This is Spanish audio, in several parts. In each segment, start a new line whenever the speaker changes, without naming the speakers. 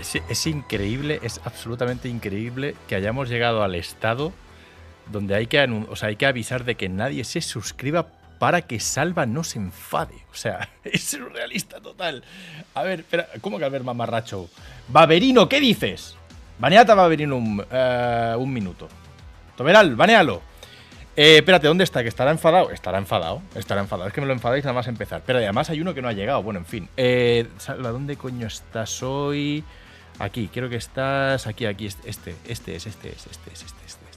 es, es increíble, es absolutamente increíble que hayamos llegado al estado donde hay que, anun- o sea, hay que avisar de que nadie se suscriba para que Salva no se enfade. O sea, es surrealista total. A ver, espera, ¿cómo que a ver, mamarracho? Baberino, ¿qué dices? Baneata Baberino un, eh, un minuto. Tomeral, banealo. Eh, espérate, ¿dónde está? ¿Que estará enfadado? Estará enfadado, estará enfadado. Es que me lo enfadáis nada más empezar. Pero además hay uno que no ha llegado. Bueno, en fin. Eh, Salva, ¿dónde coño estás hoy? Aquí, creo que estás. Aquí, aquí. Este, este, este es, este es, este es, este es, este es. este.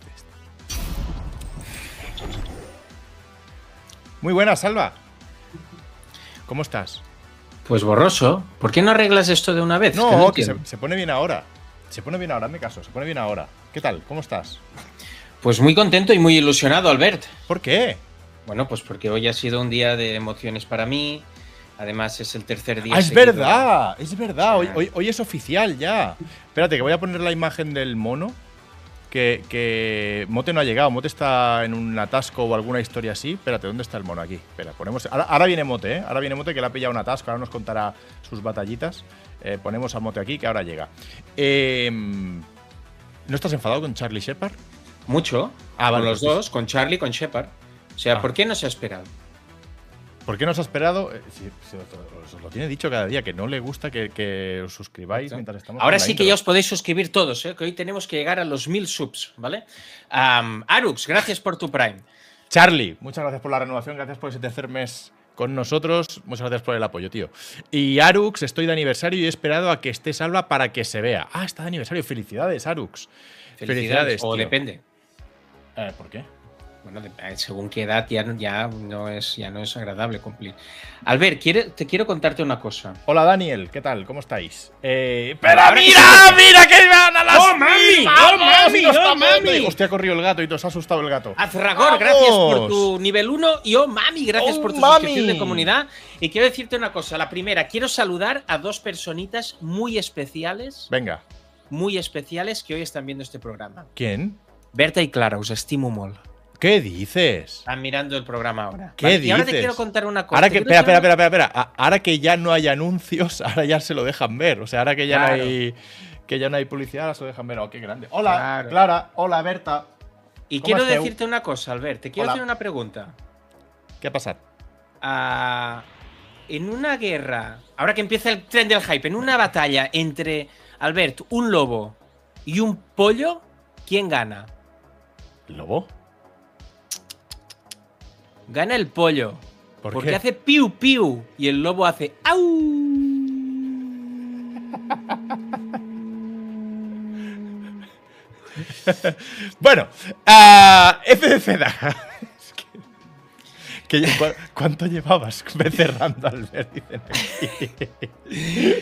Muy buenas, Salva. ¿Cómo estás?
Pues borroso. ¿Por qué no arreglas esto de una vez?
No,
Que
que se,
entiendo.
se pone bien ahora. Se pone bien ahora, me caso. Se pone bien ahora. ¿Qué tal? ¿Cómo estás?
Pues muy contento y muy ilusionado, Albert.
¿Por qué?
Bueno, pues porque hoy ha sido un día de emociones para mí. Además, es el tercer día.
Ah, es
seguido.
verdad, es verdad. Hoy,
Ah.
hoy- hoy es oficial ya. Espérate, que voy a poner la imagen del mono. Que, que Mote no ha llegado. Mote está en un atasco o alguna historia así. Espérate, ¿dónde está el mono aquí? Espera, ponemos. Ahora, ahora viene Mote, ¿eh? Ahora viene Mote que le ha pillado un atasco. Ahora nos contará sus batallitas. Eh, ponemos a Mote aquí que ahora llega. Eh, ¿No estás enfadado con Charlie Shepard?
Mucho.
Ah, vale,
con los
pues-
dos, con Charlie, con Shepard. O sea,
Ah.
¿por qué no se ha esperado?
¿Por qué no os ha esperado? Eh, si- si os- os lo tiene dicho cada día, que no le gusta que, que os suscribáis mientras estamos.
Ahora
con la
sí que
intro.
ya os podéis suscribir todos, ¿eh? que hoy tenemos que llegar a los mil subs, ¿vale? Am, Arux, gracias por tu Prime.
Charlie, muchas gracias por la renovación, gracias por ese tercer mes con nosotros, muchas gracias por el apoyo, tío. Y Arux, estoy de aniversario y he esperado a que esté salva para que se vea. Ah, está de aniversario, felicidades, Arux. Felicidades,
o
tío.
depende.
Eh, ¿Por qué?
Bueno, de- eh, según qué edad ya, no- ya, no es, ya no es agradable cumplir. Albert, quiere- te quiero contarte una cosa.
Hola Daniel, ¿qué tal? ¿Cómo estáis? Eh, ¡Pero
Ahora
mira!
sí.
¡Mira que van a las
¡Oh, mami!
mil!
¡Oh,
¡Vamos!
mami!
Y nos
¡Oh,
está matando.
mami! Ah.
Hostia, ha corrido el gato y nos ha asustado el gato.
Azragor,
¡Vamos!
gracias por tu nivel 1 y oh mami, gracias
Oh,
por tu
mami.
suscripción de comunidad. Y quiero decirte una cosa, la primera, quiero saludar a dos personitas muy especiales,
Venga,
muy especiales que hoy están viendo este programa.
¿quién?
Berta y Clara, os estimo molt.
¿Qué dices?
Están mirando el programa ahora.
¿Qué
Y ahora te
dices?
quiero contar una cosa.
Ahora
Te
que,
quiero
espera, espera,
contar
espera, espera, espera. A- Ahora que ya no hay anuncios, ahora ya se lo dejan ver. O sea, ahora que ya
Claro.
no hay que ya no hay publicidad, ahora se lo dejan ver. Oh, qué grande. Hola,
Claro.
Clara. Hola, Berta.
una- Y
¿Cómo
quiero
esteu?
decirte una cosa, Albert, te quiero
Hola.
hacer una pregunta.
¿Qué ha pasado?
Ah, en una guerra, ahora que empieza el tren del hype, en una batalla entre, Albert, un lobo y un pollo, ¿quién gana?
¿Lobo?
Gana el pollo.
¿Por
porque
qué?
hace piu piu y el lobo hace au.
Bueno, ah, FF da. Es que- que ya- ¿cu- ¿Cuánto llevabas becerrando al ver? Dicen aquí.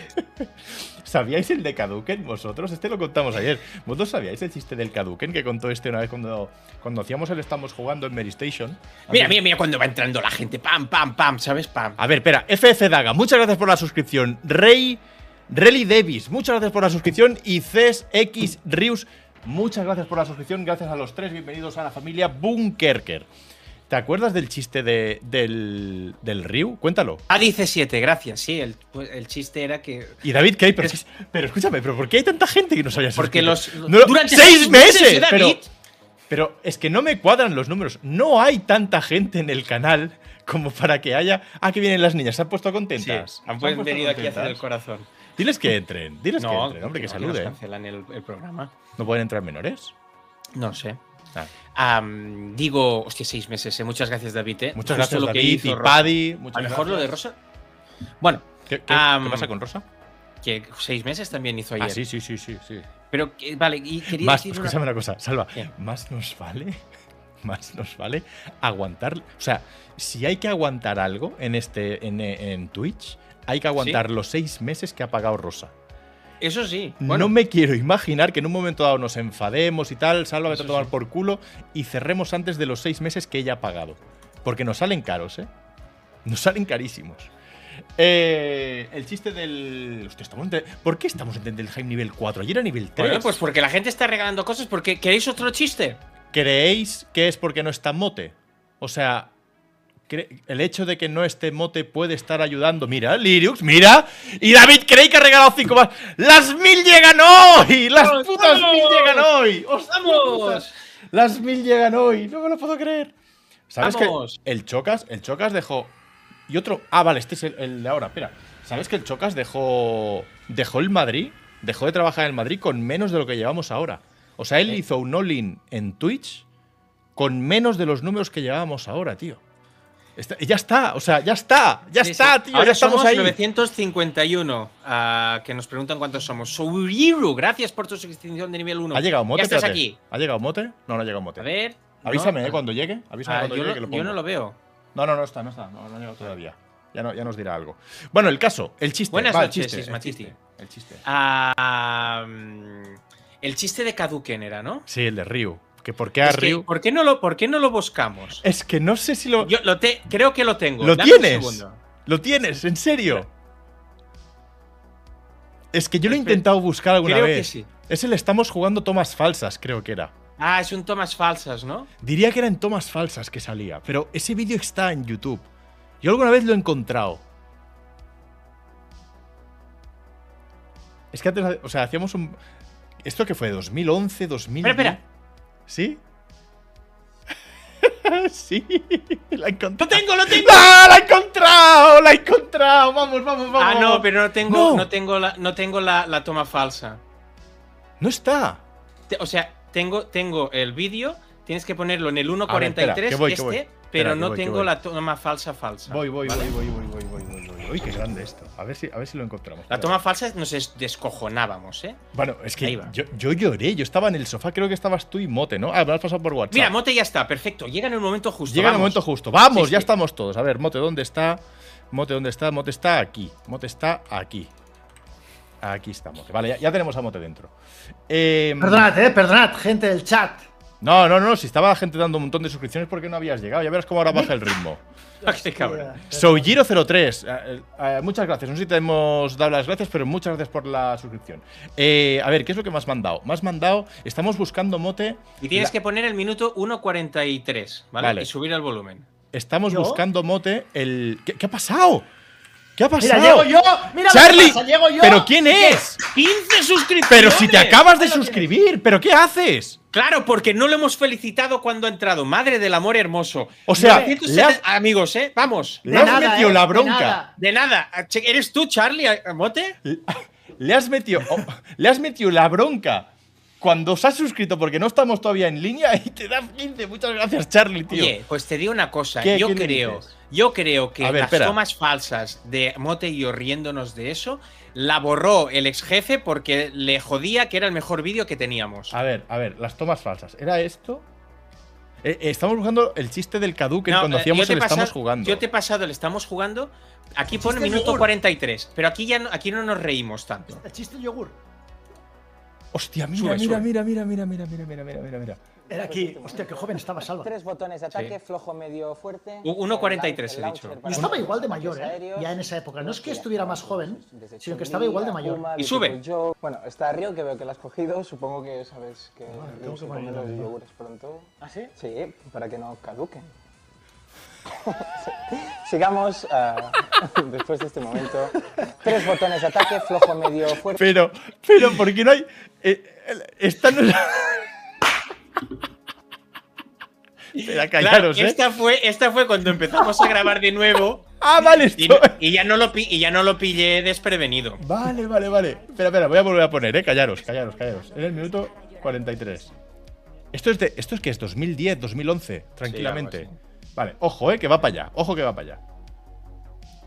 ¿Sabíais el de Caduken vosotros? Este lo contamos ayer. ¿Vosotros sabíais el chiste del Caduken que contó este una vez cuando, cuando hacíamos el Estamos jugando en Mary Station?
Mira, mira, mira cuando va entrando la gente. Pam, pam, pam, ¿sabes? Pam.
A ver, espera, FF Daga, muchas gracias por la suscripción. Rey, Relly Davis, muchas gracias por la suscripción. Y Ces X Rius, muchas gracias por la suscripción. Gracias a los tres, bienvenidos a la familia Bunkerker. ¿Te acuerdas del chiste de- del, del Ryu? Cuéntalo.
Ah, dice 7, gracias. Sí, el, pues, el chiste era que.
Y David, ¿qué hay? Pero, pero escúchame, ¿pero por qué hay tanta gente que nos haya
Porque
suscrito?
los.
No, ¡Seis
seis meses, ¿eh,
meses!
David,
Pero, Pero es que no me cuadran los números. No hay tanta gente en el canal como para que haya. Ah, que vienen las niñas, se han puesto
sí,
contentas. Se
han
puesto
venido aquí a hacer el
contentas.
corazón.
Diles que entren, diles que entren, hombre, que,
no, nos
saluden.
cancelan el, el programa.
¿No pueden entrar menores?
No sé.
Ah.
Am, digo, hostia, seis meses. eh. Muchas gracias, David. eh.
Muchas
Justo
gracias,
lo que
David
hizo
y
Rosa.
Paddy.
A
muchas
lo mejor lo de
gracias.
Rosa. Bueno,
¿Qué, qué-
Am,
qué pasa con Rosa?
que seis meses también hizo ayer.
Ah, sí, sí, sí, sí. sí.
Pero, que- vale, y quería
Más, pues
decir una-
escúchame una cosa, Salva.
¿Qué?
Más nos vale, más nos vale aguantar. O sea, si hay que aguantar algo en este, en, en Twitch, hay que aguantar los seis meses que ha pagado Rosa.
Eso sí. Bueno,
No me quiero imaginar que en un momento dado nos enfademos y tal, salva vete a
Eso
tomar
sí.
por culo y cerremos antes de los seis meses que ella ha pagado. Porque nos salen caros, ¿eh? Nos salen carísimos. Eh, el chiste del. Hostia, estamos en- ¿Por qué estamos en Tendelheim nivel 4? Ayer era nivel 3.
bueno, pues porque la gente está regalando cosas. Porque ¿Queréis otro chiste?
¿Creéis que es porque no está mote? O sea, cre- el hecho de que no este mote puede estar ayudando. Mira, Liriux, mira. Y David Craig ha regalado cinco más. las mil llegan hoy. Las
¡Vamos,
putas
vamos!
mil llegan hoy. ¡Hostia puta!
¡Vamos!
Las mil llegan hoy. No me lo puedo creer. ¿Sabes que
Vamos.
el Chocas, el Chocas dejó y otro, ah, vale, este es el, el de ahora, espera. ¿Sabes que el Chocas dejó dejó el Madrid, dejó de trabajar en el Madrid con menos de lo que llevamos ahora? O sea, él hizo un all-in en Twitch con menos de los números que llevábamos ahora, tío. Está- ya está, o sea, ya está, ya
Sí,
está,
sí.
tío,
Ahora
ya estamos
somos
ahí.
951, ah, que nos preguntan cuántos somos. Souriru, gracias por tu suscripción de nivel 1.
Ha llegado mote,
Ya estás
espérate.
aquí.
¿Ha llegado mote? No, no ha llegado mote.
A ver. no.
Avísame eh, cuando llegue, avísame
Ah,
cuando
yo,
llegue
lo-
que lo
yo
pongo.
no lo veo.
No, no, no está, no está. No, no ha llegado todavía. Ya, no, ya nos dirá algo. Bueno, el caso, el chiste.
Buenas
va, el
noches,
chiste, el
Ismachiti.
chiste, el chiste.
Ah, mm, el chiste de Kaduken era, ¿no?
Sí, el de Ryu. Que ¿Por qué a
Es que,
Ryu?
¿por, qué no lo, ¿Por qué no lo buscamos?
Es que no sé si lo.
Yo lo te, creo que lo tengo.
¿Lo
Dame un
tienes?
segundo.
¿Lo tienes? ¿En serio? Es que yo lo he
Espera.
intentado buscar alguna
Creo que
vez.
sí.
Es el estamos jugando tomas falsas, creo que era.
Ah, es un tomas falsas, ¿no?
Diría que era en tomas falsas que salía, pero ese vídeo está en YouTube. Yo alguna vez lo he encontrado. Es que antes, o sea, hacíamos un... ¿Esto qué fue? ¿2011? ¿2000?
Espera, espera.
¿Sí? sí, la he
¡Lo
encontrado.
tengo, lo tengo!
¡Ah, la he encontrado! ¡La he encontrado! ¡Vamos, vamos, vamos!
Ah, no,
vamos!
pero no tengo,
No.
no. tengo, la, no tengo la, la toma falsa.
No está.
Te- O sea, tengo, tengo el vídeo, tienes que ponerlo en el
A ver, espera,
1.43
que voy, que
este,
voy.
pero
Espera, que
no
voy, que
tengo
voy.
la toma falsa falsa.
Voy, voy,
¿vale?
voy, voy, voy, voy, voy, voy, voy. Uy, qué grande esto. A ver si, a ver si lo encontramos.
La
Espera.
toma falsa nos es- descojonábamos, ¿eh?
Bueno, es
Ahí
que
va.
yo, yo lloré, yo estaba en el sofá, creo que estabas tú y Mote, ¿no? Ah, me lo has pasado por WhatsApp.
Mira, Mote ya está, perfecto. Llega en el momento justo.
Llega el
vamos.
momento justo. Vamos,
Sí,
ya
sí.
estamos todos. A ver, Mote, ¿dónde está? Mote, ¿dónde está? Mote está aquí. Mote está aquí. Aquí está Mote. Vale, ya, ya tenemos a Mote dentro. Eh,
Perdonad, eh, perdonad, gente del chat.
No, no, no, si estaba la gente dando un montón de suscripciones porque no habías llegado. Ya verás cómo ahora baja el ritmo.
Ah, qué cabrón.
Soujiro03, eh, eh, muchas gracias. No sé si te hemos dado las gracias, pero muchas gracias por la suscripción. Eh, a ver, ¿qué es lo que me has mandado? Me has mandado, estamos buscando mote.
Y tienes
la-
que poner el minuto 1.43, ¿vale?
Vale.
Y subir el volumen.
Estamos
¿Yo?
buscando mote el. ¿Qué, qué ha pasado? ¿Qué ha pasado?
Mira, llego yo. Mira, lo que
¡Charlie!
pasa, llego yo.
¿Pero quién es?
¡15 suscriptores!
Pero si te acabas de
Ahí lo
suscribir, ¿pero qué haces?
Claro, porque no lo hemos felicitado cuando ha entrado. Madre del amor hermoso.
O sea,
970
le has-
amigos, ¿eh? Vamos.
Le has
nada,
metido
eh,
la
de
bronca.
nada.
De nada. Che- ¿Eres tú, Charlie a- a Mote?
Le has metido. oh, le has metido la bronca. Cuando se has suscrito porque no estamos todavía en línea y te das 15. Muchas gracias, Charlie, tío.
Oye, pues te digo una cosa.
¿Qué-
yo
qué le
creo,
dices?
yo creo que
A ver,
las
espera.
tomas falsas de Mote y yo riéndonos de eso, la borró el ex jefe porque le jodía que era el mejor vídeo que teníamos.
A ver, a ver, las tomas falsas. ¿Era esto? Eh, eh, estamos buscando el chiste del Caduque
No,
cuando
eh,
hacíamos
yo te
el
he pasado-
estamos jugando.
Yo te he pasado el estamos jugando. Aquí pone
Chiste de
minuto
humor.
43, pero aquí ya no, aquí no nos reímos tanto.
El chiste del yogur.
Hostia, mira,
Sube,
mira,
sube.
mira, mira, mira, mira, mira, mira, mira, mira, mira.
Era aquí. Hostia, qué joven estaba Salva.
Tres botones de ataque,
Sí.
flojo, medio, fuerte.
U- 1.43
el
he
launcher
dicho.
Yo
para
estaba
ataques
igual de mayor, ¿eh?
aéreos,
Ya en esa época. No es que
Nokia,
estuviera más joven,
desde
sino que estaba igual de mayor.
Akuma,
Y sube.
Beautiful Joe. Bueno, está Río, que veo que lo has cogido. Supongo que sabes que
tengo
debes
que ponerlo
de comer los
de nuevo.
yogures pronto. ¿Ah, sí? Sí, para que no caduquen. Sí. Sigamos ah, después de este momento. Tres botones de ataque, flojo, medio, fuerte.
Pero, pero, ¿por qué no hay. eh, el- esta no es la. Espera,
Claro,
callaros, ¿eh?
esta fue, esta fue cuando empezamos a grabar de nuevo
Ah, vale,
y,
esto.
y ya no lo pi- y ya no lo pillé desprevenido.
Vale, vale, vale. Espera, espera, voy a volver a poner, eh. Callaros, callaros, callaros. En el minuto 43. Esto es de. ¿Esto es que es? 2010, 2011, tranquilamente.
algo
vale, ojo, eh, que va para allá. Ojo que va para allá.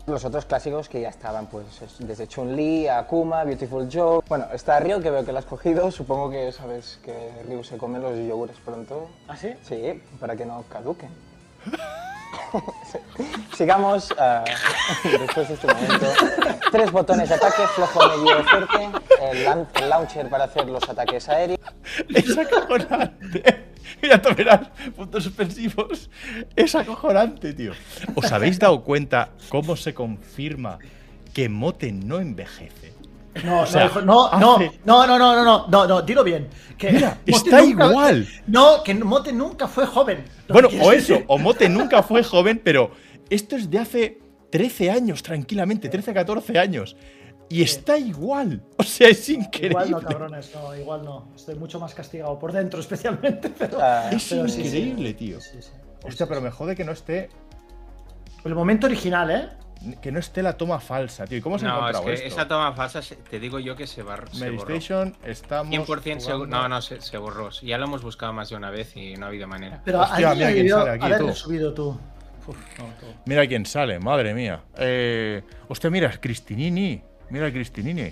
Los otros clásicos que ya estaban, pues es- desde Chun-Li, a Akuma, Beautiful Joe. Bueno, está Ryu, que veo que lo has cogido. Supongo que sabes que Ryu se come los yogures pronto. ¿Ah, sí? Sí, para que no caduquen. Sí. Sigamos ah, después de este momento. Tres botones de ataque, flojo, medio, fuerte. El, lan- el launcher para hacer los ataques aéreos.
Es acojonante. Mira, tú verás, puntos suspensivos. Es acojonante, tío. ¿Os habéis dado cuenta cómo se confirma que Mote no envejece?
No, no,
sea,
hijo, no, no,
hace-
no, no, no, no, no, no, no, dilo bien. Que
Mira,
Mote
está igual.
No, que Mote nunca fue joven. Lo
Bueno,
que
o
quieres
eso,
decir.
o Mote nunca fue joven, pero Esto es de hace 13 años, tranquilamente, 13, 14 años. Y está igual. O sea, es increíble.
Igual no, cabrones, no, igual no. Estoy mucho más castigado por dentro, especialmente, pero.
Ah,
Es
pero sí, sí.
increíble, tío.
Sí, sí.
Hostia, pero me jode que no esté.
El momento original, ¿eh?
Que no esté la toma falsa, tío. ¿Y cómo se
No, es
encontrado
que
esto?
esa toma falsa, se- te digo yo que se, bar- se borró.
Medistation, estamos.
100% seguro.
jugando-
No, no, se, se borró. Ya lo hemos buscado más de una vez y no ha habido manera.
Pero
Hostia,
alguien
mira
le
quién
debió
sale aquí,
haberle
tú.
subido tú.
Mira quién sale, madre mía. Eh, hostia, mira, es Cristinini. Mira, Cristinini.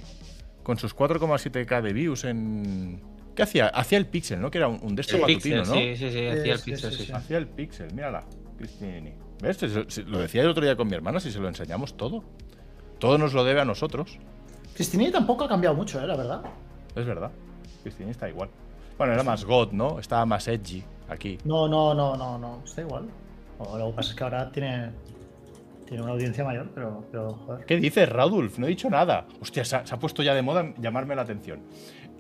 Con sus 4,7k de views en. ¿Qué hacía? Hacía el Pixel, ¿no? Que era un, un de estos
El pixel,
matutinos, ¿no?
sí, sí, sí, hacía el
Sí, sí,
pixel,
sí,
sí, sí.
Hacía el Pixel, mírala, Cristinini. ¿Ves? Si- si- Lo decía el otro día con mi hermana, si se lo enseñamos todo. Todo nos lo debe a nosotros.
Cristinini tampoco ha cambiado mucho, ¿eh? La verdad.
Es verdad. Cristinini está igual. Bueno, era más God, ¿no? Estaba más edgy aquí.
No, no, no, no, no. Está igual. O lo que pasa es que ahora tiene. Tiene una audiencia mayor, pero, pero joder.
¿Qué dices, Radulf? No he dicho nada. Hostia, se ha, se ha puesto ya de moda llamarme la atención.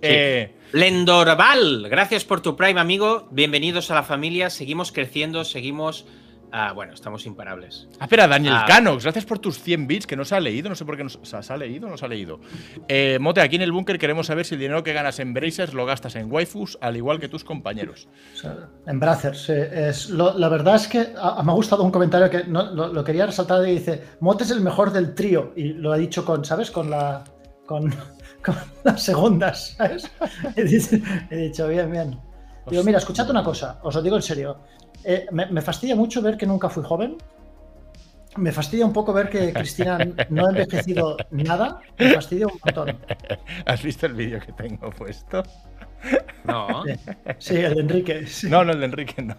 Eh,
Lendorval, gracias por tu Prime, amigo. Bienvenidos a la familia. Seguimos creciendo, seguimos. Ah, bueno, estamos imparables.
ah, espera, Daniel
Ah.
Canox, gracias por tus 100 bits que no se ha leído. No sé por qué no se- se, ha leído no se ha leído. Eh, Mote, aquí en el búnker queremos saber si el dinero que ganas en Brazers lo gastas en waifus, al igual que tus compañeros.
O sea, en Brazers. eh, es, lo- la verdad es que a- me ha gustado un comentario que no- lo, lo quería resaltar y dice: Mote es el mejor del trío. Y lo ha dicho con, ¿sabes? Con la. Con, con las segundas, ¿sabes? Y dice- he dicho, bien, bien. Digo, mira, escuchad una cosa, os lo digo en serio. Eh, me, me fastidia mucho ver que nunca fui joven. Me fastidia un poco ver que Cristina no ha envejecido nada. Me fastidia un montón.
¿Has visto el vídeo que tengo puesto?
No.
Sí, sí, el de Enrique. sí.
No, no, el de Enrique no.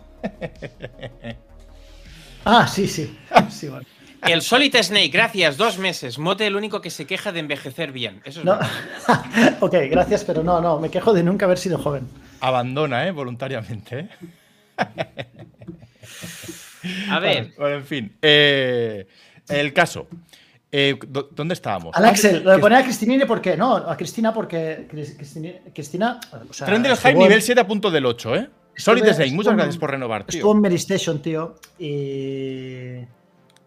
Ah, sí, sí. Sí, bueno.
El Solid Snake, gracias, dos meses. Mote, el único que se queja de envejecer bien. Eso es
No.
verdad.
ok, gracias, pero no, no, me quejo de nunca haber sido joven.
Abandona, ¿eh? Voluntariamente, ¿eh?
A ver,
Bueno, en fin. eh, el caso. Eh, ¿dó- ¿Dónde estábamos?
Al Axel, lo de
Que-
poner a Cristinine porque no, a Cristina porque Cris- Cristinine- Cristina, o sea,
Tren del
estuvo
Hype
en-
nivel 7 a punto del 8, ¿eh? Solid
estuve-
Snake, muchas
estuvo-
gracias por renovar, tío.
Estuvo en Mary Station, tío, y,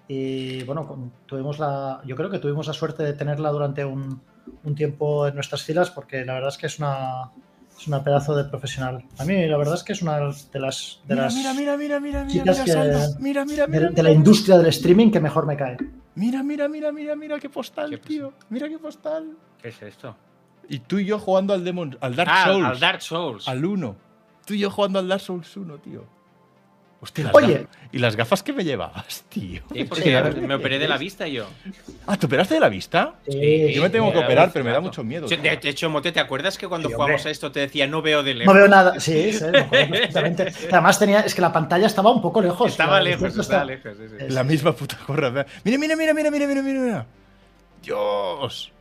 y, bueno, con- tuvimos la, yo creo que tuvimos la suerte de tenerla durante un, un tiempo en nuestras filas porque la verdad es que es una, es una pedazo de profesional. A mí la verdad es que es una de las, de las
mira, mira,
chicas que-
Sandra, mira, mira,
de, de la industria del streaming que mejor me cae.
mira, mira, mira, mira, mira, qué postal,
¿Qué pasa?
Mira qué postal.
¿qué es esto?
Y tú y yo jugando al Demon, al Dark
Ah,
Souls,
al Dark Souls.
al 1. Tú y yo jugando al Dark Souls 1, tío. Hostia, las
Oye.
gafas- y las gafas que me llevabas, tío.
Sí, porque
Sí, a ver.
me operé de la vista yo.
Ah, ¿te operaste de la vista?
Sí,
Yo me tengo que
era
operar,
un
pero me da
trato.
mucho miedo.
Sí,
tío.
De, de hecho, Mote, ¿te acuerdas que cuando
Sí, hombre.
jugamos a esto te decía no veo de
No
lejos?
veo nada. Sí, sí, me acuerdo perfectamente. Además tenía, es que la pantalla estaba un poco lejos.
estaba
La-
lejos,
esto
estaba
está-
lejos. sí, sí.
Eh,
La misma puta gorra. Mira, mira, mira, mira, mira, mira, mira, mira. Dios.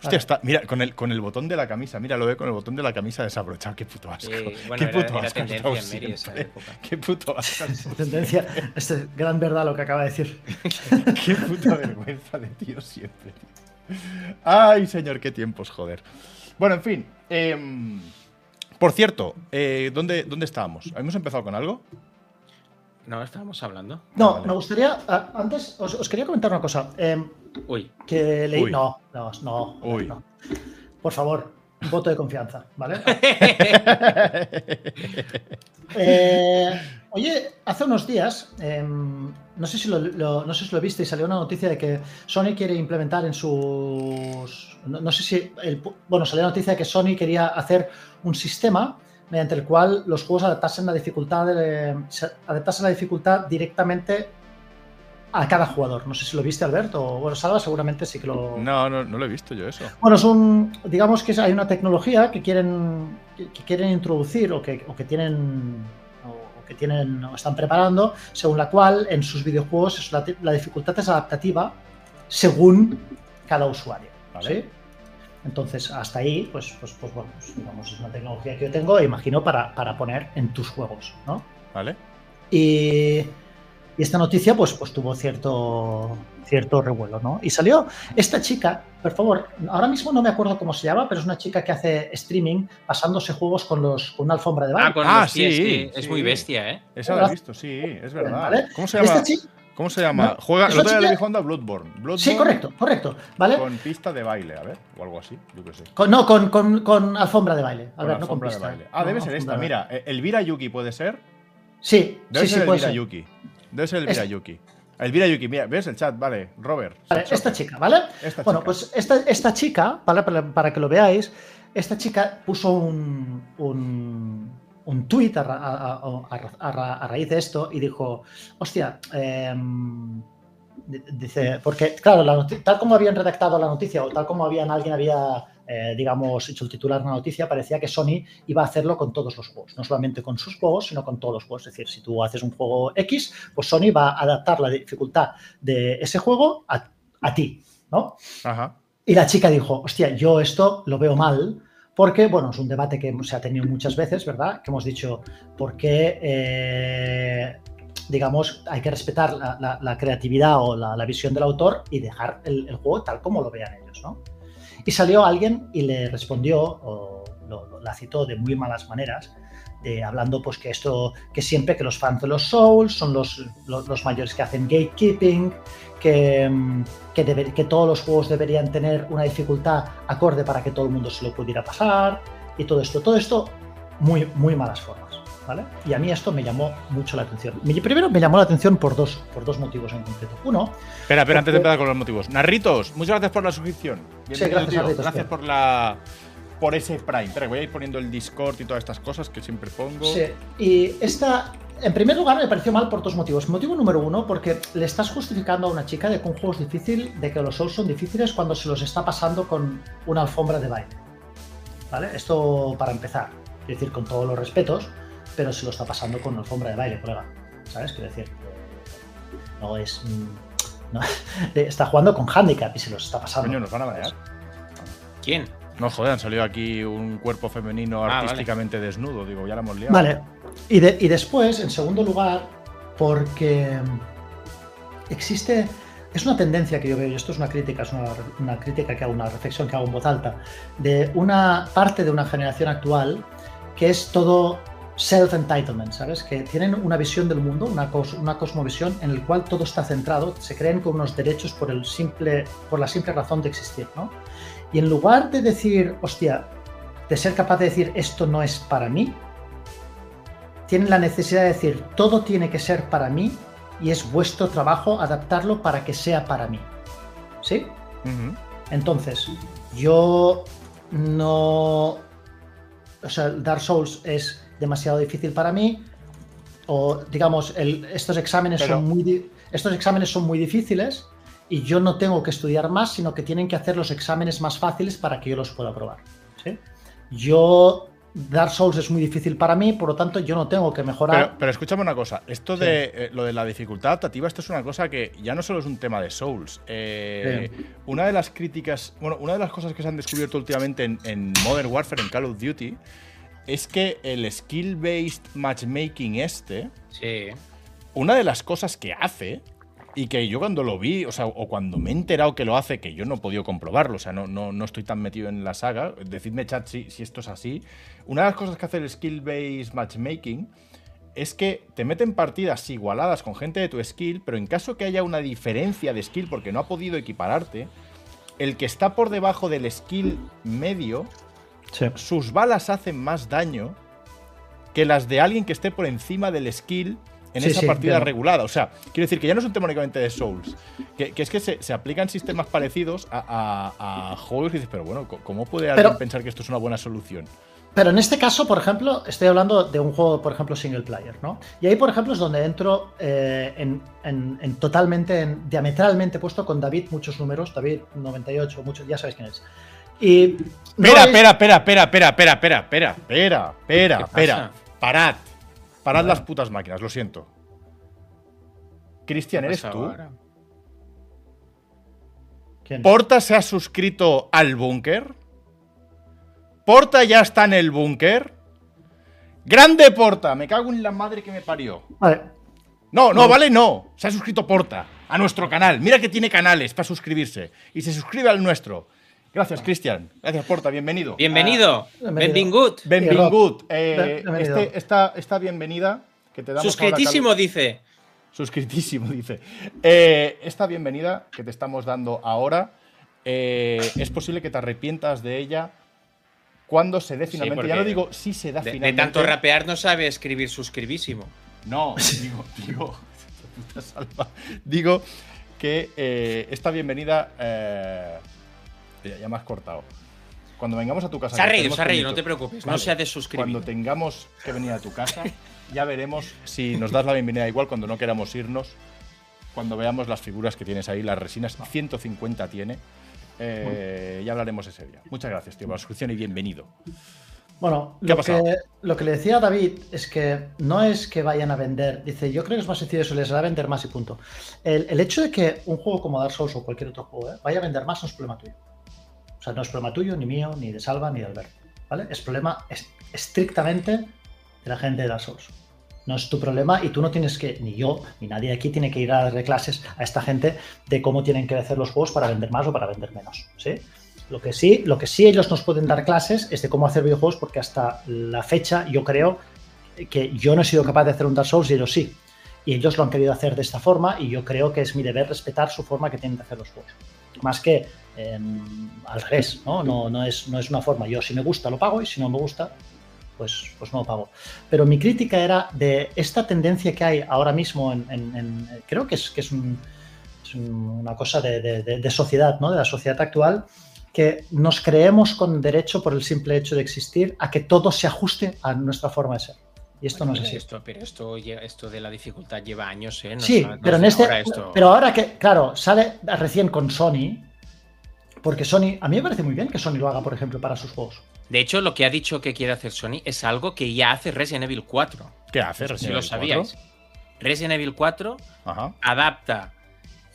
Hostia,
Vale.
está. Mira, con el, con el botón de la camisa. Mira, lo veo con el botón de la camisa desabrochado. Qué puto asco.
Sí, bueno,
Qué
era-
puto asco.
era
he
tendencia
estado
en Mary esa
siempre.
época.
Qué puto asco.
Tendencia, esta es gran verdad lo que acaba de decir.
Qué puta vergüenza de tío siempre, tío. Ay, señor, qué tiempos, joder. Bueno, en fin. em, por cierto, eh, ¿dónde, ¿dónde estábamos? ¿Hemos empezado con algo?
No, estábamos hablando.
No,
Vale.
me gustaría. a- antes os, os quería comentar una cosa. eh,
Uy,
que leí.
Uy.
No, no, no,
Uy.
no. Por favor, un voto de confianza, ¿vale? Eh, oye, hace unos días, eh, no, sé si lo, lo- no sé si lo viste y salió una noticia de que Sony quiere implementar en sus. No, no sé si. el pu- bueno, salió la noticia de que Sony quería hacer un sistema mediante el cual los juegos adaptasen la dificultad, de- se- adaptasen la dificultad directamente a cada jugador. No sé si lo viste, Alberto. o- Bueno, Salva seguramente sí que lo.
No, no, no lo he visto yo eso.
Bueno, es un, digamos que es- hay una tecnología que quieren, que, que quieren introducir o que, o que tienen o, o que tienen o están preparando, según la cual en sus videojuegos es la, ti- la dificultad es adaptativa según cada usuario.
Vale.
¿sí? Entonces, hasta ahí, pues, pues, pues bueno, pues, digamos, es una tecnología que yo tengo, imagino, para, para poner en tus juegos, ¿no?
¿Vale?
Y, y esta noticia, pues, pues tuvo cierto, cierto revuelo, ¿no? Y salió esta chica, por favor, ahora mismo no me acuerdo cómo se llama, pero es una chica que hace streaming pasándose juegos con, los, con una alfombra de
ah,
baile.
con
Ah,
los pies,
sí,
que es
sí.
muy bestia, ¿eh?
Esa la he
Hola.
visto, sí, es verdad.
¿Vale?
¿Cómo se llama?
Esta chica,
¿Cómo se llama?
No,
Juega,
es
el otro
una
día le
chica-
dijo onda Bloodborne. Bloodborne
Sí, correcto, ¿eh? correcto. ¿Vale?
Con pista de baile, a ver, o algo así, yo qué sé.
Con- no, con, con- con alfombra de baile. A
Con
ver, no con
alfombra de
pista.
baile. Ah,
No,
debe ser
alfombra
esta,
de baile.
mira. eh, Elvira Yuki puede ser.
Sí,
Debe
sí,
ser
sí, puede
Elvira
ser.
Yuki. Debe ser Elvira
Es-
Yuki. Elvira Yuki, mira, ¿ves el chat? Vale, Robert.
Vale,
Sachoca.
esta chica, ¿vale?
Esta
bueno,
chica.
pues esta, esta chica, para, para, para que lo veáis, esta chica puso un, un, un tuit a, ra- a- a- a ra- a ra- a raíz de esto y dijo, hostia, em, di- dice, porque claro, la noti- tal como habían redactado la noticia o tal como habían, alguien había, eh, digamos, hecho el titular de la noticia, parecía que Sony iba a hacerlo con todos los juegos, no solamente con sus juegos, sino con todos los juegos. Es decir, si tú haces un juego X, pues Sony va a adaptar la dificultad de ese juego a, a ti, ¿no?
Ajá.
Y la chica dijo, hostia, yo esto lo veo mal, porque, bueno, es un debate que se ha tenido muchas veces, ¿verdad? Que hemos dicho, ¿por qué, eh, digamos, hay que respetar la, la- la creatividad o la, la visión del autor y dejar el, el juego tal como lo vean ellos, ¿no? Y salió alguien y le respondió, o lo- lo- la citó de muy malas maneras, de, hablando pues que esto, que siempre que los fans de los Souls son los, los, los mayores que hacen gatekeeping, que, mm, que, debe- que todos los juegos deberían tener una dificultad acorde para que todo el mundo se lo pudiera pasar y todo esto, todo esto muy, muy malas formas, ¿vale? Y a mí esto me llamó mucho la atención. Me- Primero me llamó la atención por dos, por dos motivos en concreto. Uno,
Espera, espera, antes de empezar con los motivos. Narritos, muchas gracias por la suscripción. Bienvenido,
gracias,
tío.
Narritos,
Gracias
tío.
por la. Por ese Prime. Espera, que voy a ir poniendo el Discord y todas estas cosas que siempre pongo.
Sí, y esta, en primer lugar, me pareció mal por dos motivos. Motivo número uno, porque le estás justificando a una chica de que un juego es difícil, de que los Souls son difíciles cuando se los está pasando con una alfombra de baile. ¿Vale? Esto para empezar. Quiero decir, con todos los respetos, pero se lo está pasando con una alfombra de baile, colega. ¿Sabes? Quiero decir, eh, no es. mm, no- está jugando con handicap y se los está pasando.
Coño, nos van a marear.
¿Quién?
No, joder, han salido aquí un cuerpo femenino
Ah,
artísticamente desnudo. Digo, ya la hemos liado.
Vale. Y, de- y después, en segundo lugar, porque existe. Es una tendencia que yo veo, y esto es una crítica, es una, una crítica que hago, una reflexión que hago en voz alta, de una parte de una generación actual que es todo self-entitlement, ¿sabes? Que tienen una visión del mundo, una, cos- una cosmovisión en el cual todo está centrado, se creen con unos derechos por, el simple, por la simple razón de existir, ¿no? Y en lugar de decir, hostia, de ser capaz de decir esto no es para mí, tienen la necesidad de decir todo tiene que ser para mí y es vuestro trabajo adaptarlo para que sea para mí. ¿Sí?
Ujú.
Entonces, yo no. O sea, el Dark Souls es demasiado difícil para mí. O, digamos, el- estos, exámenes
Pero-
son muy, di- estos exámenes son muy difíciles y yo no tengo que estudiar más, sino que tienen que hacer los exámenes más fáciles para que yo los pueda probar. ¿sí? Yo. Dark Souls es muy difícil para mí, por lo tanto, yo no tengo que mejorar.
Pero, pero escúchame una cosa, esto
Sí.
de eh, lo de la dificultad adaptativa, esto es una cosa que ya no solo es un tema de Souls. Eh, Una de las críticas, bueno, una de las cosas que se han descubierto últimamente en, en Modern Warfare, en Call of Duty, es que el skill-based matchmaking este,
Sí.
una de las cosas que hace, y que yo cuando lo vi, o sea, o cuando me he enterado que lo hace, que yo no he podido comprobarlo, o sea, no, no, no estoy tan metido en la saga, decidme chat si, si esto es así, una de las cosas que hace el skill-based matchmaking es que te meten partidas igualadas con gente de tu skill, pero en caso que haya una diferencia de skill porque no ha podido equipararte, el que está por debajo del skill medio
Sí.
sus balas hacen más daño que las de alguien que esté por encima del skill en
Sí,
esa
sí,
partida
entiendo.
regulada. O sea, quiero decir que ya no es un tema únicamente de Souls, que, que es que se, se aplican sistemas parecidos a, a- a juegos y dices, pero bueno, co- ¿cómo puede alguien
Pero-
pensar que esto es una buena solución?
Pero en este caso, por ejemplo, estoy hablando de un juego, por ejemplo, single player, ¿no? Y ahí, por ejemplo, es donde entro eh, en, en- en totalmente, en- diametralmente puesto con David, muchos números, David 98, muchos, ya sabéis quién es. Y no
Espera,
es-
espera, espera, espera, espera, espera, espera, espera, espera, espera,
¿Qué
espera. Parad. Parad
Bueno.
las putas máquinas, lo siento. Cristian, ¿eres tú?
¿quién?
¿Porta se ha suscrito al búnker? ¿Porta ya está en el búnker? ¡Grande Porta! Me cago en la madre que me parió.
Vale,
No, no, vale, no. Se ha suscrito Porta a nuestro canal. Mira que tiene canales para suscribirse. Y se suscribe al nuestro. Gracias, Cristian. Gracias, Porta. Bienvenido.
Bienvenido.
bienvenido.
Benvingut.
Bienvenido. Eh,
Bienvenido.
este- esta, esta bienvenida que te damos ahora,
Suscritísimo, dice.
Carlos. suscritísimo, dice. Eh, esta bienvenida que te estamos dando ahora, eh, es posible que te arrepientas de ella cuando se dé
Sí,
finalmente.
porque
ya no digo si se da
De, de
finalmente.
tanto rapear no sabe escribir suscribísimo.
No, digo, digo, puta salva. Digo que eh, esta bienvenida. eh, ya, ya me has cortado. Cuando vengamos a tu casa.
Se ha
que
reído,
tenemos
se ha reído, no
poquito,
te preocupes. No
Vale.
se ha de suscribir.
Cuando tengamos que venir a tu casa, ya veremos si nos das la bienvenida igual cuando no queramos irnos. Cuando veamos las figuras que tienes ahí, las resinas,
Ah.
150 tiene. Eh, ya hablaremos ese día. Muchas gracias, tío, por la suscripción y bienvenido.
Bueno,
¿Qué ha
lo
pasado?
que, lo que le decía a David es que no es que vayan a vender. Dice, yo creo que es más sencillo eso, les hará vender más y punto. El, el hecho de que un juego como Dark Souls o cualquier otro juego ¿eh? vaya a vender más no es problema tuyo. O sea, no es problema tuyo, ni mío, ni de Salva, ni de Alberto. ¿Vale? Es problema est- estrictamente de la gente de Dark Souls. No es tu problema y tú no tienes que, ni yo, ni nadie aquí tiene que ir a darle clases a esta gente de cómo tienen que hacer los juegos para vender más o para vender menos. ¿sí? Lo que sí, lo que sí ellos nos pueden dar clases es de cómo hacer videojuegos, porque hasta la fecha yo creo que yo no he sido capaz de hacer un Dark Souls y ellos sí. Y ellos lo han querido hacer de esta forma y yo creo que es mi deber respetar su forma que tienen de hacer los juegos. Más que eh, al revés, ¿no? No, no, es, no es una forma. Yo si me gusta lo pago y si no me gusta, pues, pues no lo pago. Pero mi crítica era de esta tendencia que hay ahora mismo en... en- en- creo que es, que es, un- es un- una cosa de, de- de- de sociedad, ¿no? De la sociedad actual que nos creemos con derecho por el simple hecho de existir a que todo se ajuste a nuestra forma de ser. Y esto no es así.
Esto, pero esto, lle- esto de la dificultad lleva años, ¿eh? No
sí,
sabe- no
pero en
sé
este.
ahora esto.
Pero ahora que, claro, sale recién con Sony. Porque Sony. A mí me parece muy bien que Sony lo haga, por ejemplo, para sus juegos.
De hecho, lo que ha dicho que quiere hacer Sony es algo que ya hace Resident Evil 4.
¿Qué haces?
Si
Resident
lo
Evil
sabíais.
4?
Resident Evil 4
Ajá.
adapta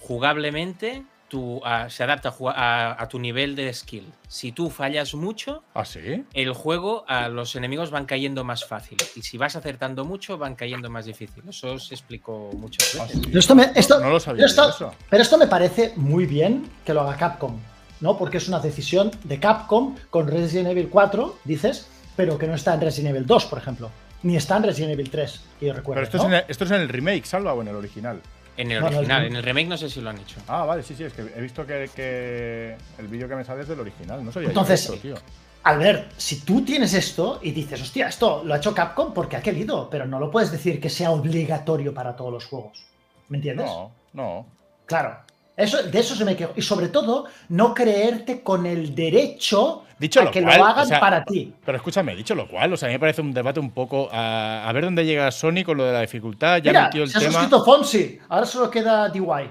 jugablemente, tu, a- se adapta a, ju- a- a tu nivel de skill. Si tú fallas mucho,
¿Ah, sí?
el juego a los enemigos van cayendo más fácil. Y si vas acertando mucho, van cayendo más difícil. Eso os explico muchas
Ah,
veces.
sí.
Pero esto me- esto-
no, no lo sabía.
pero esto-
yo eso.
Pero esto me parece muy bien que lo haga Capcom, ¿no? Porque es una decisión de Capcom con Resident Evil 4, dices, pero que no está en Resident Evil 2, por ejemplo. Ni está en Resident Evil 3, que yo recuerdo.
Pero esto, es en el, esto es en el remake, salva o en el original.
En el
No, no,
original,
no.
en el remake no sé si lo han hecho.
Ah, vale, sí, sí, es que he visto que, que el vídeo que me sale es del original. No sabía yo
Entonces-
esto, tío.
Albert, si tú tienes esto y dices, hostia, esto lo ha hecho Capcom porque ha querido, pero no lo puedes decir que sea obligatorio para todos los juegos. ¿Me entiendes?
No, no.
Claro. Eso, de eso se me quejó. Y sobre todo, no creerte con el derecho
Dicho
a
lo
que
cual,
lo
o
hagan
sea,
para ti.
Pero escúchame, dicho lo cual, o sea, a mí me parece un debate un poco a, a ver dónde llega Sony con lo de la dificultad. Ya
Mira, se
metió
ha
el tema.
suscrito Fonsi, ahora solo queda DY.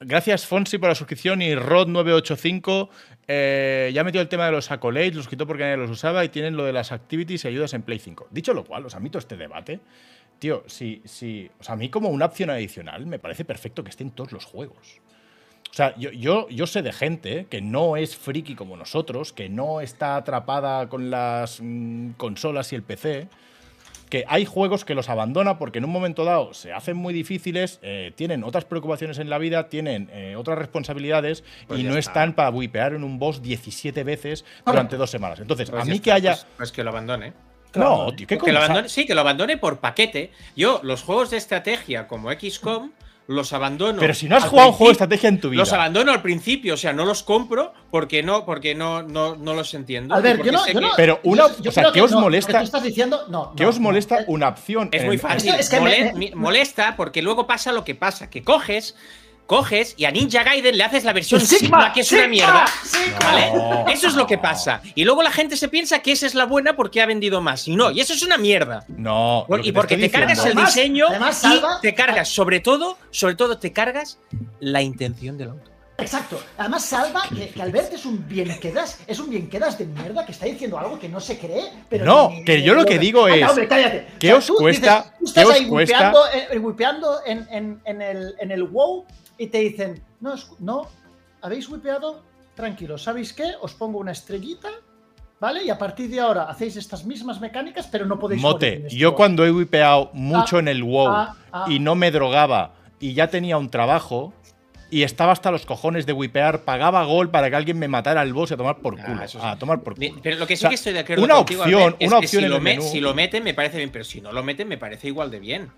Gracias, Fonsi, por la suscripción y Rod985. eh, ya metió el tema de los accolades, los quitó porque nadie los usaba y tienen lo de las activities y ayudas en Play 5. Dicho lo cual, os admito este debate. Tío, si, si, o sea, a mí como una opción adicional me parece perfecto que esté en todos los juegos. O sea, yo, yo, yo sé de gente que no es friki como nosotros, que no está atrapada con las mm, consolas y el PC, que hay juegos que los abandona porque en un momento dado se hacen muy difíciles, eh, tienen otras preocupaciones en la vida, tienen eh, otras responsabilidades
Pues
y
ya
no
está.
están para wipear en un boss 17 veces
Ahora-
durante dos semanas. Entonces,
Pues
a
ya
mí
está,
que haya...
Pues, pues que lo abandone.
claro.
no, tío, ¿qué
Que lo
coño?
abandone- sí, que lo abandone por paquete. Yo, los juegos de estrategia como XCOM, los abandono.
Pero si no has
al
jugado un juego de
principio-
estrategia en tu vida.
Los abandono al principio, o sea, no los compro porque no, porque no, no, no los entiendo. y
Albert,
porque
yo no,
sé
yo
que
no-
Pero una-
yo- yo
o sea,
creo
¿qué
que
os
no, lo que
molesta?
tú estás diciendo? No,
¿Qué
no,
os
no.
molesta
Eh,
una opción?
Es
en-
muy
en-
fácil.
Es que- es que me-
Mole-
me-
mi- molesta porque luego pasa lo que pasa, que coges, coges y a Ninja Gaiden le haces la versión
Pues
Sigma, que es una mierda. ¿Vale?
No,
Eso es lo que
no.
pasa. Y luego la gente se piensa que esa es la buena porque ha vendido más. Y no, y eso es una mierda.
No,
Por-
lo que
y porque te,
estoy
cargas
diciendo-
el
Además-
diseño
además,
y
Salva-
te cargas, sobre todo, sobre todo te cargas la intención del autor.
Exacto. Además, salva que, que Albert es un bienquedas, es un bienquedas de mierda que está diciendo algo que no se cree, pero
No,
ni-
que
ni-
yo lo que digo
Anda,
es,
hombre, cállate.
¿qué os
tú
cuesta-
dices, tú estás
qué os
ahí
cuesta-
wipeando, eh, wipeando en, en- en el, en el WoW y te dicen, no, es- no, habéis wipeado, tranquilo, ¿sabéis qué? Os pongo una estrellita, ¿vale? Y a partir de ahora hacéis estas mismas mecánicas, pero no podéis... morir en
Mote,
este
yo
WoW".
cuando he wipeado mucho
Ah,
en el WoW
ah, ah.
y no me drogaba y ya tenía un trabajo y estaba hasta los cojones de wipear, pagaba gol para que alguien me matara al boss y a tomar por
Ah,
culo.
eso sí.
a tomar por culo.
Pero lo que sí
O sea,
que estoy de acuerdo
una
contigo,
opción-
Albert, es
una
que
opción
si
en
lo,
el
me-
menú.
si lo meten me parece bien, pero si no lo meten me parece igual de bien.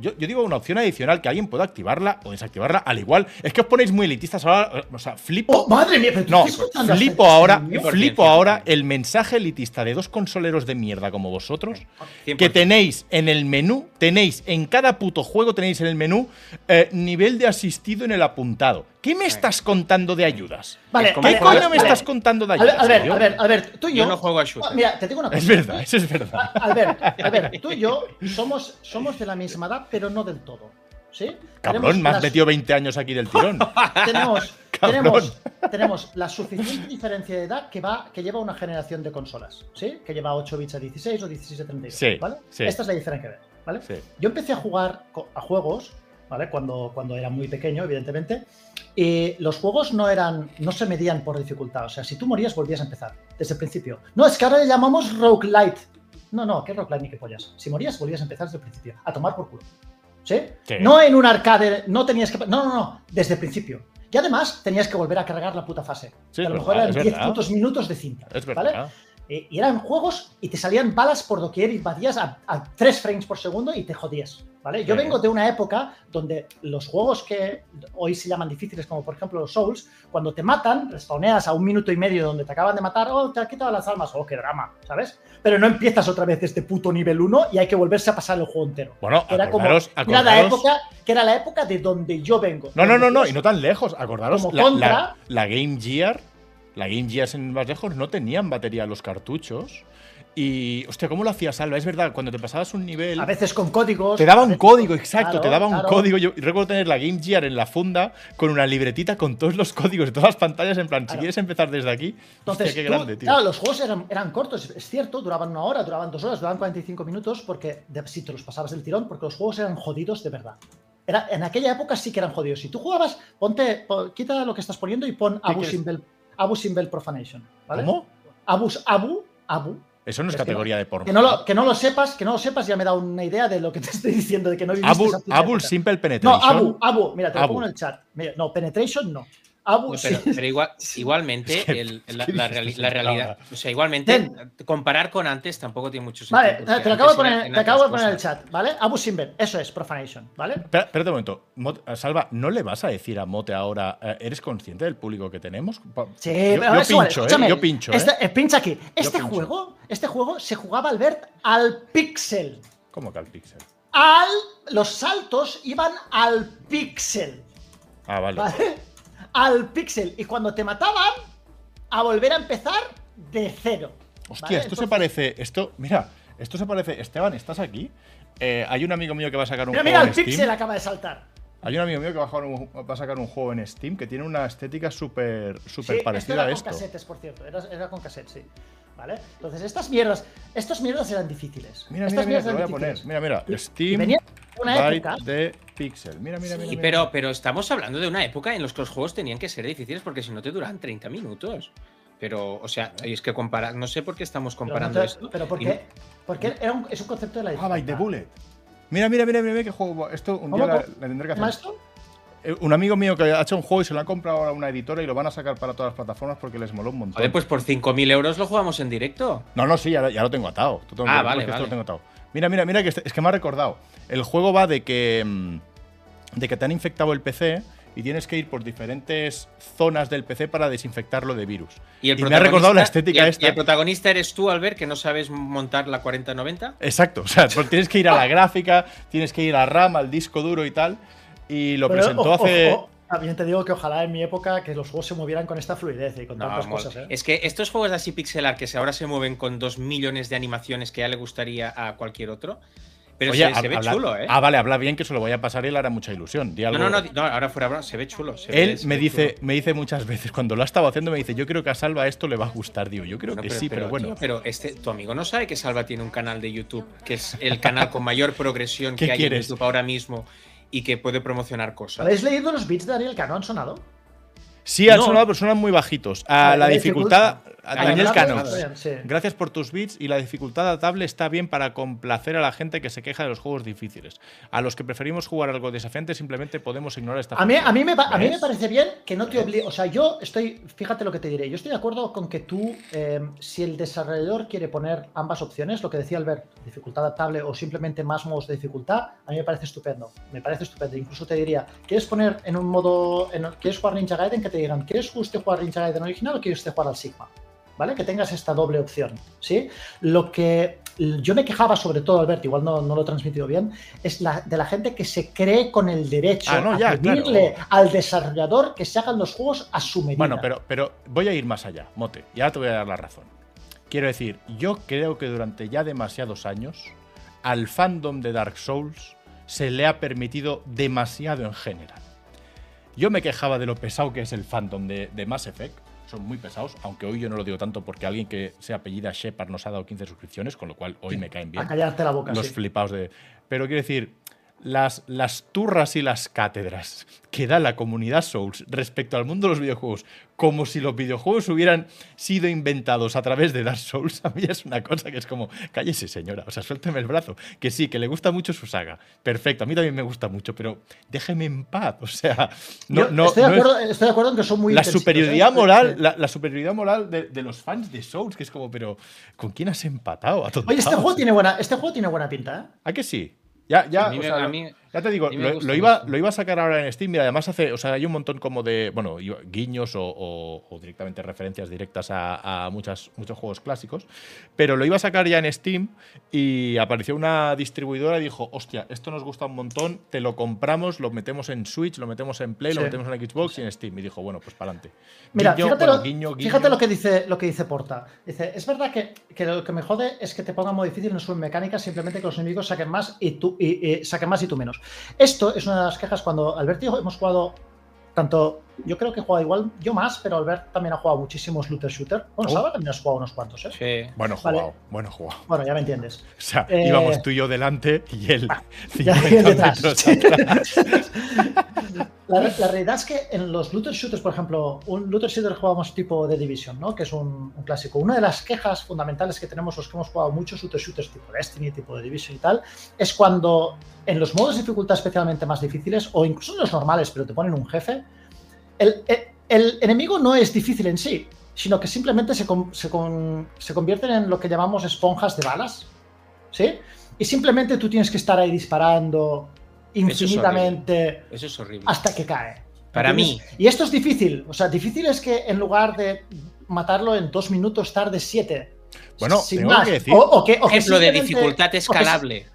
Yo, yo digo una opción adicional que alguien pueda activarla o desactivarla, al igual. Es que os ponéis muy elitistas ahora, o sea, flipo.
Oh, madre mía, pero tú
No,
estás contando
flipo
hasta-
ahora,
¿no?
por
flipo
cien,
ahora
cien por
el mensaje elitista de dos consoleros de mierda como vosotros,
100%.
que tenéis en el menú, tenéis en cada puto juego, tenéis en el menú eh, nivel de asistido en el apuntado. ¿qué me estás contando de ayudas?
Vale,
Es como
¿Qué
Vale,
coño
vale,
me
vale.
estás contando de
A ver,
ayudas?
Albert,
tío?
Albert, Albert, tú y yo.
Yo no juego a shooters.
Ah, Mira, te digo una cosa.
Es verdad, eso es verdad.
Albert, Albert, tú y yo somos, somos de la misma edad, pero no del todo. ¿Sí?
Cabrón, me has
las-
metido 20 años aquí del tirón.
tenemos,
Cabrón.
tenemos, tenemos la suficiente diferencia de edad que, va, que lleva una generación de consolas, ¿sí? Que lleva 8 bits a 16 o 16 a 32,
Sí,
¿vale?
sí.
Esta es la diferencia que hay, ¿vale?
Sí.
Yo empecé a jugar co- a juegos, ¿vale? Cuando, cuando era muy pequeño, evidentemente, y los juegos no eran, no se medían por dificultad, o sea, si tú morías volvías a empezar, desde el principio. No, es que ahora le llamamos roguelite. No, no, que roguelite ni que pollas. Si morías volvías a empezar desde el principio, a tomar por culo. ¿Sí?
Sí.
No en un arcade, no tenías que. No, no, no, desde el principio. Y además tenías que volver a cargar la puta fase.
Sí,
Que a lo
es
mejor
verdad,
eran
es
10
verdad.
putos minutos de cinta.
Es verdad.
¿vale? Eh, Y eran juegos y te salían balas por doquier y batías a, a 3 frames por segundo y te jodías. ¿vale? Yo
Sí.
vengo de una época donde los juegos que hoy se llaman difíciles, como por ejemplo los Souls, cuando te matan, respawneas a un minuto y medio donde te acaban de matar, oh, te han quitado las almas, oh, qué drama, ¿sabes? Pero no empiezas otra vez desde puto nivel 1 y hay que volverse a pasar el juego entero
Bueno,
que era como
acordaros,
que era la
acordaros-
época que era la época de donde yo vengo
No, no, no, no,
Entonces,
y no tan lejos. Acordaros,
Como
la,
contra-
la- la Game Gear, la Game Gear sin ir más lejos, no tenían batería los cartuchos. Y, hostia, ¿cómo lo hacías, Alba? Es verdad, cuando te pasabas un nivel.
a veces con códigos
Te daba
a
un
veces-
código, exacto,
Claro,
te daba un
claro.
código. Yo recuerdo tener la Game Gear en la funda con una libretita con todos los códigos de todas las pantallas, en plan, si
Claro.
quieres empezar desde aquí,
entonces
hostia, qué
tú-
grande, tío.
claro los juegos eran, eran cortos es cierto duraban una hora duraban dos horas duraban 45 minutos porque de- si te los pasabas del tirón porque los juegos eran jodidos de verdad era, en aquella época sí que eran jodidos si tú jugabas ponte po- quita lo que estás poniendo y pon Abu
quieres?
Simbel Abu Simbel Profanation ¿vale?
¿Cómo?
Abus Abu Abu
Eso no es
Es que no-
categoría de porno.
que no, lo, que no lo sepas que no lo sepas ya me da una idea de lo que te estoy diciendo de que no viviste
Abul,
esa puta
Abul
época.
Simple
No,
Penetration.
Abu, Abu, mira, te lo
Abu.
pongo en el chat. Mira, no, Penetration no. Abu,
No, pero,
sí.
pero igual- igualmente,
Es que-
el-
es
la,
que
la
dices
reali-
tú,
la
sí,
realidad.
claro.
O sea, igualmente,
Ten.
comparar con antes tampoco tiene mucho sentido.
Vale, te,
porque
te lo acabo de
antes
poner,
era-
te
eran
acabo de
otras
poner en el
cosas.
chat, ¿vale? Abu Simber, eso es, Profanation, ¿vale?
Espera, espérate un momento. Mot- Salva, ¿no le vas a decir a Mote ahora, eh, ¿eres consciente del público que tenemos? Pa-
Sí,
yo,
pero
yo
es igual,
pincho,
escúchame,
¿eh? Yo pincho, ¿eh?
este- eh, pincha aquí. Este
pincho.
juego, este juego se jugaba Albert al pixel.
¿Cómo que al pixel?
Al, los saltos iban al pixel,
Ah, vale.
¿vale? Al pixel. Y cuando te mataban, a volver a empezar de cero.
Hostia,
¿vale?
esto se
Entonces-
parece. Esto, mira, esto se parece. Esteban, ¿estás aquí? Eh, hay un amigo mío que va a sacar un
Mira,
juego
mira,
en
el
Steam.
pixel acaba de saltar.
Hay un amigo mío que va a, jugar un- va a sacar un juego en Steam que tiene una estética súper
Sí,
súper
esto
parecida
era
a
con
esto.
casetes, por cierto. Era, era con cassette, sí. ¿Vale? Entonces, estas mierdas, estas mierdas eran difíciles.
Mira, mira, mira,
estas mierdas
te lo voy a
eran
poner.
difíciles.
Mira, mira.
Y- y
Steam
venía de una
Byte
época-
de Pixel. Mira, mira, mira.
Sí,
mira.
pero, pero estamos hablando de una época en los que los juegos tenían que ser difíciles porque si no te duran 30 minutos. Pero, o sea, es que comparar, no sé por qué estamos
Pero
comparando
no te-
esto.
Pero
Y-
porque, porque era un, es un concepto de la
Ah,
dificultad.
by the bullet. Mira, mira, mira, mira, mira qué juego. guay. Esto un día
¿Cómo,
la,
cómo?
la tendré que
¿Se llama
hacer.
esto?
Eh, Un amigo mío que ha hecho un juego y se lo han comprado ahora a una editora y lo van a sacar para todas las plataformas porque les moló un montón.
Joder, pues por 5.000 euros lo jugamos en directo.
No, no, sí, ya, lo- ya lo tengo atado. Tú te lo
Ah,
preocupes
vale,
que esto
vale.
lo tengo atado. Mira, mira, mira, que este- es que me ha recordado. El juego va de que, mm, de que te han infectado el PC y tienes que ir por diferentes zonas del PC para desinfectarlo de virus.
Y, el
Y me ha recordado la
protagonista-
estética
y el-
esta.
Y el protagonista eres tú, al ver que no sabes montar la 4090.
Exacto, o sea, pues tienes que ir a la gráfica, tienes que ir a RAM, al disco duro y tal. Y lo
Pero,
presentó
o-
hace.
o- o- también te digo que ojalá en mi época que los juegos se movieran con esta fluidez y con
No,
tantas
mol-
cosas. ¿eh?
Es que estos juegos así pixelar que se- ahora se mueven con dos millones de animaciones que ya le gustaría a cualquier otro. Pero se, se
hab-
ve
habla-
chulo, ¿eh?
Ah, vale, habla bien que se lo voy a pasar y le hará mucha ilusión. Di
no,
algo-
no, no, di- no, ahora fuera broma, se ve chulo. se ve-
Él
se
me
ve
dice,
chulo.
me dice muchas veces, cuando lo ha estado haciendo, me dice, yo creo que a Salva esto le va a gustar. Digo, yo creo
No,
que sí, pero, bueno.
tío, pero este, tu amigo no sabe que Salva tiene un canal de YouTube, que es el canal con mayor progresión
¿Qué
que hay
quieres?
en YouTube ahora mismo y que puede promocionar cosas.
¿Habéis leído los beats de Daniel Cano? ¿Han sonado?
Sí, han
No.
sonado, pero suenan muy bajitos. A
Vale,
la
vale,
dificultad, Daniel
Hablando
Cano.
de Brian, sí.
Gracias por tus bits y la dificultad adaptable está bien para complacer a la gente que se queja de los juegos difíciles. A los que preferimos jugar algo desafiante simplemente podemos ignorar esta
A mí,
función.
a, mí me, pa- a mí me
¿Ves?
parece bien que no te obligue. O sea, yo estoy. Fíjate lo que te diré. Yo estoy de acuerdo con que tú, eh, si el desarrollador quiere poner ambas opciones, lo que decía Albert, dificultad adaptable o simplemente más modos de dificultad, a mí me parece estupendo. Me parece estupendo. Incluso te diría, ¿quieres poner en un modo. en- ¿Quieres jugar Ninja Gaiden? Que te digan, ¿quieres usted jugar Ninja Gaiden original o quieres usted jugar al Sigma? ¿Vale? Que tengas esta doble opción. ¿Sí? Lo que. Yo me quejaba sobre todo, Albert, igual no, no lo he transmitido bien, es la, de la gente que se cree con el derecho
Ah, no,
a
ya, claro.
pedirle al desarrollador que se hagan los juegos a su medida.
Bueno, pero, pero voy a ir más allá, Mote, y ahora te voy a dar la razón. Quiero decir, yo creo que durante ya demasiados años al fandom de Dark Souls se le ha permitido demasiado en general. Yo me quejaba de lo pesado que es el fandom de, de Mass Effect, son muy pesados, aunque hoy yo no lo digo tanto porque alguien que se apellida Shepard nos ha dado 15 suscripciones, con lo cual hoy me caen bien
a callarte la boca.
los
sí.
flipados de. Pero quiero decir, las, las turras y las cátedras que da la comunidad Souls respecto al mundo de los videojuegos, como si los videojuegos hubieran sido inventados a través de Dark Souls, a mí es una cosa que es como, cállese señora, o sea, suélteme el brazo, que sí, que le gusta mucho su saga, perfecto, a mí también me gusta mucho, pero déjeme en paz, o sea, no,
Yo
no,
estoy, de
no es-
acuerdo, estoy de acuerdo en que son muy
la
intensitos,
superioridad
¿eh?
moral,
Sí.
la, la superioridad moral de, de los fans de Souls, que es como, pero ¿con quién has empatado? A
Oye, este
todos?
juego, tiene buena, este juego tiene buena pinta, ¿eh?
¿A que sí? Ya, ya,
A mí
o
me-
sea,
a
lo-
mí-
ya te digo,
a mí me
lo,
gusta
lo iba,
mucho.
lo iba a sacar ahora en Steam y además hace, o sea, hay un montón como de, bueno, yo- guiños o, o- o directamente referencias directas a, a muchas, muchos juegos clásicos, pero lo iba a sacar ya en Steam y apareció una distribuidora y dijo, hostia, esto nos gusta un montón, te lo compramos, lo metemos en Switch, lo metemos en Play, lo
Sí.
metemos en Xbox y en Steam. Y dijo, bueno, pues para adelante.
Mira, fíjate, lo, fíjate lo que dice lo que dice Porta. Dice, es verdad que, que lo que me jode es que te pongan muy difícil en su mecánica, simplemente que los enemigos saquen más y tú y, y saquen más y tú menos. Esto es una de las quejas cuando Alberto y yo hemos jugado tanto. Yo creo que he jugado igual, yo más, pero Albert también ha jugado muchísimos looter shooter. Bueno,
Oh.
Saba también has jugado unos cuantos, ¿eh?
Sí.
Bueno
Vale.
jugado, bueno jugado.
Bueno, ya me entiendes.
O sea,
Eh,
íbamos tú y yo delante y él 50
y él detrás.
metros atrás.
La, re- la realidad es que en los looter shooters, por ejemplo, un looter shooter jugábamos tipo The Division, ¿no? Que es un, un clásico. Una de las quejas fundamentales que tenemos los que hemos jugado muchos looter shooters tipo Destiny, tipo The Division y tal, es cuando en los modos de dificultad especialmente más difíciles, o incluso en los normales, pero te ponen un jefe, el, el- el enemigo no es difícil en sí, sino que simplemente se, con- se con- se convierten en lo que llamamos esponjas de balas, ¿sí? Y simplemente tú tienes que estar ahí disparando
Eso es horrible.
infinitamente
Eso es horrible.
hasta que cae.
Para mí.
¿Entiendes? Y esto es difícil. O sea, difícil es que en lugar de matarlo en dos minutos, tarde siete.
Bueno,
Sin
tengo
más.
que decir-
O- o que- o
Ejemplo
que
de
simplemente- o
dificultad
que-
escalable.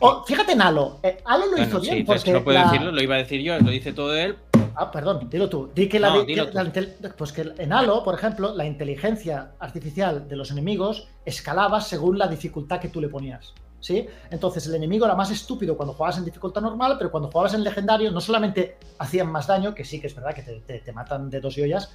o- fíjate en Halo. Eh, Halo lo hizo
Bueno,
bien
sí, pero es
porque.
que no puedo
la-
decirlo, lo iba a decir yo, lo dice todo él.
Ah, perdón, dilo tú. Di que la,
No,
di-
dilo
que la
tú.
intel- pues que en Halo, por ejemplo, la inteligencia artificial de los enemigos escalaba según la dificultad que tú le ponías. ¿Sí? Entonces el enemigo era más estúpido cuando jugabas en dificultad normal, pero cuando jugabas en legendario no solamente hacían más daño, que sí que es verdad que te, te- te matan de dos y ollas,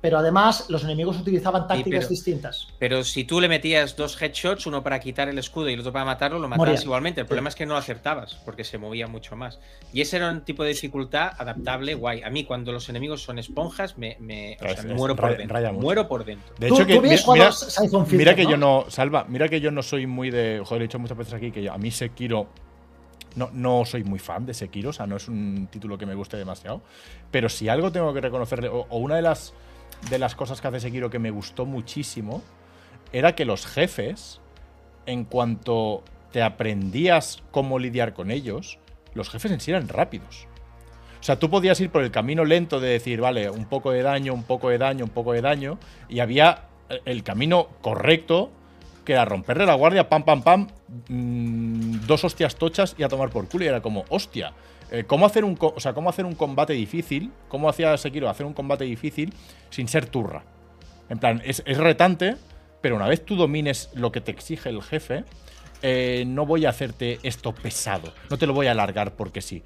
pero además los enemigos utilizaban tácticas
pero-
distintas.
Pero si tú le metías dos headshots, uno para quitar el escudo y el otro para matarlo, lo matabas
Moría.
igualmente. El problema es que no lo acertabas, porque se movía mucho más. Y ese era un tipo de dificultad adaptable, guay. A mí, cuando los enemigos son esponjas, me, me- o
Es-
sea,
es-
muero
raya-
por dentro.
raya mucho.
Muero por dentro.
De
¿Tú-
hecho, que
tú habías
mi-
jugado
mira,
Siphon Filter,
mira que yo
¿no?
no, Salva, mira que yo no soy muy de. Joder, he dicho muchas veces aquí que yo- a mí Sekiro. No, no soy muy fan de Sekiro, o sea, no es un título que me guste demasiado. Pero si algo tengo que reconocerle, o, o una de las, de las cosas que hace Sekiro que me gustó muchísimo, era que los jefes, en cuanto te aprendías cómo lidiar con ellos, los jefes en sí eran rápidos. O sea, tú podías ir por el camino lento de decir, vale, un poco de daño, un poco de daño, un poco de daño, y había eh, el camino correcto, que era romperle la guardia, pam, pam, pam, mm, dos hostias tochas y a tomar por culo. Y era como, hostia, eh, ¿cómo, hacer un, co- o sea, ¿cómo hacer un combate difícil? ¿Cómo hacía Sekiro hacer un combate difícil sin ser turra? En plan, es, es retante, pero una vez tú domines lo que te exige el jefe, eh, no voy a hacerte esto pesado. No te lo voy a alargar porque sí.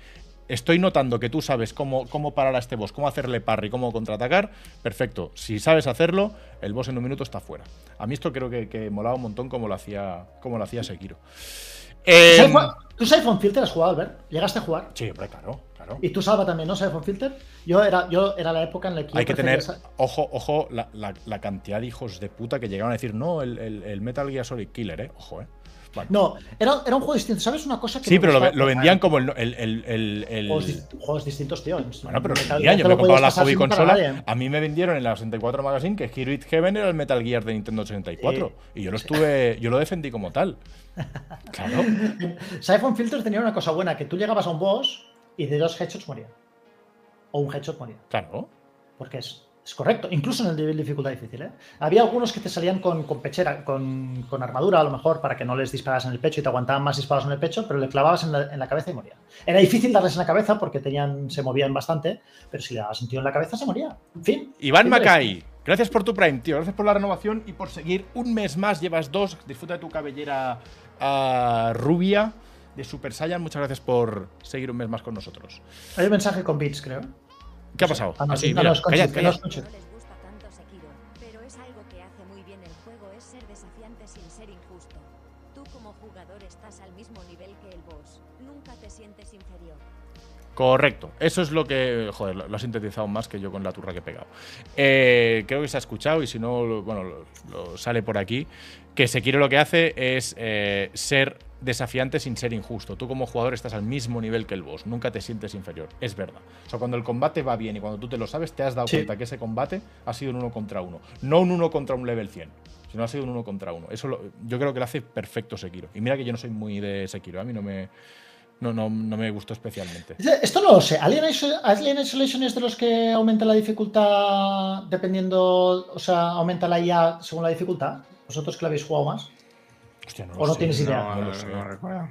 Estoy notando que tú sabes cómo, cómo parar a este boss, cómo hacerle parry, cómo contraatacar. Perfecto. Si sabes hacerlo, el boss en un minuto está fuera. A mí esto creo que, que molaba un montón como lo hacía, como lo hacía Sekiro.
¿Tú
Em,
Siphon- ¿Tú Siphon Filter has jugado, Albert? ¿Llegaste a jugar?
sí, hombre, claro, claro. Claro.
Y tú, Salva, también, ¿no? Siphon Filter. Yo era, yo era la época en la que. yo
Hay que
prefería
tener,
esa-
ojo, ojo, la, la- la cantidad de hijos de puta que llegaron a decir, no, el, el- el Metal Gear Solid Killer, ¿eh? Ojo, ¿eh? Vale.
No, era, era un juego distinto. ¿Sabes una cosa que
sí,
me
pero lo, ve-
gustaba?
lo vendían como el... el- el- el- el-
Juegos, dis- juegos distintos, tío.
Bueno, pero lo
Metal
vendían,
Gear
yo
te
me compraba
lo podías
la
pasar
hobby
sin ¿eh? parar a nadie.
consola. A mí me vendieron en la 64 Magazine que Hero It Heaven era el Metal Gear de Nintendo 64. y yo lo estuve, yo lo defendí como tal. Claro.
Siphon Filter tenía una cosa buena, que tú llegabas a un boss y de dos headshots moría. O un headshot moría.
Claro.
Porque es, es correcto, incluso en el nivel de dificultad difícil. ¿eh? Había algunos que te salían con, con pechera, con, con armadura a lo mejor, para que no les disparas en el pecho y te aguantaban más disparos en el pecho, pero le clavabas en la, en la cabeza y moría. Era difícil darles en la cabeza porque tenían, se movían bastante, pero si le dabas un tiro en la cabeza se moría. En fin.
Iván
fin de la
Macay, gracias por tu Prime, tío. Gracias por la renovación y por seguir un mes más. Llevas dos. Disfruta de tu cabellera ah, rubia de Super Saiyan. Muchas gracias por seguir un mes más con nosotros.
historia. Hay un mensaje con bits, creo.
¿Qué ha pasado?
Ah, no,
Así,
no,
mira,
no, es Conchi,
callad,
que
callad.
no es- Escuche.
No les gusta tanto Sekiro, pero es algo que hace muy bien el juego es ser desafiante sin ser injusto. Tú como jugador estás al mismo nivel que el boss, nunca te sientes inferior.
Correcto. Eso es lo que. Joder, lo, lo has sintetizado más que yo con la turra que he pegado. Eh, creo que se ha escuchado y si no, lo- bueno, lo, lo sale por aquí. Que Sekiro lo que hace es eh, ser desafiante sin ser injusto. Tú como jugador estás al mismo nivel que el boss. Nunca te sientes inferior. Es verdad. O sea, cuando el combate va bien y cuando tú te lo sabes, te has dado
Sí.
cuenta que ese combate ha sido un uno contra uno. No un uno contra un level 100. sino ha sido un uno contra uno. Eso lo- yo creo que lo hace perfecto Sekiro. Y mira que yo no soy muy de Sekiro. A mí no me, no, no, no me gustó especialmente.
Dice, Esto no lo sé. Alien, Iso- Alien Isolation es de los que aumenta la dificultad dependiendo, o sea, aumenta la IA según la dificultad. Vosotros que lo habéis jugado más.
Hostia, no
¿O
lo
no
sé,
tienes idea?
no lo sé.
recuerdo.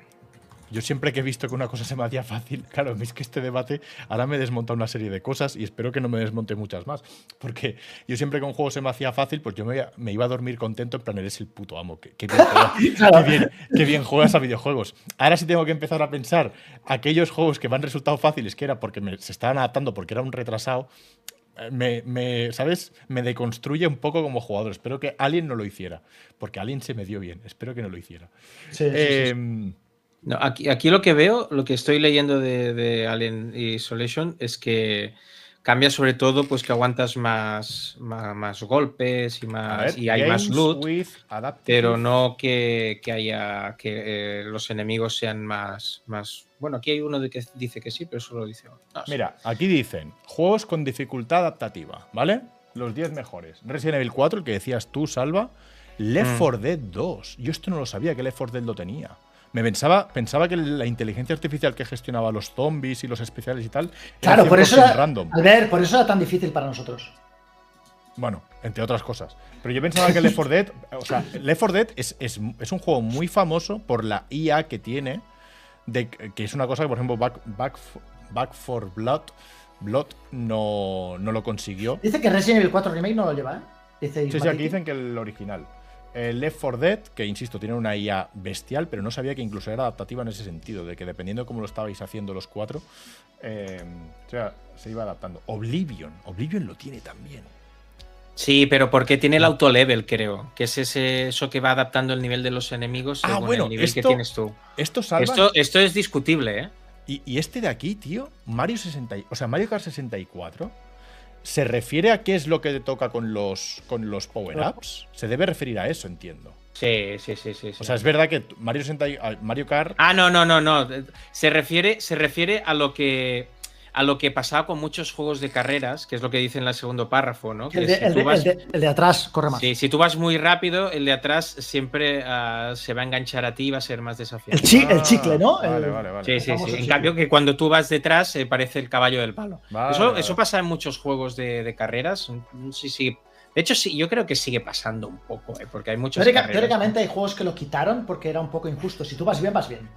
Yo siempre que he visto que una cosa se me hacía fácil, claro, es que este debate ahora me desmonta una serie de cosas y espero que no me desmonte muchas más. Porque yo siempre que un juego se me hacía fácil, pues yo me, me iba a dormir contento, en plan, eres el puto amo, qué, qué bien juegas, qué bien- qué bien juegas a videojuegos. Ahora sí tengo que empezar a pensar aquellos juegos que me han resultado fáciles, que era porque me- se estaban adaptando, porque era un retrasado, eh, me, me- ¿sabes? Me deconstruye un poco como jugador. Espero que alguien no lo hiciera, porque alguien se me dio bien. Espero que no lo hiciera.
Sí, sí, sí, sí.
Em,
No, aquí, aquí lo que veo, lo que estoy leyendo de, de Alien Isolation es que cambia sobre todo pues que aguantas más, más, más golpes y,
Ah,
a
más,
ver,
y hay más
games
loot,
with adaptive-
pero no que, que haya que eh, los enemigos sean más, más... Bueno, aquí hay uno de que dice que sí, pero solo dice... no sé.
Mira, aquí dicen juegos con dificultad adaptativa, ¿vale? Los 10 mejores. Resident Evil 4, el que decías tú, Salva. Left
Mm.
4 Dead 2. Yo esto no lo sabía, que Left 4 Dead lo tenía. Me pensaba, pensaba que la inteligencia artificial que gestionaba los zombies y los especiales y tal. era
Claro, por eso
100%
era,
random.
Albert, por eso era tan difícil para nosotros.
Bueno, entre otras cosas. Pero yo pensaba que Left 4 Dead, o sea, Left 4 Dead es, es- es un juego muy famoso por la IA que tiene, de, que es una cosa que, por ejemplo, Back, Back, for- Back for Blood, Blood no, no lo consiguió.
Dice que Resident Evil 4 Remake no lo lleva, ¿eh? Dice
Sí, sí,
Imatiki.
aquí dicen que el original. El Left 4 Dead, que insisto, tiene una IA bestial, pero no sabía que incluso era adaptativa en ese sentido, de que dependiendo de cómo lo estabais haciendo los cuatro, eh, o sea, se iba adaptando. Oblivion, Oblivion lo tiene también.
Sí, pero porque tiene el auto-level, creo, que es ese, eso que va adaptando el nivel de los enemigos
Ah,
según
bueno,
el nivel que
esto-
tienes tú.
Esto salva
Esto, esto es discutible, ¿eh?
Y, y este de aquí, tío, Mario 60, y- o sea, Mario Kart 64, ¿se refiere a qué es lo que te toca con los, con los power-ups? Se debe referir a eso, entiendo.
Sí, sí, sí, sí. sí.
O sea, es verdad que t- Mario, 60 y- a- Mario Kart.
Ah, no, no, no, no. Se refiere, se refiere a lo que a lo que pasaba con muchos juegos de carreras, que es lo que dice en el segundo párrafo, ¿no? Que
El de,
si
el
tú
de-
vas-
el de- el de atrás corre más.
Sí, si tú vas muy rápido, el de atrás siempre ah, se va a enganchar a ti y va a ser más
El,
desafiante.
chi- el
Ah,
chicle, ¿no?
Vale,
El-
vale, vale.
Sí, sí,
famoso
sí. En
chicle.
cambio, que cuando tú vas detrás eh, parece el caballo del palo.
Vale,
Eso,
vale.
eso pasa en muchos juegos de, de carreras. No sé si- De hecho, sí, yo creo que sigue pasando un poco, eh, porque hay muchos.
Teórica- teóricamente hay juegos que lo quitaron porque era un poco injusto. Si tú vas bien, vas bien.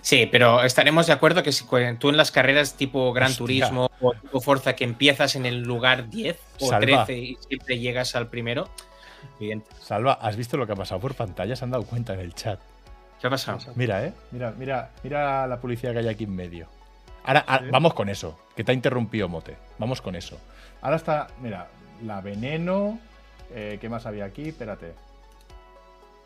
Sí, pero estaremos de acuerdo que si cu- tú en las carreras tipo Gran
Hostia.
Turismo o tipo Forza que empiezas en el lugar 10 o
Salva.
13 y siempre llegas al primero, bien.
Salva, ¿has visto lo que ha pasado por pantalla? Se han dado cuenta en el chat.
¿Qué ha pasado?
Mira, eh. Mira, mira, mira la publicidad que hay aquí en medio. Ahora, ah, vamos con eso, que te ha interrumpido Mote. Vamos con eso. Ahora está, mira, la veneno. eh, ¿Qué más había aquí? Espérate.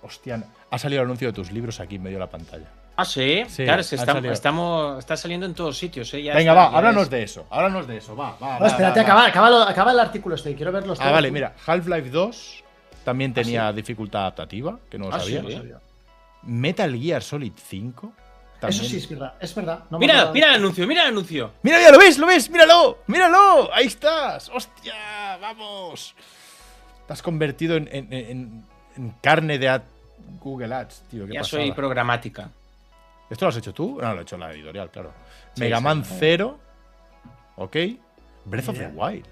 Hostia, ha salido el anuncio de tus libros aquí en medio de la pantalla.
Ah, sí.
Sí,
claro, se
han
está,
salido.
estamos, está saliendo en todos sitios. ¿eh? Ya
Venga,
está-
va,
ya
háblanos
es-
de eso. Háblanos de eso, va, va.
No,
va,
espérate,
va, va.
acaba, acaba, lo- acaba el artículo este, quiero ver los
Ah,
todos.
vale, mira, Half-Life 2 también tenía dificultad adaptativa, que no lo
Ah,
sabía.
sí, ¿eh?
Metal Gear Solid 5. También.
Eso sí, es verdad, es verdad. no me
Mira,
acordaba.
mira el anuncio, mira el anuncio.
Mira, mira, lo ves, lo ves, míralo, míralo, ahí estás, hostia, vamos. Te has convertido en, en- en- en carne de ad- Google Ads, tío, qué
Ya
pasada.
soy programática.
¿Esto lo has hecho tú? No, lo ha hecho la editorial, claro.
Sí,
Mega
sí,
Man 0, ok. Breath of the
Mira.
Wild.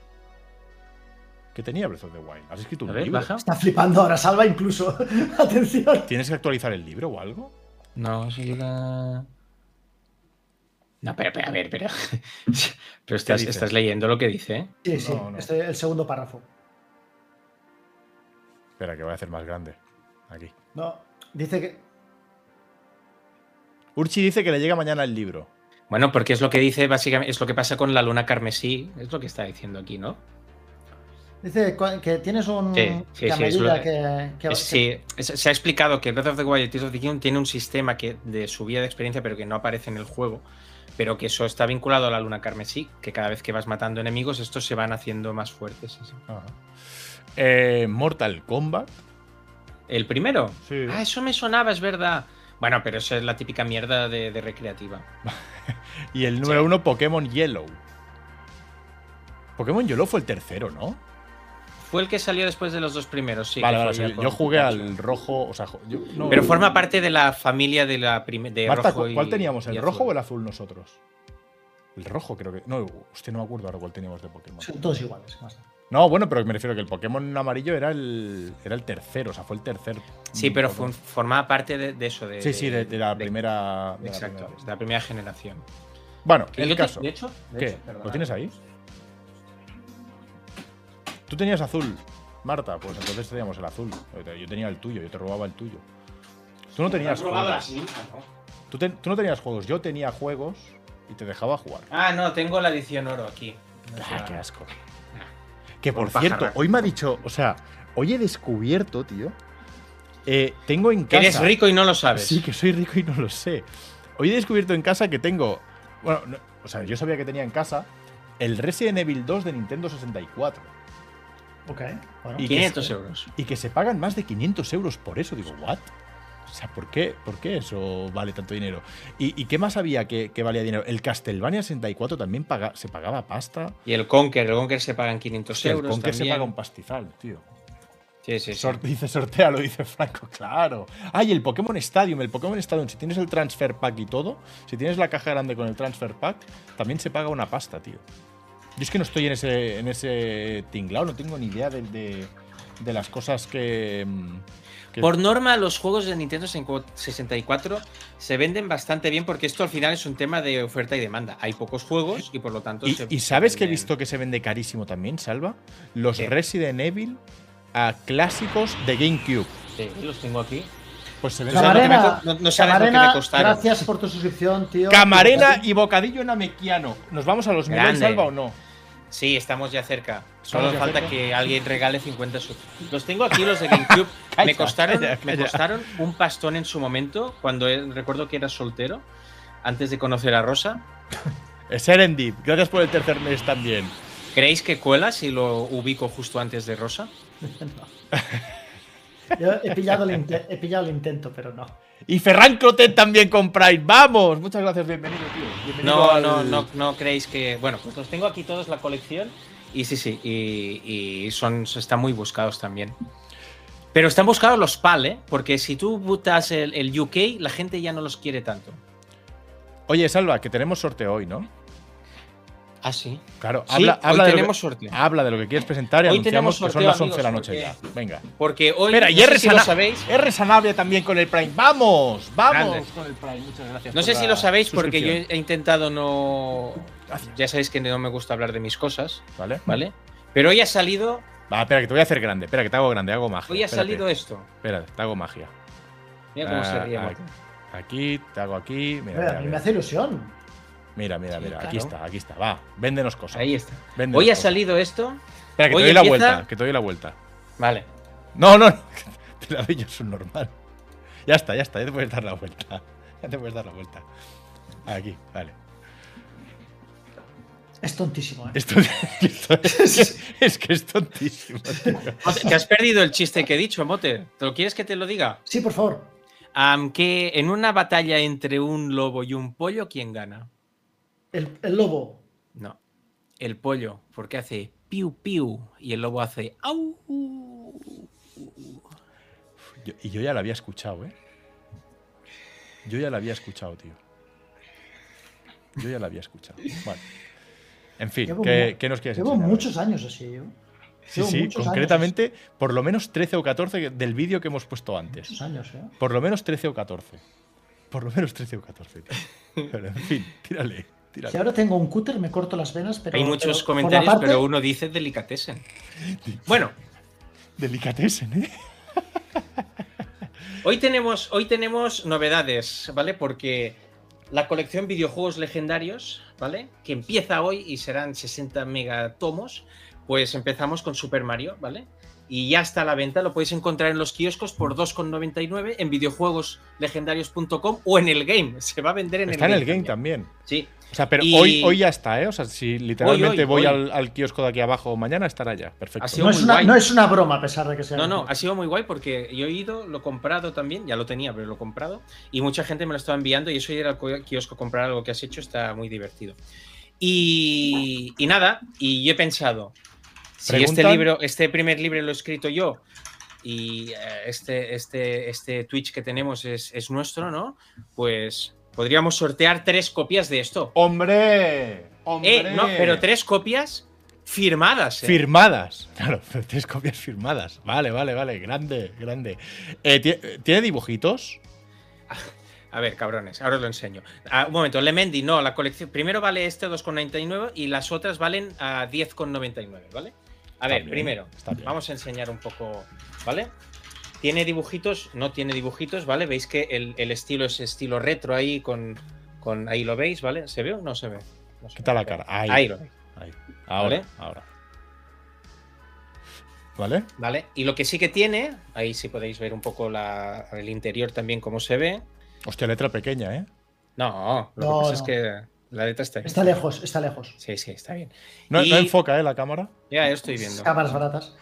¿Qué tenía Breath of the Wild? ¿Has escrito
A
un
ver,
libro?
baja.
Está flipando ahora, salva incluso. Atención.
¿Tienes que actualizar el libro o algo?
No, eso es una- No, pero, pero, a ver, pero. pero estás,
dice?
estás leyendo lo que dice, ¿eh?
Sí, sí,
No, no.
este- el segundo párrafo.
Espera, que voy a hacer más grande. Aquí.
No, dice que.
Urchi dice que le llega mañana el libro.
Bueno, porque es lo que dice básicamente, es lo que pasa con la luna carmesí, es lo que está diciendo aquí, ¿no?
Dice cua- que tienes un.
Sí, sí, sí,
que a
es
medida
lo-
que, que-
Es- sí, es- se ha explicado que Breath of the Wild y Tears of the Kingdom tiene un sistema que, de subida de experiencia, pero que no aparece en el juego, pero que eso está vinculado a la luna carmesí, que cada vez que vas matando enemigos, estos se van haciendo más fuertes. sí, sí.
Eh, Mortal Kombat.
¿El primero?
Sí.
Ah, eso me sonaba, es verdad. Bueno, pero esa es la típica mierda de, de recreativa.
Y el número uno, Pokémon Yellow. Pokémon Yellow fue el tercero, ¿no?
Fue el que salió después de los dos primeros, sí.
vale,
que
vale.
fue
sí,
ya con
yo jugué
Pikachu.
al rojo. O sea, jo- yo- no-
Pero forma parte de la familia de la prim- de
Marta,
rojo
¿cu-
y-
¿cuál teníamos?
y
¿El
azul.
rojo o el azul nosotros? El rojo creo que. No, usted no me acuerdo ahora cuál teníamos de Pokémon.
Son todos iguales. más.
No, bueno, pero me refiero que el Pokémon amarillo era el. Era el tercero, o sea, fue el tercer.
Sí, pero
Pokémon.
fun- formaba parte de, de eso. De,
Sí, sí, de, de la primera. de la
Exacto,
primera.
de la primera generación.
Bueno,
Que
el
yo te-
caso.
de hecho, de
¿Qué?
hecho,
¿Lo
perdona.
tienes ahí? Tú tenías azul, Marta. Pues entonces teníamos el azul. Yo tenía el tuyo, yo te robaba el tuyo. Tú no tenías juegos. Tú, ten- tú no tenías juegos. Yo tenía juegos y te dejaba jugar.
Ah, no, tengo la edición oro aquí. No sé,
Ah,
ah,
qué asco. Que
Por
por cierto,
pajarraco.
hoy me ha dicho, o sea, hoy he descubierto, tío. eh, tengo en
que
casa.
Eres rico y no lo sabes.
Sí, que soy rico y no lo sé. Hoy he descubierto en casa que tengo. Bueno, no- o sea, yo sabía que tenía en casa el Resident Evil 2 de Nintendo 64.
Ok, bueno.
Y que
500
se-
euros.
Y que se pagan más de 500 euros por eso. Digo, ¿what? O sea, ¿por qué, ¿por qué eso vale tanto dinero? ¿Y, y qué más había que, que valía dinero? El Castlevania 64 también paga- se pagaba pasta.
Y el Conker, el Conker se pagan 500
Hostia, el
euros.
Conker se
también.
paga un pastizal, tío.
Sí, sí, sí.
Sor- dice sortea, lo dice Franco, claro. Ay, el Pokémon Stadium, el Pokémon Stadium, si tienes el transfer pack y todo, si tienes la caja grande con el transfer pack, también se paga una pasta, tío. Yo es que no estoy en ese, en ese tinglao, no tengo ni idea del- de, de las cosas que. mm, que-
Por norma, los juegos de Nintendo 64 se venden bastante bien porque esto al final es un tema de oferta y demanda. Hay pocos juegos y por lo tanto.
y,
se
y sabes que he
venden-
visto que se vende carísimo también, Salva? Los
eh, ¿Qué?
Resident Evil a clásicos de GameCube.
Sí, los tengo aquí.
Pues se
O
vende.
sea, no te me
Camarena,
co- no- no sabes lo que me
Camarena,
costaron.
gracias por tu suscripción, tío.
Camarena y bocadillo namequiano. ¿Nos vamos a los Milán,
Grande.
Salva o no?
Sí, estamos ya cerca.
Estamos
Solo
ya
falta
cerca.
que alguien regale 50 sub. Los tengo aquí, los de GameCube. me,
Calla,
costaron,
calla,
me
calla.
costaron un pastón en su momento, cuando eh, recuerdo que era soltero, antes de conocer a Rosa.
Eh, Serendip, gracias por el tercer mes también.
¿Creéis que cuela si lo ubico justo antes de Rosa?
Yo he pillado, el inte- he pillado el intento, pero no.
Y Ferran Clotet también con Prime. ¡Vamos! Muchas gracias, bienvenido, tío. Bienvenido
No,
al-
no, no, no creéis que. Bueno, pues los tengo aquí todos la colección. Y sí, sí, y, y son, están muy buscados también. Pero están buscados los PAL, ¿eh? Porque si tú butas el, el UK, la gente ya no los quiere tanto.
Oye, Salva, que tenemos sorteo hoy, ¿no?
Ah, sí.
Claro,
Sí,
habla,
hoy
habla, de lo
tenemos
que,
sorteo.
habla de lo que quieres presentar y
Hoy
anunciamos
tenemos
que son
sorteo,
las 11 de la
amigos,
noche ya. Venga.
Porque hoy.
Espera,
no
y R.
sé si lo
Sana-
sabéis.
R. Sanabria también con el Prime. ¡Vamos! ¡Vamos!
Grande.
Con el Prime, muchas gracias.
No
por
sé si
la
lo sabéis porque yo
suscripción.
he intentado no.
Gracias.
Ya sabéis que no me gusta hablar de mis cosas,
¿Vale?
¿vale? Pero hoy ha salido.
Va, espera, que te voy a hacer grande. Espera, que te hago grande, hago magia.
Hoy ha
espérate.
salido esto.
Espera, te hago magia.
Mira cómo se
Ah,
ríe.
aquí,
Marco.
aquí, te hago aquí. Mira,
Mira,
mira,
a mí
mira.
me hace ilusión.
Mira, mira,
Sí,
mira,
claro.
aquí está, aquí está. Va, véndenos cosas.
Ahí está.
Véndenos
Hoy ha
cosas.
salido esto.
Espera, que
hoy
te doy la
empieza-
vuelta, que te doy la vuelta.
Vale.
No, no, no, te la doy yo, es un normal. Ya está, ya está, ya te puedes dar la vuelta. Te puedes dar la vuelta. Aquí, vale.
Es tontísimo, ¿eh?
Esto, esto- es, que, es que es tontísimo. tío.
Mote, Te has perdido el chiste que he dicho, Mote. ¿Te lo quieres que te lo diga?
Sí, por favor.
Am, que en una batalla entre un lobo y un pollo, ¿quién gana?
El, el lobo.
No. El pollo, porque hace piu piu y el lobo hace au.
Yo- y yo ya la había escuchado, ¿eh? Yo ya la había escuchado, tío. Yo ya la había escuchado. Vale. En fin,
Llevo
¿qué,
mu-
qué nos quieres
Llevo
enseñar hoy?
muchos años así, ¿eh? yo.
Sí,
llevo
sí,
muchos años.
concretamente por lo menos 13 o 14 del vídeo que hemos puesto antes.
Muchos años, ¿eh?
Por lo menos 13 o 14. Por lo menos 13 o 14. tío. Pero en fin, tírale,
Si
tírale.
ahora tengo un cúter, me corto las venas, pero.
Hay muchos
pero por la
comentarios,
parte-
pero uno dice delicatessen. Bueno,
Delicatessen, ¿eh?
hoy tenemos, hoy tenemos novedades, ¿vale? Porque la colección videojuegos legendarios, ¿vale? Que empieza hoy y serán 60 megatomos, pues empezamos con Super Mario, ¿vale? Y ya está a la venta, lo podéis encontrar en los kioscos por 2,99 en videojuegoslegendarios.com o en el game. Se va a vender en
Está
el
en
game.
el game también.
Sí,
O sea, pero
Y-
hoy, hoy ya está, ¿eh? O sea, si literalmente
hoy,
voy
hoy.
Al, al kiosco de aquí abajo mañana, estará ya. Perfecto.
Ha sido
No es,
muy
una,
guay.
no es una broma, a pesar de que sea.
No, no, ha sido muy guay porque yo he ido, lo he comprado también, ya lo tenía, pero lo he comprado, y mucha gente me lo estaba enviando y eso ir al co- kiosco a comprar algo que has hecho está muy divertido. Y, y nada, y yo he pensado, si este
Preguntan-
libro, este primer libro lo he escrito yo y eh, este, este, este Twitch que tenemos es, es nuestro, ¿no? Pues podríamos sortear tres copias de esto.
¡Hombre!
Eh, no, pero tres copias firmadas. eh.
Firmadas. Claro, tres copias firmadas. Vale, vale, vale. Grande, grande. Eh, ¿tie- ¿Tiene dibujitos?
A ver, cabrones, ahora os lo enseño. Ah, un momento, Lemendi, no, la colección. Primero vale este 2,99 y las otras valen a 10,99, ¿vale? A
Está
ver,
bien,
primero,
está bien.
vamos a enseñar un poco, ¿vale? Tiene dibujitos, no tiene dibujitos, ¿vale? Veis que el, el estilo es estilo retro ahí con, con. Ahí lo veis, ¿vale? ¿Se ve o no se ve? No se
Quita
ve.
la cara. Ahí.
Ahí lo veis.
Ahí. Ahora,
Vale.
ahora. ¿Vale?
¿Vale? Y lo que sí que tiene, ahí sí podéis ver un poco la- el interior también, cómo se ve.
Hostia, letra pequeña, ¿eh?
No, lo que
No,
pasa
no.
es que la letra está bien.
Está lejos, está lejos.
Sí, sí, está bien.
No, no
Y-
enfoca, ¿eh? La cámara.
Ya estoy viendo.
Cámaras baratas.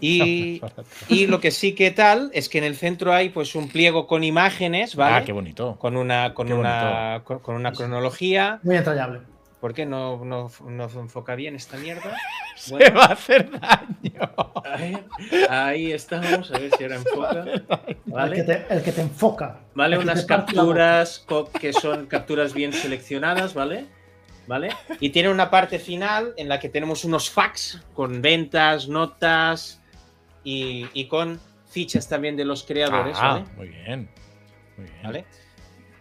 Y, y lo que sí que tal es que en el centro hay pues un pliego con imágenes, ¿vale?
Ah, qué bonito.
con una, con
qué
una, con, con una cronología.
Muy entrañable.
¿Por qué no, no, no enfoca bien esta mierda?
Se
Bueno,
va a hacer daño.
a ver, ahí estamos, a ver si ahora enfoca.
El, que
Vale,
te, el que te enfoca.
vale
El que
unas
te parte la boca.
capturas co- que son capturas bien seleccionadas, ¿vale? ¿Vale? Y tiene una parte final en la que tenemos unos facts con ventas, notas y, y con fichas también de los creadores,
Ah,
¿vale?
Muy bien. Muy bien.
¿vale?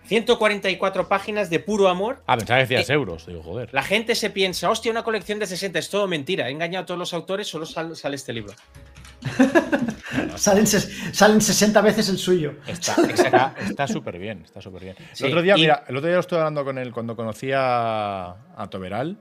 144 páginas de puro amor.
Ah, pensaba que
Eh.
decías euros. Digo, joder.
La gente se piensa, hostia, una colección de 60, es todo mentira. He engañado a todos los autores, solo sal- sale este libro.
Salen, ses- salen 60 veces el suyo.
Está está- está súper bien, está súper bien.
Sí,
el otro día,
y-
mira, el otro día lo estuve hablando con él cuando conocí a, a Toberal,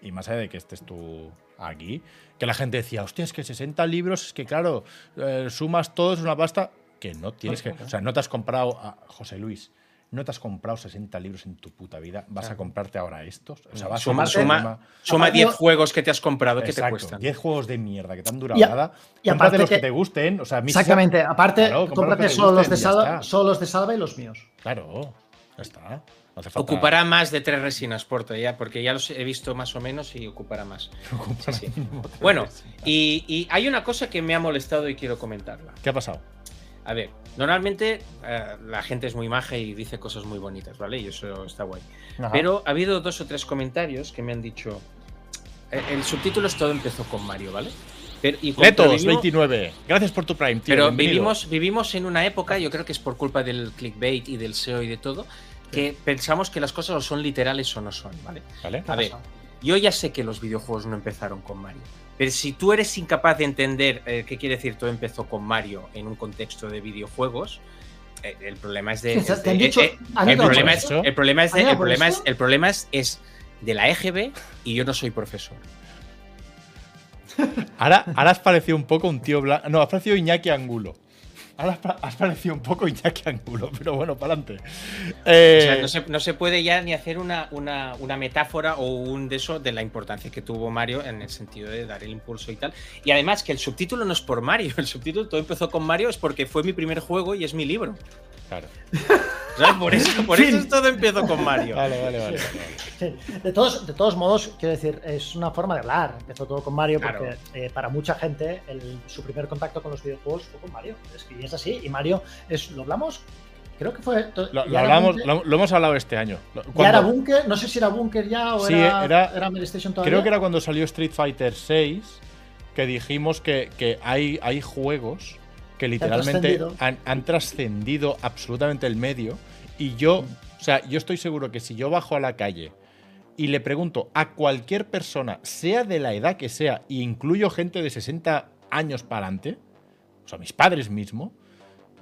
y más allá de que estés tú aquí, que la gente decía, hostia, es que 60 libros, es que claro, eh, sumas todos una pasta que no tienes que. O sea, no te has comprado a José Luis. No te has comprado 60 libros en tu puta vida. ¿Vas a comprarte ahora estos? O sea, vas
Suma,
a
suma, suma
Aparte,
10
yo-
juegos que te has comprado, que te
Exacto,
cuestan.
10 juegos de mierda que te han durado
Y a-
nada. Cómprate
y aparte
los que,
que-
te gusten. O sea, a mí-
Exactamente. Aparte,
Claro, compra lo que
cómprate
te
solo los,
gusten y
de
ya
salva,
está.
solo los de salva y los míos.
Claro, ya está. No hace falta-
Ocupará más de tres resinas, Porta, ya, porque ya los he visto más o menos y ocupará más.
ocupará
Sí, sí.
mínimo tres
Bueno,
resinas.
y, y hay una cosa que me ha molestado y quiero comentarla.
¿Qué ha pasado?
A ver, normalmente eh, la gente es muy maja y dice cosas muy bonitas, ¿vale? Y eso está guay. Pero ha habido dos o tres comentarios que me han dicho. eh, El subtítulo es todo empezó con Mario, ¿vale? Pero, y con- pero
Letos,
vivimos-
29. Gracias por tu Prime, tío.
Pero
bienvenido.
vivimos, vivimos en una época, yo creo que es por culpa del clickbait y del SEO y de todo, que pensamos que las cosas o son literales o no son, ¿vale?
¿Vale?
A ver, yo ya sé que los videojuegos no empezaron con Mario, pero si tú eres incapaz de entender eh, qué quiere decir todo empezó con Mario en un contexto de videojuegos, eh, el problema es de.
Sí, te-
es
te
de-
han
eh,
dicho,
eh,
¿han
el
ido por
problema es-
esto?
el problema es de-
¿Han ido
el
por
problema es-
esto?
el problema es- es de la EGB y yo no soy profesor.
Ahora, ahora has parecido un poco un tío blanco. No, has parecido Iñaki Angulo. Ahora has pa- has parecido un poco Iñaki Angulo, pero bueno, Eh, para adelante.
O sea, no, se, no se puede ya ni hacer una, una- una metáfora o un de eso de la importancia que tuvo Mario en el sentido de dar el impulso y tal. Y además que el subtítulo no es por Mario, el subtítulo todo empezó con Mario es porque fue mi primer juego y es mi libro.
Claro.
¿Sabes? Por eso, por eso todo empezó con Mario.
Vale, vale, vale.
Sí, de, todos, de todos modos, quiero decir, es una forma de hablar. Empezó todo con Mario porque
Claro.
eh, para mucha gente el- su primer contacto con los videojuegos fue con Mario. Es que y es así. Y Mario, es, lo hablamos, creo que fue... to-
Lo, lo
ya era
hablamos,
Bunker-
lo, lo hemos hablado este año. Lo-
ya era
cuando-
Bunker, no sé si era Bunker ya o
Sí,
era,
era-
era Mary Station todavía.
Creo que era cuando salió Street Fighter 6 que dijimos que, que hay, hay juegos que literalmente
trascendido.
han, han trascendido absolutamente el medio. Y yo,
Mm.
o sea, yo estoy seguro que si yo bajo a la calle y le pregunto a cualquier persona, sea de la edad que sea, y incluyo gente de 60 años para adelante, o sea, mis padres mismo,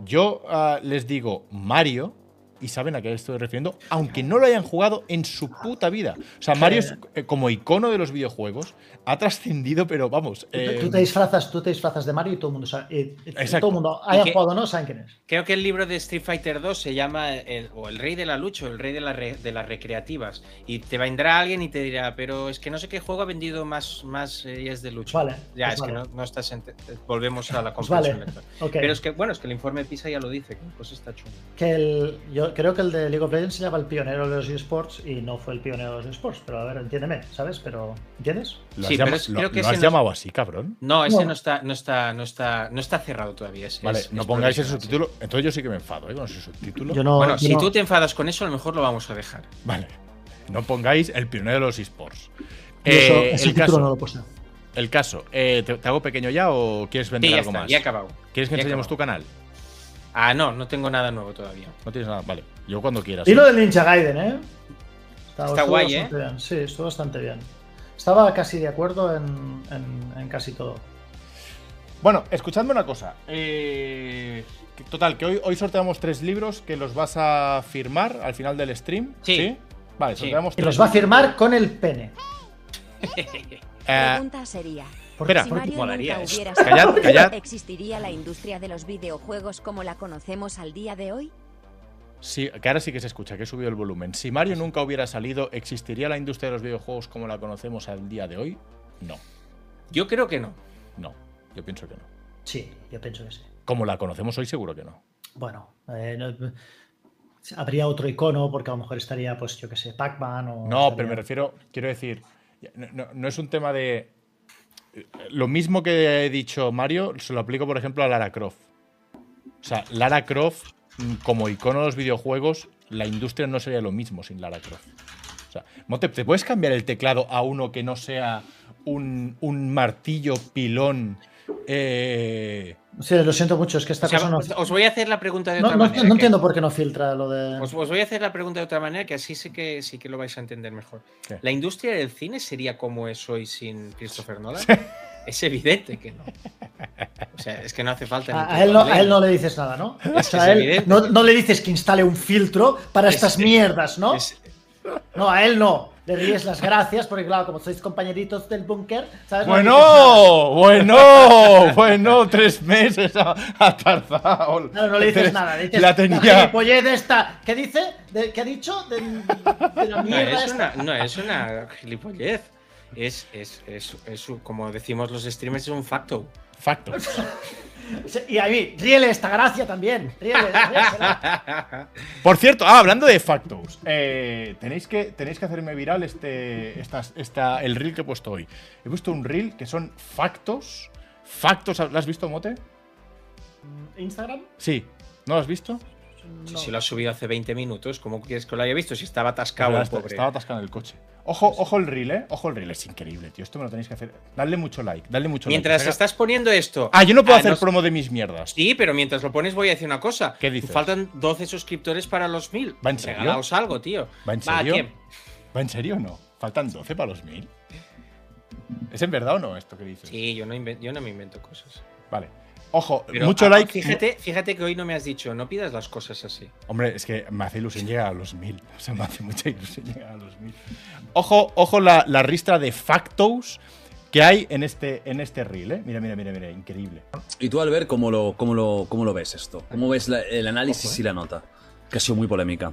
yo ah, les digo Mario y saben a qué estoy refiriendo, aunque no lo hayan jugado en su puta vida. O sea, Mario es, eh, como icono de los videojuegos ha trascendido, pero vamos.
Tú-
eh,
Tú te disfrazas, tú te disfrazas de Mario y todo el mundo sabe. eh, eh,
Exacto.
Todo el mundo,
Y
haya
que-
jugado o no, saben quién es.
Creo que el libro de Street Fighter 2 se llama el, o El Rey de la Lucha o El Rey de, la re- de las Recreativas. Y te vendrá alguien y te dirá, pero es que no sé qué juego ha vendido más, más eh, es de lucha.
Vale,
Ya,
pues
es
vale.
que no, no estás. ente- eh, Volvemos a la
Pues
comprensión
vale.
lectora.
Ok.
Pero es que, bueno, es que el informe PISA ya lo dice, que pues está chulo.
Que el, yo creo que el de League of Legends se llama el pionero de los esports y no fue el pionero de los esports, pero a ver, entiéndeme, ¿sabes? Pero, ¿entiendes?
lo has,
Sí, pero
llama-
es-
lo-
creo que
lo
ese
has
no-
llamado así, cabrón.
No, ese
Bueno.
no está, no está, no está, no está cerrado todavía. es-
Vale,
es-
no
es
pongáis el
provisional, sí.
subtítulo. Entonces yo sí que me enfado ¿eh? con ese subtítulo.
Yo no.
bueno,
yo
si
no-
tú te enfadas con eso, a lo mejor lo vamos a dejar.
Vale. No pongáis el pionero de los esports.
yo eso-
Eh,
ese
el,
título
caso,
no lo puse.
el caso. eh, ¿te, te hago pequeño ya o quieres vender
Sí, ya
algo
está,
más?
ya he acabado.
¿Quieres que
ya
enseñemos tu
acabó.
canal?
Ah, no, no tengo nada nuevo todavía.
No tienes nada. Vale. Yo cuando quieras.
Y
¿eh?
lo del Ninja Gaiden, ¿eh? Está, estuvo
guay, ¿eh?
bastante bien, Sí, estuvo bastante bien. Estaba casi de acuerdo en, en- en casi todo.
Bueno, escuchadme una cosa. eh, que- total, que hoy, hoy sorteamos tres libros que los vas a firmar al final del stream. Sí.
Sí.
Vale,
Sí.
sorteamos
Y
tres.
los va a firmar con el pene.
La
Eh,
pregunta sería:
espera,
si Mario
molaría
nunca
eso.
hubiera
Callad,
sido-
callad.
¿existiría la industria de los videojuegos como la conocemos al día de hoy?
sí, que ahora sí que se escucha, que he subido el volumen. Si Mario nunca hubiera salido, ¿existiría la industria de los videojuegos como la conocemos al día de hoy? No,
Yo creo que no.
no. Yo pienso que no.
Sí, yo pienso que sí.
Como la conocemos hoy, seguro que no.
Bueno, eh, no- habría otro icono porque a lo mejor estaría, pues yo que sé, Pac-Man o.
No,
estaría-
pero me refiero, quiero decir, no, no- no es un tema de... eh, Lo mismo que he dicho Mario, se lo aplico, por ejemplo, a Lara Croft. O sea, Lara Croft, mm, como icono de los videojuegos, la industria no sería lo mismo sin Lara Croft. O sea, Motep, ¿te puedes cambiar el teclado a uno que no sea un, un martillo pilón? Eh,
Sí, lo siento mucho, es que esta
O sea,
cosa no.
os voy a hacer la pregunta de
No,
otra
no-
manera.
no
que-
entiendo por qué no filtra lo de.
Os, os voy a hacer la pregunta de otra manera, que así sí que sí que lo vais a entender mejor.
¿Qué?
¿La industria del cine sería como es hoy sin Christopher Nolan? es evidente que no. O sea, es que no hace falta. ni
A,
que
a él
lo
no, a él
lean.
no le dices nada, ¿no? O sea,
es
a él
evidente.
no, no le dices que instale un filtro para
Es-
estas mierdas, ¿no?
Es-
No, a él no. Le ríes las gracias porque, claro, como sois compañeritos del búnker, ¿sabes? No dices nada.
Bueno, bueno, bueno, tres meses ha, ha tardado.
Claro, no le dices
Tres-
nada. Le dices,
la
"La
tenía.
gilipollez esta. ¿Qué dice? De- ¿Qué ha dicho? De, de
no,
la mierda
es
esta.
una, no es una gilipollez. Es, es, es, es un- como decimos los streamers, es un facto.
Facto.
Sí, Y a mí, ríele esta gracia también. Ríele, ríesela.
Por cierto, ah, hablando de factos, eh, tenéis, que, tenéis que hacerme viral este, estas- esta- el reel que he puesto hoy. He puesto un reel que son factos. Factos, ¿lo has visto, Mote?
¿Instagram?
Sí. ¿No lo has visto?
No.
Si lo has subido hace 20 minutos, ¿cómo quieres que lo haya visto? Si estaba atascado,
Estaba-
el pobre.
Estaba atascado en el coche. Ojo, ojo el reel, ¿eh? Ojo el reel, es increíble, tío. Esto me lo tenéis que hacer. Dadle mucho like, dadle mucho
Mientras
like. que se haga-
estás poniendo esto.
Ah, yo no puedo
Ah,
hacer
no-
promo de mis mierdas.
Sí, pero mientras lo pones voy a decir una cosa.
¿Qué dices?
Faltan 12 suscriptores para los 1000.
¿Va en serio?
Regalaos algo, tío.
¿Va en serio?
¿quién?
¿Va en serio o no? ¿Faltan 12 para los 1000? ¿Es en verdad o no esto que dices?
Sí, yo no, inven- yo no me invento cosas.
Vale. Ojo,
Pero,
mucho
ah,
like.
Fíjate, fíjate que hoy no me has dicho, no pidas las cosas así.
Hombre, es que me hace ilusión llegar a los 1000. O sea, me hace mucha ilusión llegar a los 1000. Ojo, ojo la, la ristra de factos que hay en este, en este reel, ¿eh? Mira, mira, mira, mira, increíble.
Y tú, Albert, ¿cómo lo, cómo lo, cómo lo ves esto? ¿Cómo ves la- el análisis
eh.
y la nota? Que ha sido muy polémica.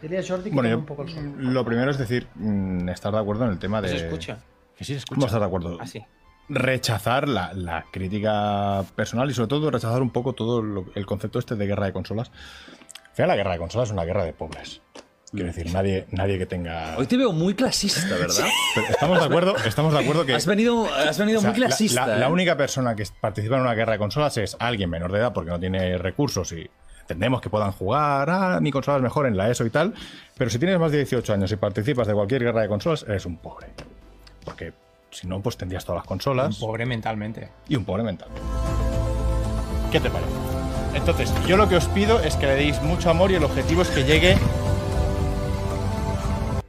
Diría a Jordi que
Bueno,
tome
yo-
un poco el sol.
lo primero es decir, mm, estar de acuerdo en el tema
¿No
de.
se escucha?
Que sí, se escucha.
Escucha.
estar de acuerdo?
Ah, sí.
Rechazar la, la crítica personal y, sobre todo, rechazar un poco todo lo- el concepto este de guerra de consolas. Al final, la guerra de consolas es una guerra de pobres.
Mm.
Quiero decir, nadie, nadie que tenga.
Hoy te veo muy clasista, ¿verdad?
Pero estamos de acuerdo, estamos de acuerdo que.
Has venido, has venido
o sea,
muy
la-
clasista.
la,
¿eh?
la única persona que participa en una guerra de consolas es alguien menor de edad porque no tiene recursos y entendemos que puedan jugar, ah, mi consola es mejor en la ESO y tal, pero si tienes más de 18 años y participas de cualquier guerra de consolas, eres un pobre. Porque si no, pues tendrías todas las consolas
Pobre mentalmente.
y un pobre mental. ¿Qué te parece? Entonces, yo lo que os pido es que le deis mucho amor y el objetivo es que llegue...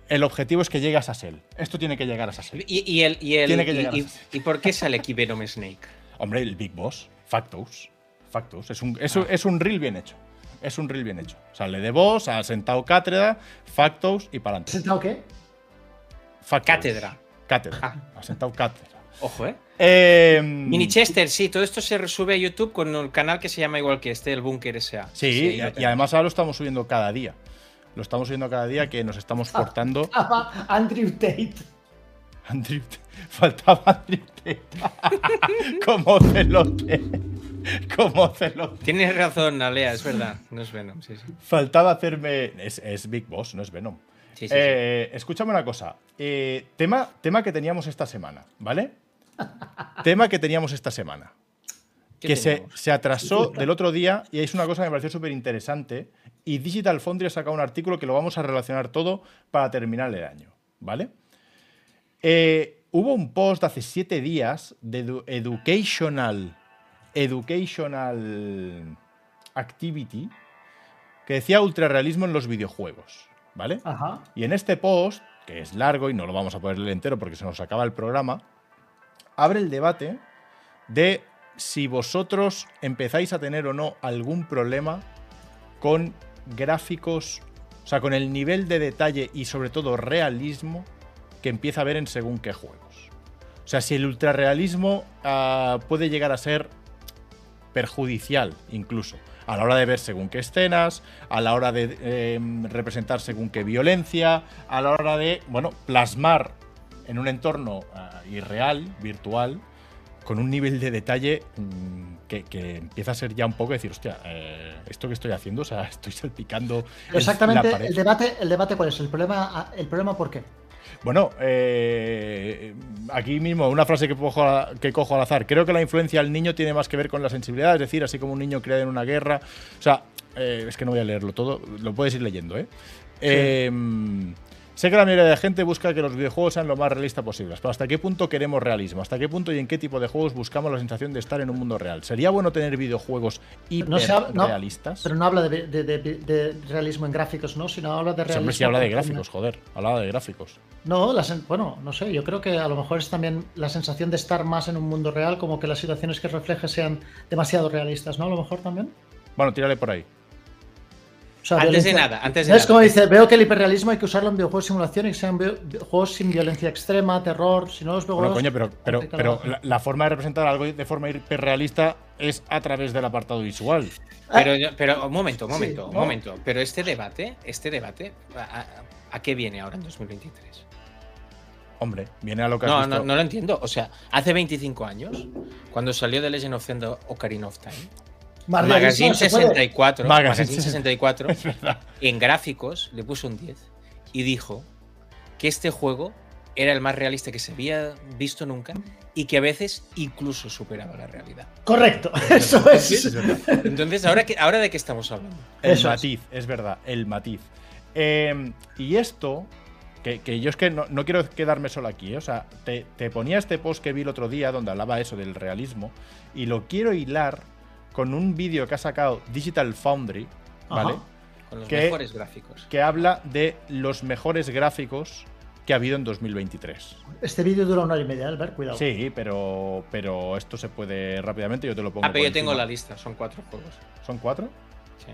El objetivo es que llegue a Sassel. Esto tiene que llegar a Sassel.
Y, y el, y, el-
Tiene que
y-
llegar a
y-
eso.
¿y por qué sale aquí Venom Snake?
Hombre, el Big Boss, Factos. Factos. Es un,
Ah.
es, un- es un reel bien hecho. Es un reel bien hecho. Sale de Boss, ha sentado cátedra, Factos y para adelante.
¿Sentado qué?
Cátedra.
Cátedra.
Ah.
Ha sentado cátedra.
Ojo, ¿eh?
Eh,
Mini Chester, sí, todo esto se resube a YouTube con un canal que se llama igual que este, el Bunker S.A.
sí, y,
lo
y
tengo.
además ahora lo estamos subiendo cada día. Lo estamos subiendo cada día que nos estamos portando.
Ah, va, Andrew Tate.
Andrew T- faltaba Andrew T. Como celote. Como celote.
Tienes razón, Alea, es verdad. No es Venom, sí, sí.
Faltaba hacerme. Es, es Big Boss, no es Venom.
Sí, sí, sí.
Eh, Escúchame una cosa. Eh, tema, tema que teníamos esta semana, ¿vale? tema que teníamos esta semana.
¿Qué
Que se,
tenemos?
se atrasó del otro día y es una cosa que me pareció súper interesante. Y Digital Foundry ha sacado un artículo que lo vamos a relacionar todo para terminar el año, ¿vale? Eh, hubo un post de hace siete días de edu- Educational. Educational Activity que decía ultrarrealismo en los videojuegos, ¿vale?
Ajá.
Y en este post, que es largo y no lo vamos a poder leer entero porque se nos acaba el programa, abre el debate de si vosotros empezáis a tener o no algún problema con gráficos, o sea, con el nivel de detalle y sobre todo realismo que empieza a ver en según qué juegos. O sea, si el ultrarrealismo ah, puede llegar a ser perjudicial incluso, a la hora de ver según qué escenas, a la hora de eh, representar según qué violencia, a la hora de, bueno, plasmar en un entorno ah, irreal, virtual, con un nivel de detalle mm, que, que empieza a ser ya un poco decir, hostia, eh, esto que estoy haciendo, o sea, estoy salpicando el-
Exactamente,
la pared.
el debate, el debate cuál es, el problema, ah, el problema por qué.
Bueno, eh, aquí mismo una frase que cojo, a- que cojo al azar. Creo que la influencia al niño tiene más que ver con la sensibilidad, es decir, así como un niño criado en una guerra. O sea, eh, es que no voy a leerlo todo, lo puedes ir leyendo, ¿eh? Eh, Sé que la mayoría de la gente busca que los videojuegos sean lo más realistas posibles, pero ¿hasta qué punto queremos realismo? ¿Hasta qué punto y en qué tipo de juegos buscamos la sensación de estar en un mundo real? ¿Sería bueno tener videojuegos
No se ha- no,
hiperrealistas?
Pero no habla de, de- de- de realismo en gráficos, ¿no? Sino habla de realismo.
Siempre se habla de
con-
gráficos, joder, hablaba de gráficos.
No, la sen- bueno, no sé, yo creo que a lo mejor es también la sensación de estar más en un mundo real, como que las situaciones que refleje sean demasiado realistas, ¿no? A lo mejor también.
Bueno, tírale por ahí.
O sea,
Antes de
violencia-
nada, antes de
Es como
nada.
dice, veo que el hiperrealismo hay que usarlo en videojuegos de simulación y que sean vi- vi- juegos sin violencia extrema, terror, si no los videojuegos...
Bueno, coño, pero, pero,
complica la
pero
baja.
la, la forma de representar algo de forma hiperrealista es a través del apartado visual.
Pero, yo- pero un momento, un
Sí,
momento, un
¿no?
momento. Pero este debate, este debate, ¿a, a- a qué viene ahora en 2023?
Hombre, viene a lo que has
No,
visto.
no, no lo entiendo. O sea, hace 25 años, cuando salió The Legend of Zelda Ocarina of Time,
Más realismo
Magazine
no se puede.
64,
Magazine
Magazine 64 en gráficos le puso un 10 y dijo que este juego era el más realista que se había visto nunca y que a veces incluso superaba la realidad.
Correcto, eso
Sí,
es.
es verdad.
Entonces, ¿ahora, qué- ahora de qué estamos hablando?
El
Eso es.
matiz, es. verdad, el matiz. Eh, y esto, que, que yo es que no, no quiero quedarme solo aquí, ¿eh? o sea, te, te ponía este post que vi el otro día donde hablaba eso del realismo y lo quiero hilar con un vídeo que ha sacado Digital Foundry, ¿vale?
Ajá.
Con los
¿Qué?
mejores gráficos.
Que habla de los mejores gráficos que ha habido en 2023.
Este vídeo dura una hora y media, Albert, cuidado.
Sí, pero, pero esto se puede rápidamente. Yo te lo pongo.
Ah, pero
por
yo tengo la
encima.
lista, son cuatro juegos.
¿Son cuatro?
Sí.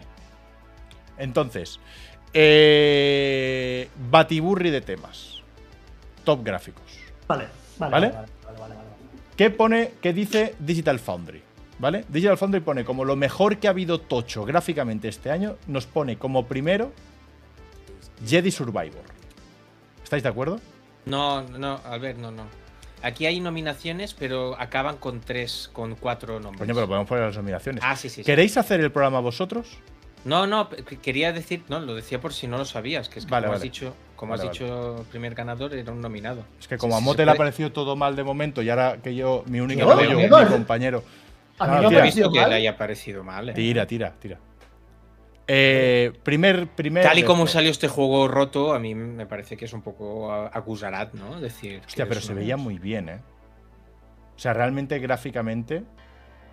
Entonces, eh, batiburri de temas. Top gráficos.
Vale, vale,
¿Vale?
vale, vale, vale, vale.
¿Qué pone, qué dice Digital Foundry? ¿Vale? Digital Foundry pone como lo mejor que ha habido tocho gráficamente este año, nos pone como primero Jedi Survivor. ¿Estáis de acuerdo?
No, no, a ver, no, no. Aquí hay nominaciones, pero acaban con tres, con cuatro nombres.
Coño, pero podemos poner las nominaciones.
Ah, sí, sí. sí.
¿Queréis hacer el programa vosotros?
No, no, p- que- quería decir, no, lo decía por si no lo sabías, que es que
Vale,
como has
vale.
dicho, como
Vale,
has dicho, primer ganador era un nominado.
Es que como
Sí,
a
sí,
Mote
se
le ha
puede.
parecido todo mal de momento y ahora que yo, mi único
No,
apoyo,
amigo,
mi
es-
compañero.
A
Ah,
mí no me
tira.
he
ha
visto
parecido
que le
mal.
haya parecido mal. eh.
Tira, tira, tira. Eh, primer, primer.
Tal y como
esto.
salió este juego roto, a mí me parece que es un poco a- acusarat, ¿no? Es Decir,
Hostia,
que
pero
es
se
un-
veía muy bien, ¿eh? O sea, realmente gráficamente.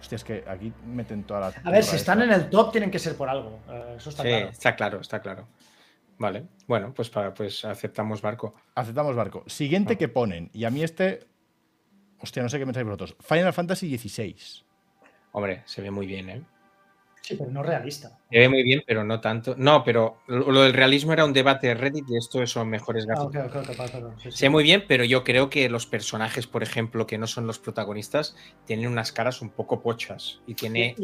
Hostia, es que aquí meten toda la.
A ver, si están en el top tienen que ser por algo. eh, eso está
Sí,
claro.
está claro, está claro. Vale, bueno, pues, para, pues aceptamos barco.
Aceptamos barco.
Ah.
Siguiente que ponen. Y a mí este. Hostia, no sé qué pensáis vosotros. Final Fantasy XVI.
Hombre, se ve muy bien, ¿eh?
Sí, pero no realista.
Se ve muy bien, pero no tanto. No, pero lo, lo del realismo era un debate de Reddit y esto son mejores
Ah,
gráficos.
ok, ok, ok, perdón, sí, sí.
Se ve muy bien, pero yo creo que los personajes, por ejemplo, que no son los protagonistas, tienen unas caras un poco pochas y tiene...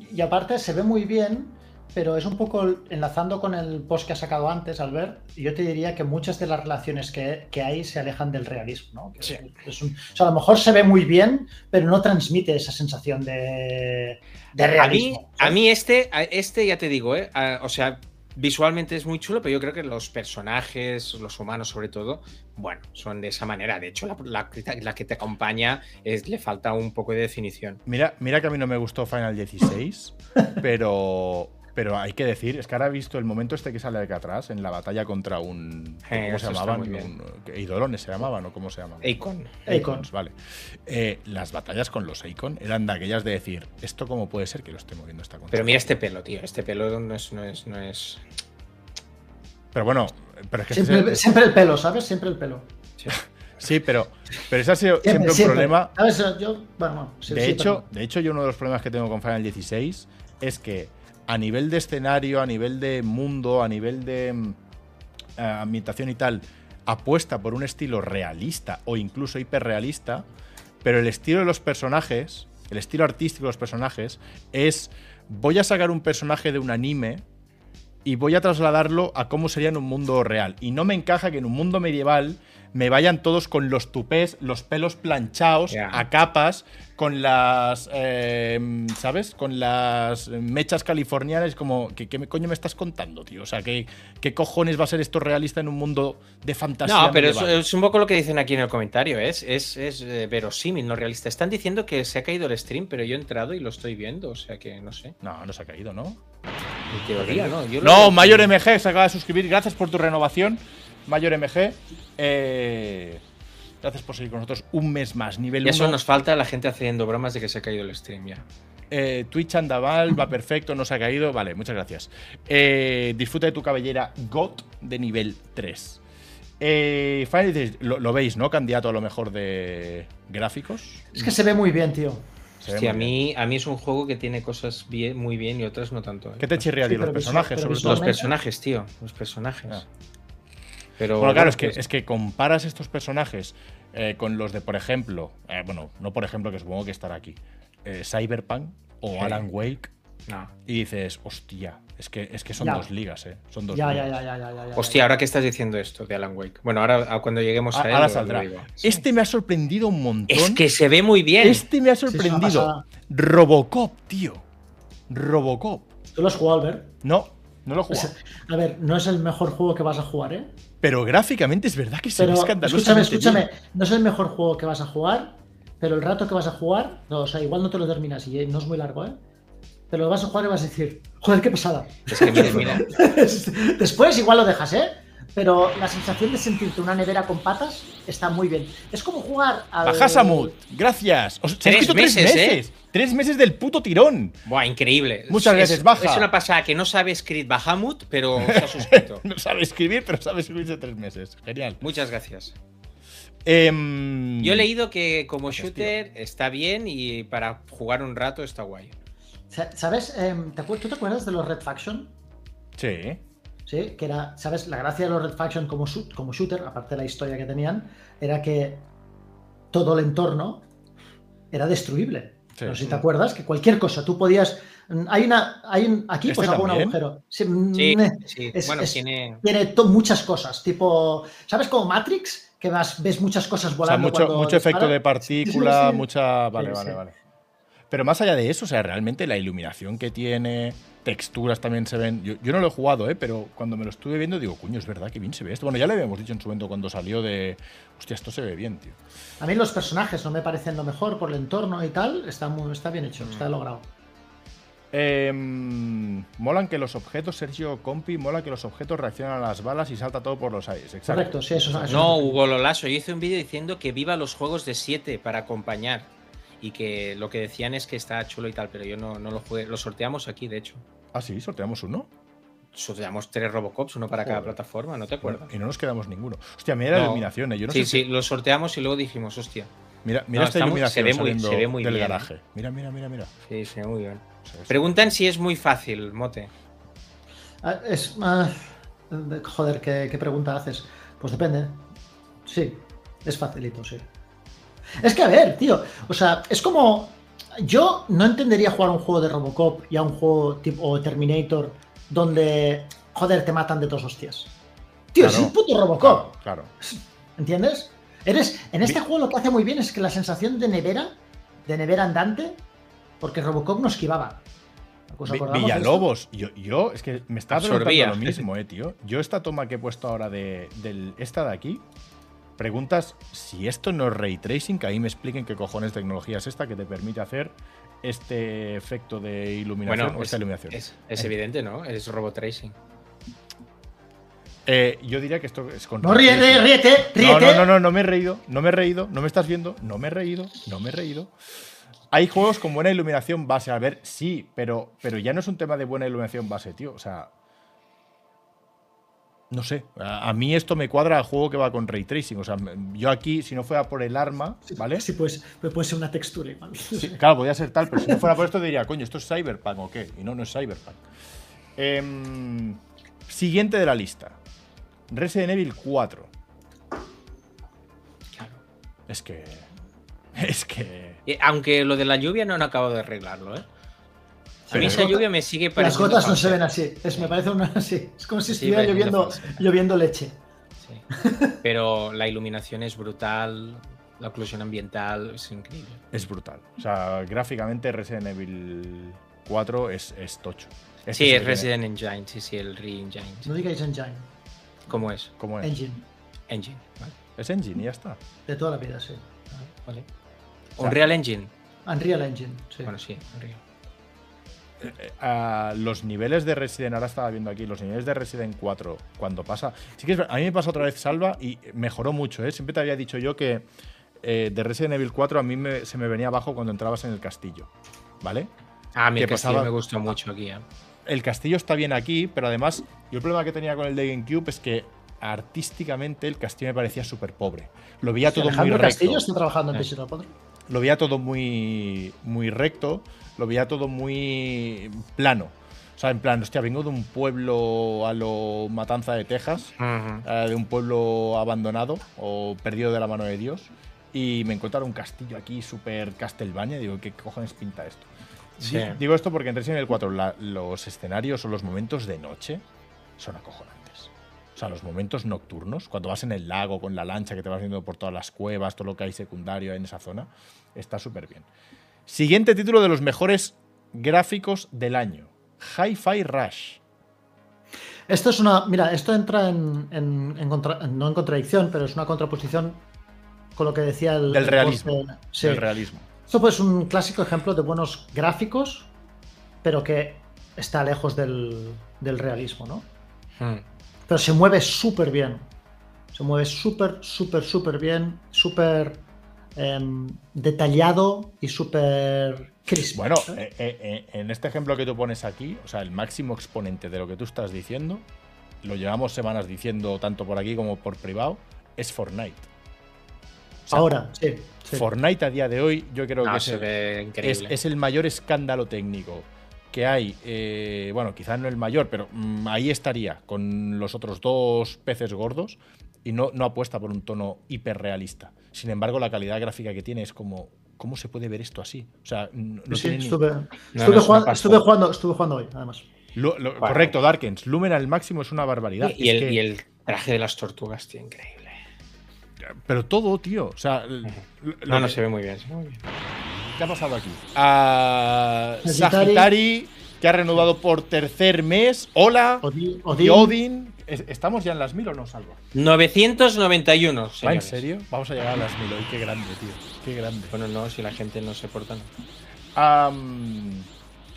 Y, y aparte se ve muy bien, pero es un poco el- enlazando con el post que ha sacado antes, Albert. Yo te diría que muchas de las relaciones que, que hay se alejan del realismo, ¿no? Que
Sí.
es un- o sea, a lo mejor se ve muy bien, pero no transmite esa sensación de, de
A mí,
realismo.
a mí este, a este ya te digo, ¿eh? Ah, o sea, visualmente es muy chulo, pero yo creo que los personajes, los humanos sobre todo, bueno, son de esa manera. De hecho, la, la que te- la que te acompaña es, le falta un poco de definición.
Mira, mira que a mí no me gustó Final 16, pero, pero hay que decir, es que ahora he visto el momento este que sale aquí atrás en la batalla contra un.
Eh,
¿Cómo se
eso está
llamaban?
muy bien.
Un- Eidolones se llamaban, ¿o cómo se llamaban?
Akon.
Akon.
Icons, vale. Eh, las batallas con los Icon eran de aquellas de decir, ¿esto cómo puede ser que lo esté moviendo esta consola?
Pero mira este pelo, tío. Este pelo no es, no es, no es.
Pero bueno, pero es que
Siempre,
ese-
siempre el pelo, ¿sabes? Siempre el pelo.
sí, pero, pero ese ha sido siempre, un problema.
¿Sabes? Yo, bueno, bueno, sí,
de,
sí,
hecho,
perdón.
de hecho, yo uno de los problemas que tengo con Final 16 es que a nivel de escenario, a nivel de mundo, a nivel de mm, eh, ambientación y tal, apuesta por un estilo realista o incluso hiperrealista, pero el estilo de los personajes, el estilo artístico de los personajes, es voy a sacar un personaje de un anime y voy a trasladarlo a cómo sería en un mundo real. Y no me encaja que en un mundo medieval me vayan todos con los tupés, los pelos planchados,
Ya.
a capas, con las, eh, ¿sabes? Con las mechas californianas, como, ¿qué, qué me- coño me estás contando, tío? O sea, ¿qué, ¿qué cojones va a ser esto realista en un mundo de fantasía?
No, pero es,
medieval?
es un poco lo que dicen aquí en el comentario. Es, es, es eh, verosímil, no realista. Están diciendo que se ha caído el stream, pero yo he entrado y lo estoy viendo. O sea que no sé.
No, no se ha caído, ¿no?
En teoría, ¿no? Yo lo
No,
veo-
Mayor MG se acaba de suscribir. Gracias por tu renovación, Mayor MG. Eh, gracias por seguir con nosotros un mes más. Nivel
Ya solo
1.
nos falta la gente haciendo bromas de que se ha caído el stream ya.
Eh, Twitch Andaval va perfecto, no se ha caído. Vale, muchas gracias. Eh, disfruta de tu cabellera GOT de nivel 3. Eh, Final Fantasy, lo, lo veis, ¿no? Candidato a lo mejor de gráficos.
Es que se ve muy bien, tío.
Se ve
Hostia, a
muy bien.
mí, a mí es un juego que tiene cosas bien, muy bien y otras no tanto. ¿eh?
¿Qué te chirría a ti?
Sí,
los
pero visual-
personajes,
pero
sobre todo.
Los
visualmente-
personajes, tío. Los personajes.
Ah.
Pero,
Bueno, claro, es que,
pues-
es que comparas estos personajes eh, con los de, por ejemplo, eh, bueno, no por ejemplo, que supongo que estará aquí, eh, Cyberpunk o
Sí.
Alan Wake,
no.
y dices, hostia, es que, es que son
Ya.
dos ligas, ¿eh? Son dos
Ya, ya,
ligas.
ya, ya, ya, ya, ya.
Hostia, ahora que estás diciendo esto de Alan Wake. Bueno, ahora a- cuando lleguemos a
A-
él.
ahora
lo- lo
saldrá.
digo.
Este me ha sorprendido un montón.
Es que se ve muy bien.
este me ha
una
sorprendido.
pasada.
Robocop, tío. Robocop.
Tú lo has jugado, Albert.
No, no lo he
O sea,
jugado.
A ver, no es el mejor juego que vas a jugar, ¿eh?
Pero gráficamente es verdad que se ve
Pero escúchame,
escandalosamente
escúchame,
bien.
no es el mejor juego que vas a jugar, pero el rato que vas a jugar, no, o sea, igual no te lo terminas y eh, no es muy largo, ¿eh? Pero lo vas a jugar y vas a decir, joder, qué pesada.
Es que mira, mira,
Después igual lo dejas, ¿eh? Pero la sensación de sentirte una nevera con patas está muy bien. Es como jugar al...
Bajasamut, gracias. Os, se han
Tres
escrito tres meses.
meses, ¿eh?
Tres meses del puto tirón.
Buah, increíble.
Muchas
Es-
gracias,
es,
baja.
Es una pasada que no sabe escribir Bahamut, pero se ha suscrito.
No sabe escribir, pero sabe escribirse tres meses. Genial.
Muchas gracias.
Em,
Yo he leído que como shooter
tío.
está bien y para jugar un rato está guay.
Sa- ¿Sabes? em, ¿te acuer- ¿Tú te acuerdas de los Red Faction?
Sí.
Sí, que era, ¿sabes? La gracia de los Red Faction como, shoot- como shooter, aparte de la historia que tenían, era que todo el entorno era destruible.
Sí.
no sé si te acuerdas, que cualquier cosa, tú podías... mm, Hay una... Hay un- aquí
¿Este
pues hago un
también?
agujero. Sí, mm,
Sí,
eh,
sí.
es-
bueno,
es-
tiene.
Tiene to- muchas cosas, tipo... ¿Sabes como Matrix? Que vas, ves muchas cosas
O sea,
volando.
mucho,
cuando
mucho efecto
dispara.
de partícula,
Sí, sí.
mucha. Vale,
Sí,
vale,
sí.
vale. Pero más allá de eso, o sea, realmente la iluminación que tiene, texturas también se ven. Yo, yo no lo he jugado, ¿eh? pero cuando me lo estuve viendo, digo, coño, es verdad que bien se ve esto. Bueno, ya le habíamos dicho en su momento cuando salió de. Hostia, esto se ve bien, tío.
A mí los personajes no me parecen lo mejor por el entorno y tal. Está, muy, está bien hecho, está logrado.
Em, molan que los objetos, Sergio Compi, mola que los objetos reaccionan a las balas y salta todo por los aires. Exacto.
Correcto, sí, eso, eso-
No, Hugo Lolaso, yo hice un vídeo diciendo que viva los juegos de 7 para acompañar. Y que lo que decían es que está chulo y tal, pero yo no, no lo jugué. Lo sorteamos aquí, de hecho.
Ah, sí, sorteamos uno.
Sorteamos tres Robocops, uno para cada
Joder.
plataforma, ¿no te acuerdas?
Y no nos quedamos ninguno. Hostia, mira la
No.
iluminación, ¿eh? Yo no
sí,
sé si-
sí, lo sorteamos y luego dijimos, hostia.
Mira, mira
No,
esta
está muy-
iluminación
se ve muy-
saliendo
se ve muy
del
bien, ¿eh?
garaje. Mira, mira, mira, mira.
Sí, sí, muy bien.
O sea, es-
Preguntan si es muy fácil, Mote.
Ah, Es. ah, de- joder, ¿qué, qué pregunta haces? Pues depende. Sí, es facilito, sí. Es que a ver, tío. O sea, es como. Yo no entendería jugar a un juego de Robocop y a un juego tipo Terminator donde, joder, te matan de dos hostias. Tío, es
Claro.
un puto Robocop.
Claro.
¿Entiendes? Eres, en este
Vi-
juego lo que hace muy bien es que la sensación de nevera, de nevera andante, porque Robocop no esquivaba. ¿Os
Vi-
acordamos Pues de esto?
Villalobos, yo, yo, es que me está
Absorbía.
preguntando lo mismo, eh, tío. Yo esta toma que he puesto ahora de, del- esta de aquí, preguntas si esto no es ray tracing, que ahí me expliquen qué cojones tecnología es esta que te permite hacer este efecto de iluminación o
es,
esta iluminación.
es- es evidente, ¿no? Es Robot Racing.
Eh, yo diría que esto es con
No,
ray
ríete,
tracing.
ríete,
No,
ríete.
no, no, no, no me he reído, no me he reído, no me estás viendo, no me he reído, no me he reído. Hay juegos con buena iluminación base, a ver, sí, pero, pero ya no es un tema de buena iluminación base, tío. O sea, no sé, a, a mí esto me cuadra al juego que va con ray tracing. O sea, me- yo aquí, si no fuera por el arma, ¿vale?
Sí, pues, pues puede ser una textura igual.
Sí, claro, podía ser tal, pero si no fuera por esto diría, coño, ¿esto es Cyberpunk o qué? Y no, no es Cyberpunk. Em, siguiente de la lista. Resident Evil 4. Es que... Es que...
Eh, aunque lo de la lluvia no han acabado de arreglarlo, ¿eh? A
Pero-
mí esa lluvia me sigue
Las
pareciendo.
gotas no
falsa.
se ven así. Es, me parece una así. Es como si
Sí,
estuviera
parece una
lloviendo,
falsa.
lloviendo leche.
Sí. Pero la iluminación es brutal, la oclusión ambiental es increíble.
Es brutal. O sea, gráficamente Resident Evil 4 es, es tocho. Este
sí,
que
es
tiene-
Resident Engine, sí, sí, el Re-Engine.
No digáis engine.
¿Cómo es?
¿Cómo es?
Engine.
Engine. Vale.
Es Engine y ya está.
De toda la vida, sí.
vale.
sea-
Unreal Engine.
Unreal Engine. Sí.
Bueno, sí, Unreal.
Eh, ah, los niveles de Resident, ahora estaba viendo aquí, los niveles de Resident 4, cuando pasa... Sí que es ver- a mí me pasó otra vez Salva y mejoró mucho, ¿eh? Siempre te había dicho yo que eh, de Resident Evil 4 a mí me- se me venía abajo cuando entrabas en el castillo, ¿vale?
Ah, mi
¿Qué
castillo
pasaba?
me gustó mucho aquí. ¿eh?
el castillo está bien aquí, pero además, yo el problema que tenía con el de GameCube es que artísticamente el castillo me parecía súper pobre. Lo veía todo muy
Alejandro
recto. Eh.
Castillo está trabajando en
Sí.
Pesito Podre.
Lo veía todo muy, muy recto, lo veía todo muy plano. O sea, en plan, hostia, vengo de un pueblo a lo Matanza de Texas,
Ujú.
eh, de un pueblo abandonado o perdido de la mano de Dios, y me encontraron un castillo aquí súper Castelbaña. Digo, ¿qué cojones pinta esto?
Sí.
Di- Digo esto porque en Resident Evil 4 la- los escenarios o los momentos de noche son acojonantes. O sea, los momentos nocturnos, cuando vas en el lago con la lancha que te vas viendo por todas las cuevas, todo lo que hay secundario en esa zona, está súper bien. Siguiente título de los mejores gráficos del año. Hi-Fi Rush.
Esto es una. Mira, esto entra en, en- en contra- no en contradicción, pero es una contraposición con lo que decía el.
Del
el
realismo.
post de- sí.
El realismo.
Esto pues es un clásico ejemplo de buenos gráficos, pero que está lejos del, del realismo, ¿no?
Mm.
Pero se mueve súper bien. Se mueve súper, súper, súper bien, súper em, detallado y súper crispo.
Bueno,
¿eh?
eh, eh, eh, en este ejemplo que tú pones aquí, o sea, el máximo exponente de lo que tú estás diciendo, lo llevamos semanas diciendo tanto por aquí como por privado, es Fortnite. O sea,
Ahora, sí. sí.
Fortnite a día de hoy, yo creo
No,
que
se
es,
ve
es,
increíble.
es el mayor escándalo técnico que hay. eh, bueno, quizás no el mayor, pero mm, ahí estaría con los otros dos peces gordos y no, no apuesta por un tono hiperrealista. Sin embargo, la calidad gráfica que tiene es como ¿cómo se puede ver esto así? O sea, no, no
Sí,
tiene ni-
estuve,
no,
estuve
es una
jugando,
pasta.
estuve, jugando, estuve jugando hoy, además.
Lu- lo-
Bueno.
Correcto, Darkens. Lumen al máximo es una barbaridad.
Y,
Es
el,
que-
y el traje de las tortugas, tío, increíble.
Pero todo, tío. O sea, l- lo
No, no,
que-
se ve muy bien. se ve muy bien.
¿Qué ha pasado aquí? A
Sagitari.
Ah, Sagitari, que ha renovado por tercer mes. Hola.
Odi-
Y
Odín-
Odin. Es- ¿Estamos ya en las mil o no, Salva?
991,
¿Va en
señores.
serio? Vamos a llegar a las mil hoy. Qué grande, tío. Qué grande.
Bueno, no, si la gente no se porta. no.
Am,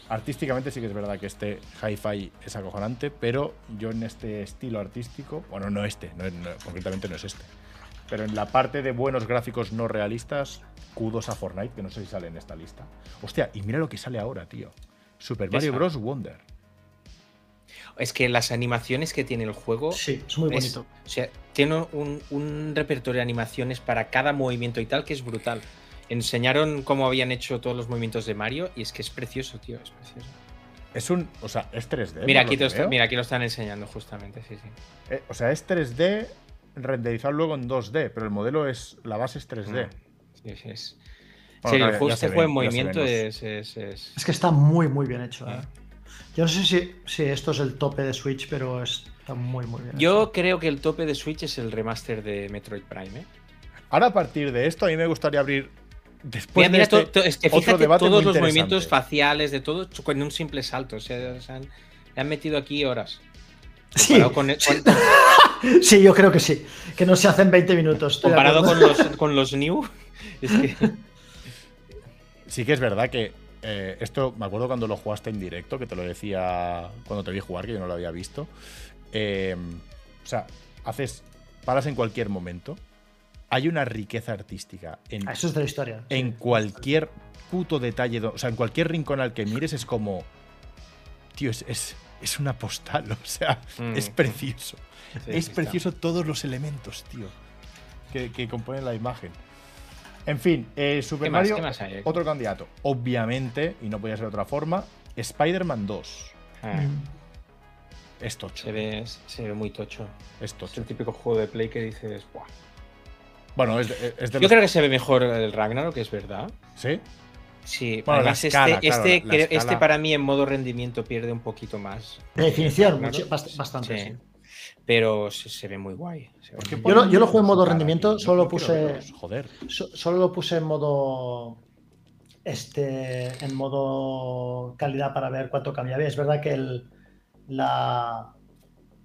artísticamente sí que es verdad que este hi-fi es acojonante, pero yo en este estilo artístico, bueno, no este, no, no, concretamente no es este, pero en la parte de buenos gráficos no realistas, kudos a Fortnite, que no sé si sale en esta lista. Hostia, y mira lo que sale ahora, tío. Super
¿Qué
Mario
sale?
Bros. Wonder.
Es que las animaciones que tiene el juego.
Sí, es muy
es-
bonito.
o sea, tiene un, un repertorio de animaciones para cada movimiento y tal que es brutal. Enseñaron cómo habían hecho todos los movimientos de Mario y es que es precioso, tío, es precioso.
Es un, o sea, es 3D.
Mira,
Eh, ¿no? Lo
aquí te lo
que
está-
veo.
mira, aquí lo están enseñando justamente, sí, sí.
Eh, o sea, es 3D renderizado luego en 2D, pero el modelo es, la base es 3D.
Sí, sí, es-
Bueno,
Mm. Sí, el
claro, ya
juego,
se
este
ven,
juego en
ya se
movimiento
ven los-
es, es- es-
Es que está muy, muy bien hecho. ¿eh? Yo no sé si, si esto es el tope de Switch, pero está muy, muy bien
Yo creo que el tope de Switch es el remaster de Metroid Prime. ¿eh?
Ahora a partir de esto, a mí me gustaría abrir después
Mira, Pues
de
mira, to-
este
to- es que
otro
fíjate
debate muy
todos los movimientos
interesante.
faciales de todo en un simple salto. O sea, se han- le han metido aquí horas.
hecho. Sí,
Comparado con, con-
sí, yo creo que sí. Que no se hacen 20 minutos. estoy de
comparado
acuerdo.
con los, con los New. Es que,
Sí que es verdad que eh, esto, me acuerdo cuando lo jugaste en directo, que te lo decía cuando te vi jugar, que yo no lo había visto. Eh, o sea, haces, paras en cualquier momento. Hay una riqueza artística en,
Ah, Eso es de la historia.
Eh,
en cualquier puto detalle, do- o sea, en cualquier rincón al que mires es como, tío, es, es, es una postal, o sea,
Mm.
es precioso.
sí,
es
sí, está.
precioso todos los elementos, tío, que, que componen la imagen. En fin, eh, Super
¿Qué más,
Mario,
qué más hay?
otro candidato. Obviamente, y no podía ser de otra forma, Spider-Man 2.
Ah,
Es tocho,
se, ve, se ve muy tocho.
es
Es el
tocho.
típico juego de play que dices. "Buah".
Bueno, es de, es de
Yo
los-
creo que se ve mejor el Ragnarok, que es verdad.
¿Sí?
Sí,
Bueno,
además
la escala, claro,
este, este,
la- la
creo-
escala.
este para mí en modo rendimiento pierde un poquito más.
De definición,
Claro.
mucho- bast- bastante.
Sí.
sí.
Pero se, se ve muy guay. se ve muy
Yo lo- yo lo jugué en modo
Para mí,
rendimiento,
yo
solo
no quiero
puse-
verlos, Joder.
So- solo lo puse en modo. Este. En modo calidad para ver cuánto cambiaba. Es verdad que el, la.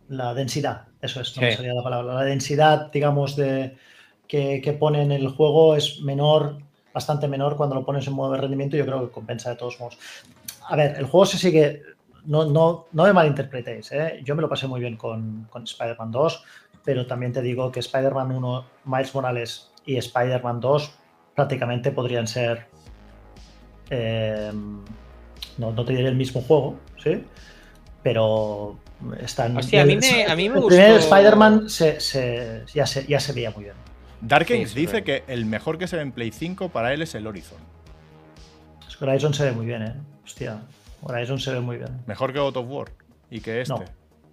La densidad, eso es, no me
Sí.
salía la palabra. La densidad, digamos, de que, que pone en el juego es menor, bastante menor cuando lo pones en modo de rendimiento. Yo creo que compensa de todos modos. A ver, el juego se sigue. No, no, no me malinterpretéis, ¿eh? yo me lo pasé muy bien con, con Spider-Man 2, pero también te digo que Spider-Man 1, Miles Morales y Spider-Man 2 prácticamente podrían ser. eh, no, no te diré el mismo juego, ¿sí? Pero están.
Hostia, a mí me- a mí me
el primer
gustó-
Spider-Man se, se- ya, se, ya se veía muy bien.
Darkens
Sí,
dice
sí.
que el mejor que se ve en Play 5 para él es el Horizon.
Horizon se ve muy bien, ¿eh? Hostia, Horizon se ve muy bien.
Mejor que God of War. Y que este.
No.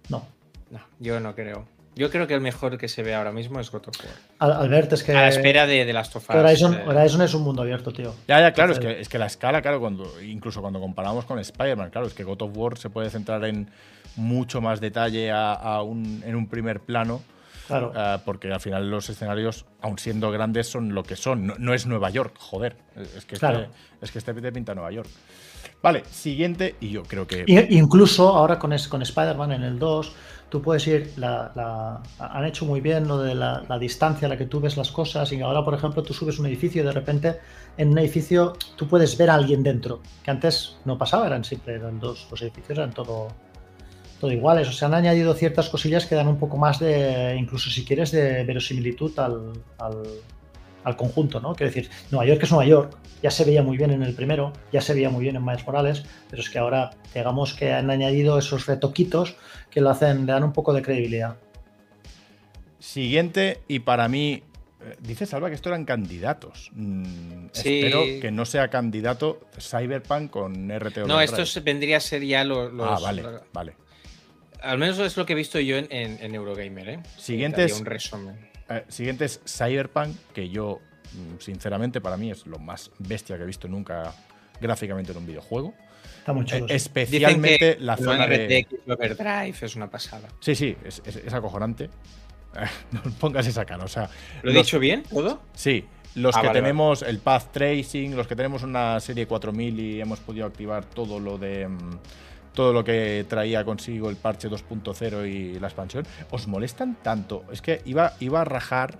No.
No, yo no creo. Yo creo que el mejor que se ve ahora mismo es God of War.
Al- Albert, es que.
A la Ah, espera de, de Last of Us.
que Eh, Horizon,
eh,
Horizon es un mundo abierto, tío.
Ya, ya, claro, es
Entonces-
que, es que la escala, claro, cuando, incluso cuando comparamos con Spider-Man, claro, es que God of War se puede centrar en mucho más detalle a, a un- en un primer plano,
Claro.
ah, porque al final los escenarios, aun siendo grandes, son lo que son. No, no es Nueva York, joder. Es que,
Claro.
este, es que este te pinta Nueva York. Vale, siguiente, y yo creo que.
I- Incluso ahora con, es- con Spider-Man en el 2, tú puedes ir. La, la- han hecho muy bien lo de la, la distancia a la que tú ves las cosas. Y ahora, por ejemplo, tú subes un edificio y de repente en un edificio tú puedes ver a alguien dentro. Que antes no pasaba, eran siempre eran dos, los edificios eran todo, todo iguales. O sea, han añadido ciertas cosillas que dan un poco más de, incluso si quieres, de verosimilitud al, al, al conjunto, ¿no? Quiero decir, Nueva York es Nueva York, ya se veía muy bien en el primero, ya se veía muy bien en Miles Morales, pero es que ahora, digamos que han añadido esos retoquitos que lo hacen, le dan un poco de credibilidad.
Siguiente, y para mí. eh, Dice Salva que esto eran candidatos. Mm,
Sí.
Espero que no sea candidato Cyberpunk con RT
No,
Overdrive.
esto se- vendría a ser ya lo- los.
Ah, vale,
lo-
vale.
al menos es lo que he visto yo en, en- en Eurogamer, ¿eh?
Siguientes-
Había Un resumen.
Eh, siguiente es Cyberpunk, que yo mm, sinceramente para mí es lo más bestia que he visto nunca gráficamente en un videojuego.
Está muy
Eh,
chulo. sí.
Especialmente la zona de...
RTX Overdrive es una pasada.
Sí, sí, es, es- es acojonante. No pongas esa cara, o sea...
¿Lo he
los-
dicho bien todo?
Sí, los
Ah,
que
vale,
tenemos el Path Tracing, los que tenemos una serie 4000 y hemos podido activar todo lo de mm, todo lo que traía consigo el parche 2.0 y la expansión, os molestan tanto. Es que iba iba a rajar,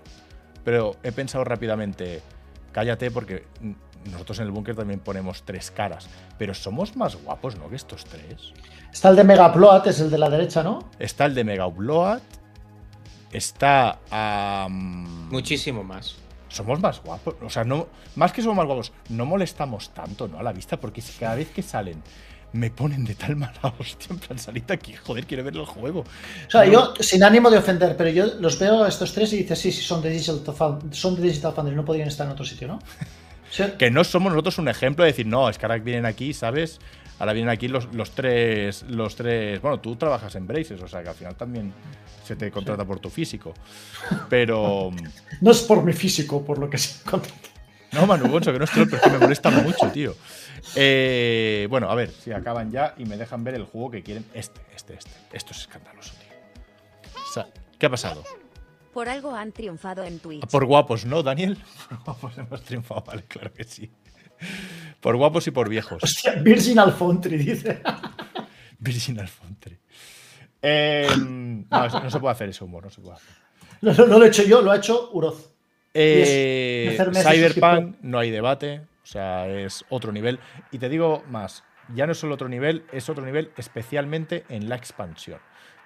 pero he pensado rápidamente, cállate porque mm, nosotros en el búnker también ponemos tres caras, pero somos más guapos, ¿no? Que estos tres.
Está el de Megaploat, es el de la derecha, ¿no?
Está el de Mega Upload, está am,
Muchísimo más.
somos más guapos. O sea, no, más que somos más guapos, no molestamos tanto, ¿no? A la vista, porque si cada vez que salen me ponen de tal mala hostia en plan salita aquí, joder, quiero ver el juego.
O sea, yo, sin ánimo de ofender, pero yo los veo a estos tres y dices, sí, sí, son de Digital, Found- son de Digital Foundry, no podrían estar en otro sitio, ¿no? O sea,
Que no somos nosotros un ejemplo de decir, no, es que ahora vienen aquí, ¿sabes? Ahora vienen aquí los, los tres. Los tres. Bueno, tú trabajas en Braces, o sea que al final también se te contrata por tu físico. Pero.
no es por mi físico, por lo que se contrata.
No, Manu Gonzo, que no es troll, pero es que me molesta mucho, tío. Eh, bueno, a ver, si acaban ya y me dejan ver el juego que quieren. Este, este, este. Esto es escandaloso, tío. O sea, ¿Qué ha pasado?
Por algo han triunfado en Twitch.
Por guapos, ¿no, Daniel? Por guapos hemos triunfado, vale, claro que sí. Por guapos y por viejos.
Hostia, Virgin Alfontri, dice.
Virgin Alfontre. Eh, no, es- no se puede hacer ese humor, no se puede hacer.
No, no, no lo he hecho yo, lo ha hecho Uroz.
Eh,
hacerme
Cyberpunk,
suscriptor.
no hay debate, o sea, es otro nivel. Y te digo más, ya no es solo otro nivel, es otro nivel especialmente en la expansión.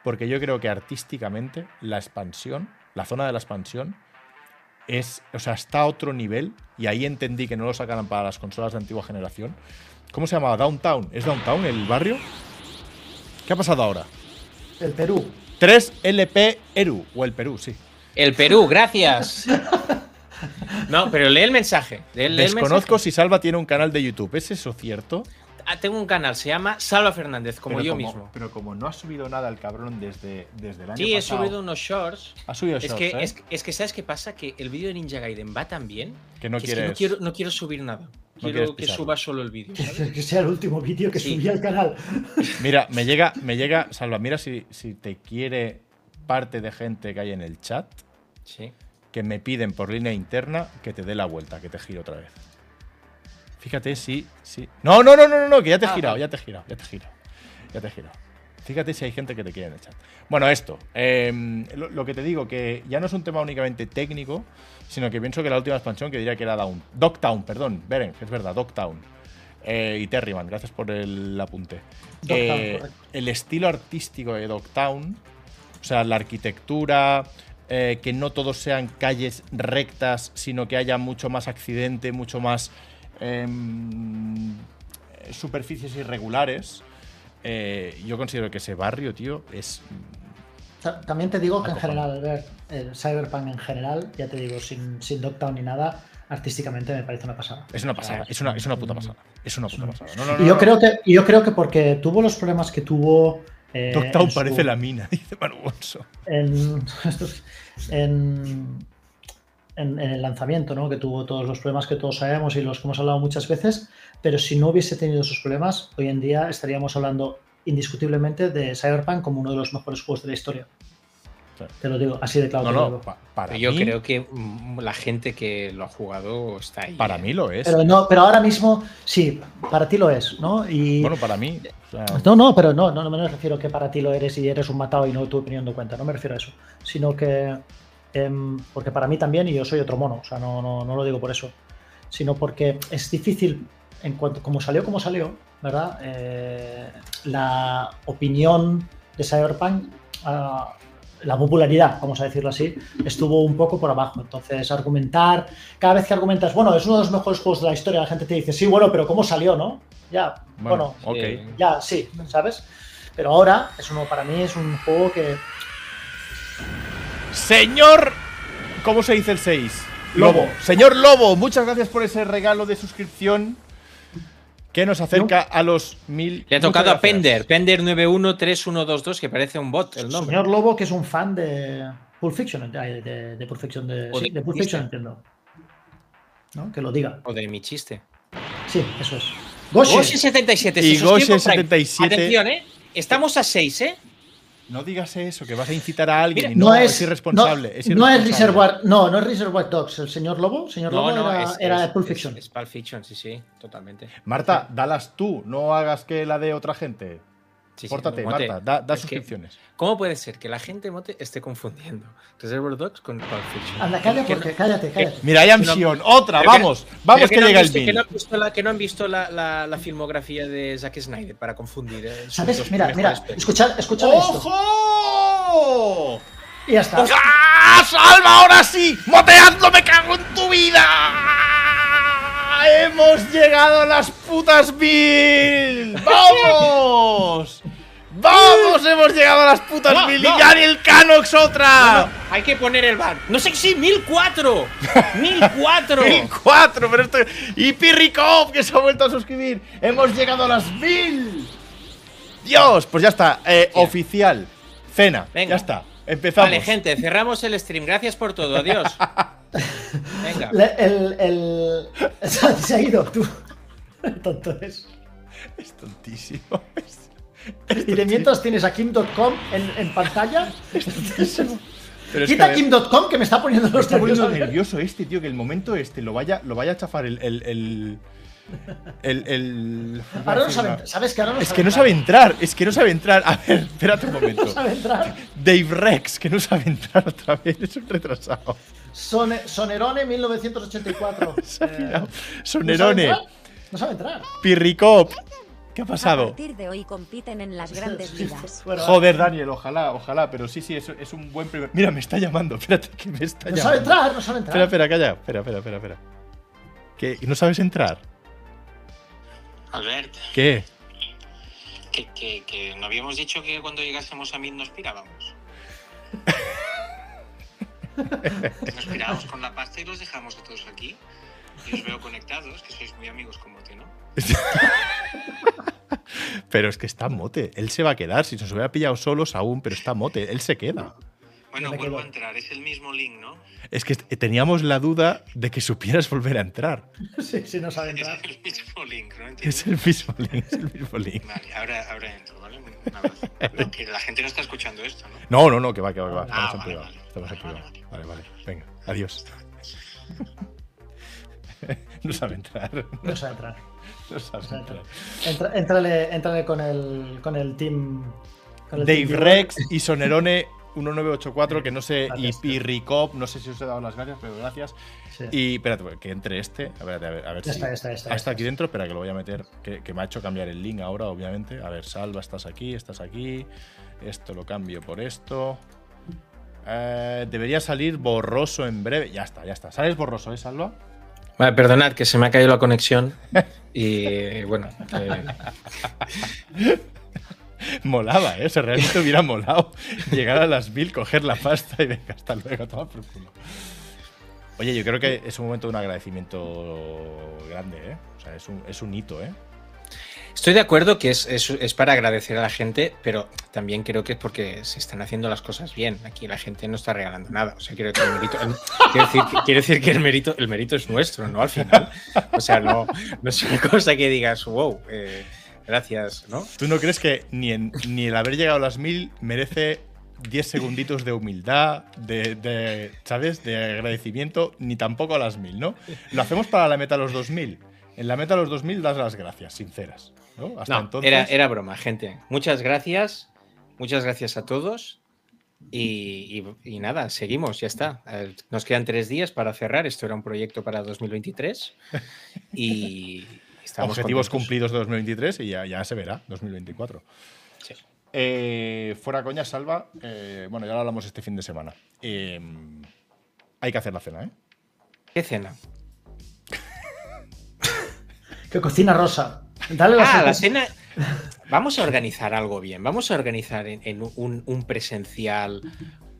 Porque yo creo que artísticamente la expansión, la zona de la expansión, es, o sea, está a otro nivel. Y ahí entendí que no lo sacaran para las consolas de antigua generación. ¿Cómo se llamaba? Downtown. ¿Es Downtown el barrio? ¿Qué ha pasado ahora?
El Perú.
3LP Eru, o el Perú, sí.
El Perú, gracias. No, pero lee el mensaje. lee- lee el
Desconozco
mensaje.
si Salva tiene un canal de YouTube. ¿Es eso cierto?
Ah, tengo un canal, se llama Salva Fernández, como
Pero
yo mismo.
Pero como no ha subido nada el cabrón desde, desde el año
Sí, he
pasado-
subido unos shorts.
Ha subido
Es
shorts,
que,
¿eh?
es, que- es que, ¿sabes qué pasa? Que el vídeo de Ninja Gaiden va tan bien
Que no
que es que
quieres-
quiero, no quiero subir nada. Quiero
quieres
que
pisarlo.
suba solo el vídeo. ¿sabes?
Que, que sea el último vídeo que
Sí.
subí al canal.
Mira, me llega, me llega, Salva, mira si, si te quiere parte de gente que hay en el chat
Sí.
que me piden por línea interna que te dé la vuelta, que te gire otra vez. Fíjate si. si... No, no, no, no, no, no, que ya te he
Ah,
girado,
vale.
ya te he girado, ya te he girado. Ya te he girado. Fíjate si hay gente que te quiere en el chat. Bueno, esto. eh, lo, lo que te digo, que ya no es un tema únicamente técnico, sino que pienso que la última expansión que diría que era Down. Dogtown, perdón, Beren, es verdad, Dogtown. Eh, y Terryman, gracias por el apunte.
Dogtown,
Eh,
correcto.
el estilo artístico de Dogtown, o sea, la arquitectura, eh, que no todos sean calles rectas, sino que haya mucho más accidente, mucho más em, superficies irregulares. Eh, yo considero que ese barrio, tío, es.
Ta- También te digo que en
Acojonante.
general, Albert, el Cyberpunk en general, ya te digo, sin, sin Lockdown ni nada, artísticamente me parece una pasada.
Es una pasada, es una, es una puta pasada. Es una puta pasada. No, no, no,
Y yo
no.
creo que, y yo creo que porque tuvo los problemas que tuvo. eh,
Dogtown
en su-
parece la mina, dice Manu Gonzo.
en, en, en- en el lanzamiento, ¿no? Que tuvo todos los problemas que todos sabemos y los que hemos hablado muchas veces, pero si no hubiese tenido esos problemas, hoy en día estaríamos hablando indiscutiblemente de Cyberpunk como uno de los mejores juegos de la historia.
Claro.
Te lo digo, así de claro.
No,
te lo
no,
digo.
pa- para,
Yo
mí,
creo que mm, la gente que lo ha jugado está ahí.
para
¿eh?
mí lo es.
Pero no, pero ahora mismo sí, para ti lo es, ¿no? Y
bueno, para mí. o sea,
no, no, pero no, no, no me refiero que para ti lo eres y eres un matado y no tú teniendo cuenta, no me refiero a eso, sino que em, porque para mí también y yo soy otro mono, o sea, no, no, no lo digo por eso, sino porque es difícil en cuanto como salió como salió, ¿verdad? Eh, la opinión de Cyberpunk ah, la popularidad, vamos a decirlo así, estuvo un poco por abajo. Entonces, argumentar, cada vez que argumentas, bueno, es uno de los mejores juegos de la historia, la gente te dice, sí, bueno, pero ¿cómo salió, no? Ya,
bueno,
bueno
ok.
eh,
ya, sí, ¿sabes? Pero ahora, es uno, para mí es un juego que.
Señor. ¿Cómo se dice el 6?
Lobo.
Señor Lobo, muchas gracias por ese regalo de suscripción que nos acerca a los mil.
Le ha
Muchas
tocado a
gracias.
Pender, Pender 913122, que parece un bot el nombre.
Señor Lobo, que es un fan de Pulp Fiction, de, de, de Pulp Fiction, de,
O
sí,
de
de Pulp Fiction,
Mister.
entiendo. ¿no? Que lo diga.
O de mi chiste.
Sí, eso es. Goshi.
Goshi77.
Y Goshi77.
Atención, ¿eh? Estamos a 6, ¿eh?
No digas eso, que vas a incitar a alguien
Mira,
y no,
no
es,
es-
irresponsable.
No,
es
no es
irresponsable.
Reservoir, no, no es Reservoir Dogs, el señor Lobo. Señor Lobo era, era de Pulp Fiction.
Es, es Pulp Fiction, sí, sí, totalmente.
Marta, dalas tú, no hagas que la de otra gente.
Sí, sí,
Pórtate,
Mote,
Marta, da, da
es que-
suscripciones.
¿Cómo puede ser que la gente mote esté confundiendo Reservoir Dogs con Pulp Fiction?
Anda, calla
Que-
porque, cállate, cállate.
Mira, I am
Pero-
Sion, otra,
pero que-
vamos, vamos
Pero
que,
no han
llega
visto-
el
Que no
mil.
han visto la, que no han visto la, la- la filmografía de Zack Snyder para confundir. eh, sus
¿Sabes?
dos
Mira, mira,
mejores pelis.
escuchad, escuchad esto.
¡Ojo!
Y ya está.
¡Ah, ¡Salva ahora sí! ¡Moteando me cago en tu vida! ¡Hemos llegado a las putas mil! ¡Vamos! ¡Vamos! ¡Hemos llegado a las putas
No,
mil!
no.
¡Y ya ni el Canox
No,
otra!
Ah, hay que poner el bar. No sé, sí, 1004. 1004.
¡Mil cuatro! Pero esto... ¡Y Pirricop, que se ha vuelto a suscribir! ¡Hemos llegado a las mil! ¡Dios! Pues ya está. eh,
Bien.
oficial. Cena.
Venga.
Ya está. Empezamos.
vale, gente, cerramos el stream. Gracias por todo. Adiós. Venga.
Le- el, el- Se ha ido, tú. Tonto es.
Es tontísimo.
Y de mientras tienes a Kim.com en, en pantalla.
Pero es que
Quita
además-
Kim.com que me está poniendo
Me
los
está
nervios.
poniendo
Albert.
nervioso este, tío, que el momento este lo vaya, lo vaya a chafar el. el, el, el- el-
Ahora no sabe, ¿sabes que ahora no
Es que no sabe
sabe
entrar, es que no sabe entrar. A ver, espérate un
entrar?
momento.
No sabe entrar.
Dave Rex, que no sabe entrar otra vez, es un retrasado.
Sone- Sonerone 1984.
Se ha
Eh,
pirado.
¿no sabe
Sonerone,
entrar? No sabe entrar.
Pirricop. ¿Qué ha
A
pasado?
partir de hoy compiten en las grandes ligas.
Bueno,
Joder, Daniel, ojalá, ojalá, pero sí, sí, es, es un buen primer. Mira, me está llamando, espérate, que me está
No
llamando.
sabe entrar, no sabe
Espera,
entrar.
espera, calla. Espera, espera, espera, espera. ¿Qué? ¿No sabes entrar?
Albert,
¿Qué?
que, que, que no habíamos dicho que cuando llegásemos a mil nos pirábamos. Nos pirábamos con la pasta y los dejamos a todos aquí. Y os veo conectados, que sois muy amigos como te, ¿no?
Pero es que está mote. Él se va a quedar. Si nos hubiera pillado solos aún, pero está mote. Él se queda.
Bueno,
Me
vuelvo a
quedo.
entrar, es el mismo link, ¿no?
Es que teníamos la duda de que supieras volver a entrar.
Sí, sí, no sabe
Es
entrar.
el mismo link, ¿no? Entiendo.
Es el mismo link, es el mismo link.
Vale, ahora, ahora entro, ¿vale? Un abrazo. No, que la gente no está escuchando esto, ¿no?
No, no, no, que va, que va, que va. Estamos
Ah, vale,
en privado.
vale.
Estamos en
Vale,
privado. Vale, vale. Venga, adiós. No sabe entrar.
No sabe entrar.
No sabe
sabe
entrar.
Entra- Entrale, entrale con el con el team. Con el
Dave
team
Rex y Sonerone 1984, que no sé, y
Gracias.
Pirricop, no sé si os he dado las gracias, pero gracias.
Sí.
Y espérate, que entre este. A ver, a ver, a ver
Ya
si.
está, ya está,
Ah,
ya está, ya
está
está.
aquí dentro, espera que lo voy a meter. Que, que me ha hecho cambiar el link ahora, obviamente. A ver, salva, estás aquí, estás aquí. Esto lo cambio por esto. Eh, debería salir borroso en breve. Ya está, ya está. ¿Sales borroso, eh, Salva?
Vale, perdonad que se me ha caído la conexión. Y bueno, eh,
Molaba, ¿eh? O sea, realmente hubiera molado llegar a las mil, coger la pasta y venga, hasta luego, toma por culo. Oye, yo creo que es un momento de un agradecimiento grande, ¿eh? O sea, es un, es un hito, ¿eh?
estoy de acuerdo que es, es- es para agradecer a la gente, pero también creo que es porque se están haciendo las cosas bien. Aquí la gente no está regalando nada. O sea, quiero, que el mérito, el- quiero decir, que- quiero decir que el mérito, el mérito es nuestro, ¿no? Al final. O sea, no, no es una cosa que digas, wow, eh, gracias, ¿no?
¿Tú no crees que ni, en- ni el haber llegado a las mil merece 10 segunditos de humildad, de, de, ¿sabes? De agradecimiento, ni tampoco a las mil, ¿no? Lo hacemos para la meta a los 2000. En la meta a los 2000 das las gracias, sinceras, ¿no? Hasta
No,
entonces.
Era, era broma, gente. Muchas gracias. Muchas gracias a todos. Y, y- y nada, seguimos, ya está. Eh, Nos quedan tres días para cerrar. Esto era un proyecto para 2023. Y estamos
objetivos
contentos.
cumplidos de 2023 y ya, ya se verá, 2024.
Sí.
Eh, fuera coña, Salva. eh, bueno, ya lo hablamos este fin de semana. Eh, hay que hacer la cena, ¿eh?
¿Qué cena?
Que cocina rosa. Dale las
Ah, la
gracias.
cena. Vamos a organizar algo bien. Vamos a organizar en, en un, un presencial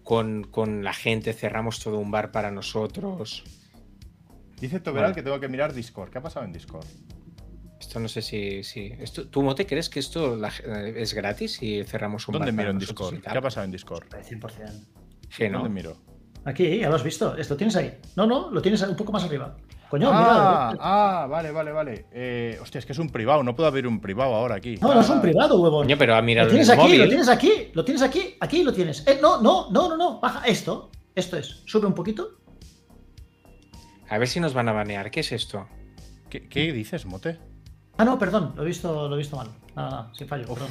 con, con la gente. Cerramos todo un bar para nosotros.
Dice Toberal
Vale.
que tengo que mirar Discord. ¿Qué ha pasado en Discord?
Esto no sé si. si esto, ¿Tú, Mote, crees que esto la- eh, es gratis y cerramos un
¿Dónde
bar para
miro en
nosotros
Discord?
y tal?
¿Qué ha pasado en Discord?
100%.
Sí, ¿no?
¿Dónde miro?
Aquí, ya lo has visto. Esto tienes ahí. No, no, lo tienes un poco más arriba. Coño,
ah,
mira.
ah, vale, vale, vale. Eh, hostia, es que es un privado, no puedo abrir un privado ahora aquí.
No, no es un privado, huevón.
Coño, pero a mirar
Lo
el
tienes aquí,
móvil.
lo tienes aquí, lo tienes aquí, aquí lo tienes. Eh, no, no, no, no, no. Baja esto. Esto es. Sube un poquito.
A ver si nos van a banear. ¿Qué es esto?
¿Qué, qué dices, Mote?
Ah, no, perdón, lo he visto, lo he visto mal. Nada, nada, sin fallo, perdón.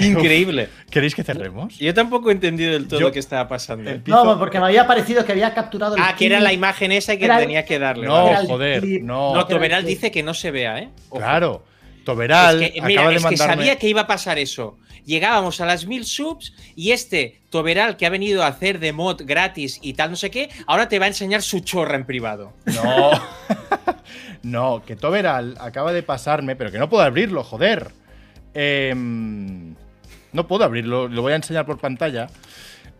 Increíble.
¿Queréis que cerremos?
Yo tampoco he entendido del todo
Yo-
lo que estaba pasando.
El pi-
No, porque me había parecido que había capturado el
Ah, que era la
clip.
imagen esa que
Era-
tenía que darle.
No,
vale.
Era el
joder,
clip.
no.
No,
era
Toberal
el-
dice que no se vea, ¿eh? Ojo.
Claro. Toberal
Es que,
acaba
mira,
de
es que
mandarme.
sabía que iba a pasar eso. Llegábamos a las mil subs y este Toberal que ha venido a hacer de mod gratis y tal, no sé qué, ahora te va a enseñar su chorra en privado.
No. no, que Toberal acaba de pasarme, pero que no puedo abrirlo, joder. Em, no puedo abrirlo, lo voy a enseñar por pantalla.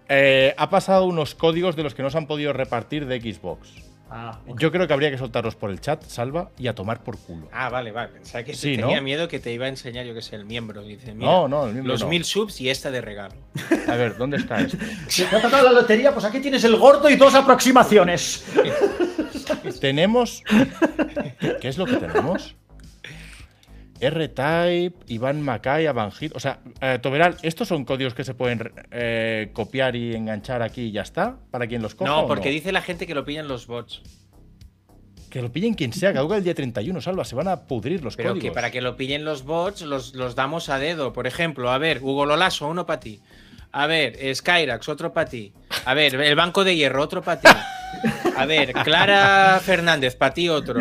Eh, ha pasado unos códigos de los que no se han podido repartir de Xbox.
Ah, ok.
Yo creo que habría que soltarlos por el chat, salva, y a tomar por culo.
Ah, vale, vale. Pensaba que
Sí,
tenía
¿no?
miedo que te iba a enseñar, yo que sé, el miembro. Dice, mira,
No, no, el miembro
los
no.
mil subs y esta de regalo.
A ver, ¿dónde está esto?
Si te ha tocado la lotería, pues aquí tienes el gordo y dos aproximaciones.
Tenemos. ¿Qué es lo que tenemos? R-Type, Iván Macay, Avanjit. O sea, eh, Toberal, ¿estos son códigos que se pueden eh, copiar y enganchar aquí y ya está? ¿Para quien los coja? o
No, porque dice la gente que lo pillan los bots.
Que lo pillen quien sea, caduca el día 31, salva, se van a pudrir los
Pero
códigos.
que para que lo pillen los bots, los, los damos a dedo. Por ejemplo, a ver, Hugo Lolaso, uno para ti. A ver, Skyrax, otro para ti. A ver, el Banco de Hierro, otro para ti. A ver, Clara Fernández, para ti otro.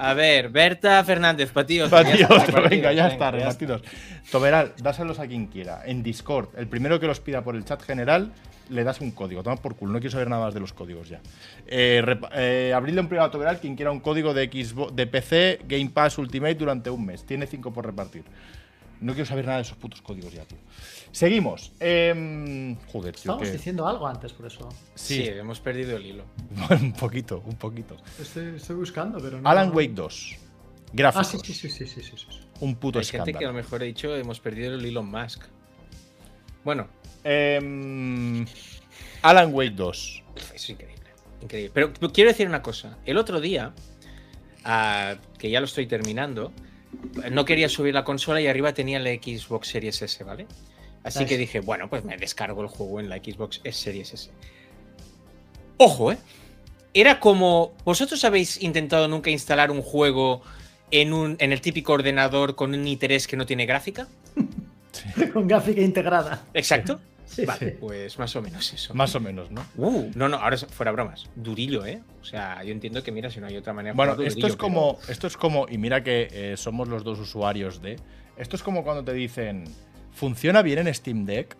A ver, Berta Fernández, para ti otro.
Para ti
Ya está,
otro,
repartidos,
venga, ya está,
venga, ya está.
repartidos. Toberal, dáselos a quien quiera, en Discord. El primero que los pida por el chat general, le das un código. Toma por culo, no quiero saber nada más de los códigos ya. Eh, rep- eh, abridle un privado a Toberal quien quiera un código de, Xbox, de PC, Game Pass Ultimate durante un mes. Tiene 5 por repartir. No quiero saber nada de esos putos códigos ya, tío. Seguimos. Em, joder, tío,
Estábamos
que-
diciendo algo antes por eso.
Sí,
Sí,
hemos perdido el hilo.
un poquito, un poquito.
Estoy, buscando, pero
Alan Wake 2.
Ah,
Gráficos.
sí, sí, sí, sí, sí, sí, sí.
Un puto
Hay
escándalo.
gente que a lo mejor he dicho, hemos perdido el Elon Musk. Bueno,
Em, Alan Wake 2.
Es increíble. Increíble. Pero pero quiero decir una cosa. El otro día, ah, que ya lo estoy terminando, no quería subir la consola y arriba tenía la Xbox Series S, ¿vale? Así
Nice.
que dije, bueno, pues me descargo el juego en la Xbox S Series S. Ojo, ¿eh? Era como. ¿Vosotros habéis intentado nunca instalar un juego en, un, en el típico ordenador con un i3 que no tiene gráfica?
Con gráfica integrada.
Exacto.
Sí,
Vale,
sí.
pues más o menos eso.
Más o menos, ¿no?
Uh, no, no, ahora es- fuera bromas. Durillo, ¿eh? O sea, yo entiendo que, mira, si no hay otra manera. de
Bueno,
jugarlo,
esto
durillo,
es como. Esto es como. Y mira que eh, somos los dos usuarios de. Esto es como cuando te dicen. Funciona bien en Steam Deck.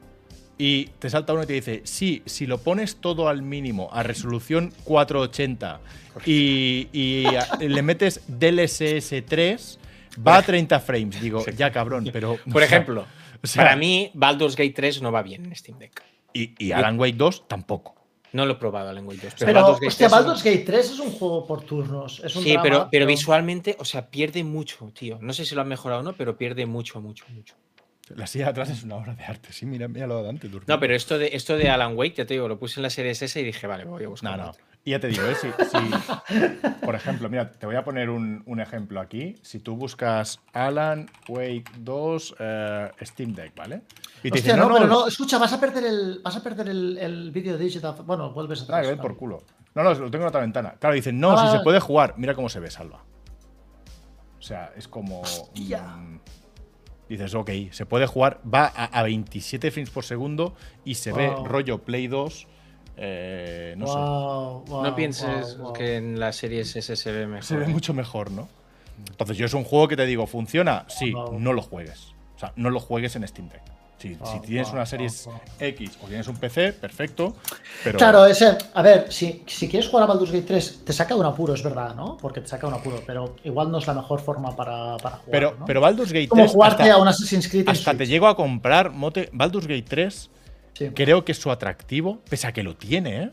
Y te salta uno y te dice, sí, si lo pones todo al mínimo, a resolución 480 y, y a- le metes DLSS 3, va a 30 frames. Digo, ya cabrón, pero...
pero-
o
Por
sea,
ejemplo,
o sea,
para mí, Baldur's Gate 3 no va bien en Steam Deck.
Y, y Alan Wake 2 tampoco.
No lo he probado a Language 2.
Pero, hostia,
3 es un-
Baldur's Gate 3 es un juego por turnos. Es un
Sí,
drama,
pero, pero visualmente, o sea, pierde mucho, tío. No sé si lo han mejorado o no, pero pierde mucho, mucho, mucho.
La silla de atrás es una obra de arte. Sí, mira, mira lo de Dante durmiendo.
No, pero esto de, esto de Alan Wake, ya te digo, lo puse en la serie S y dije, vale, voy a buscar.
No, no.
otro.
Y ya te digo, ¿eh? si, si- por ejemplo, mira, te voy a poner un, un ejemplo aquí. Si tú buscas Alan Wake 2 eh, Steam Deck, ¿vale? Y te
Hostia,
dicen,
no,
lo-
pero no, escucha, vas a perder el, vas a perder el, el vídeo digital. Bueno, vuelves
Ah,
atrás.
que ven por
vale.
culo. No, no, lo tengo en otra ventana. Claro, dicen, no,
Ah,
si se
vale.
puede jugar, mira cómo se ve, salva. O sea, es como.
Hostia.
mm, dices, ok, se puede jugar, va a, a 27 frames por segundo y se
Wow.
ve rollo Play 2. eh, no sé.
Wow, wow,
No pienses
wow, wow.
que en la serie S se ve mejor.
se ve
¿eh?
mucho mejor, ¿no? Entonces yo es un juego que te digo, ¿funciona? Sí,
Wow.
no lo juegues. O sea, no lo juegues en Steam Deck. Si,
Wow,
si tienes
wow,
una
wow,
Series
wow.
X o tienes un PC, perfecto. Pero
Claro, ese, a ver, si, si quieres jugar a Baldur's Gate 3, te saca de un apuro, es verdad, ¿no? Porque te saca de un apuro, pero igual no es la mejor forma para, para jugar.
pero,
¿no?
pero Baldur's Gate
Es como
3
jugarte
hasta,
a un Assassin's Creed en
hasta te
Switch.
llego a comprar mote, Baldur's Gate 3
Sí.
creo que su atractivo, pese a que lo tiene, ¿eh?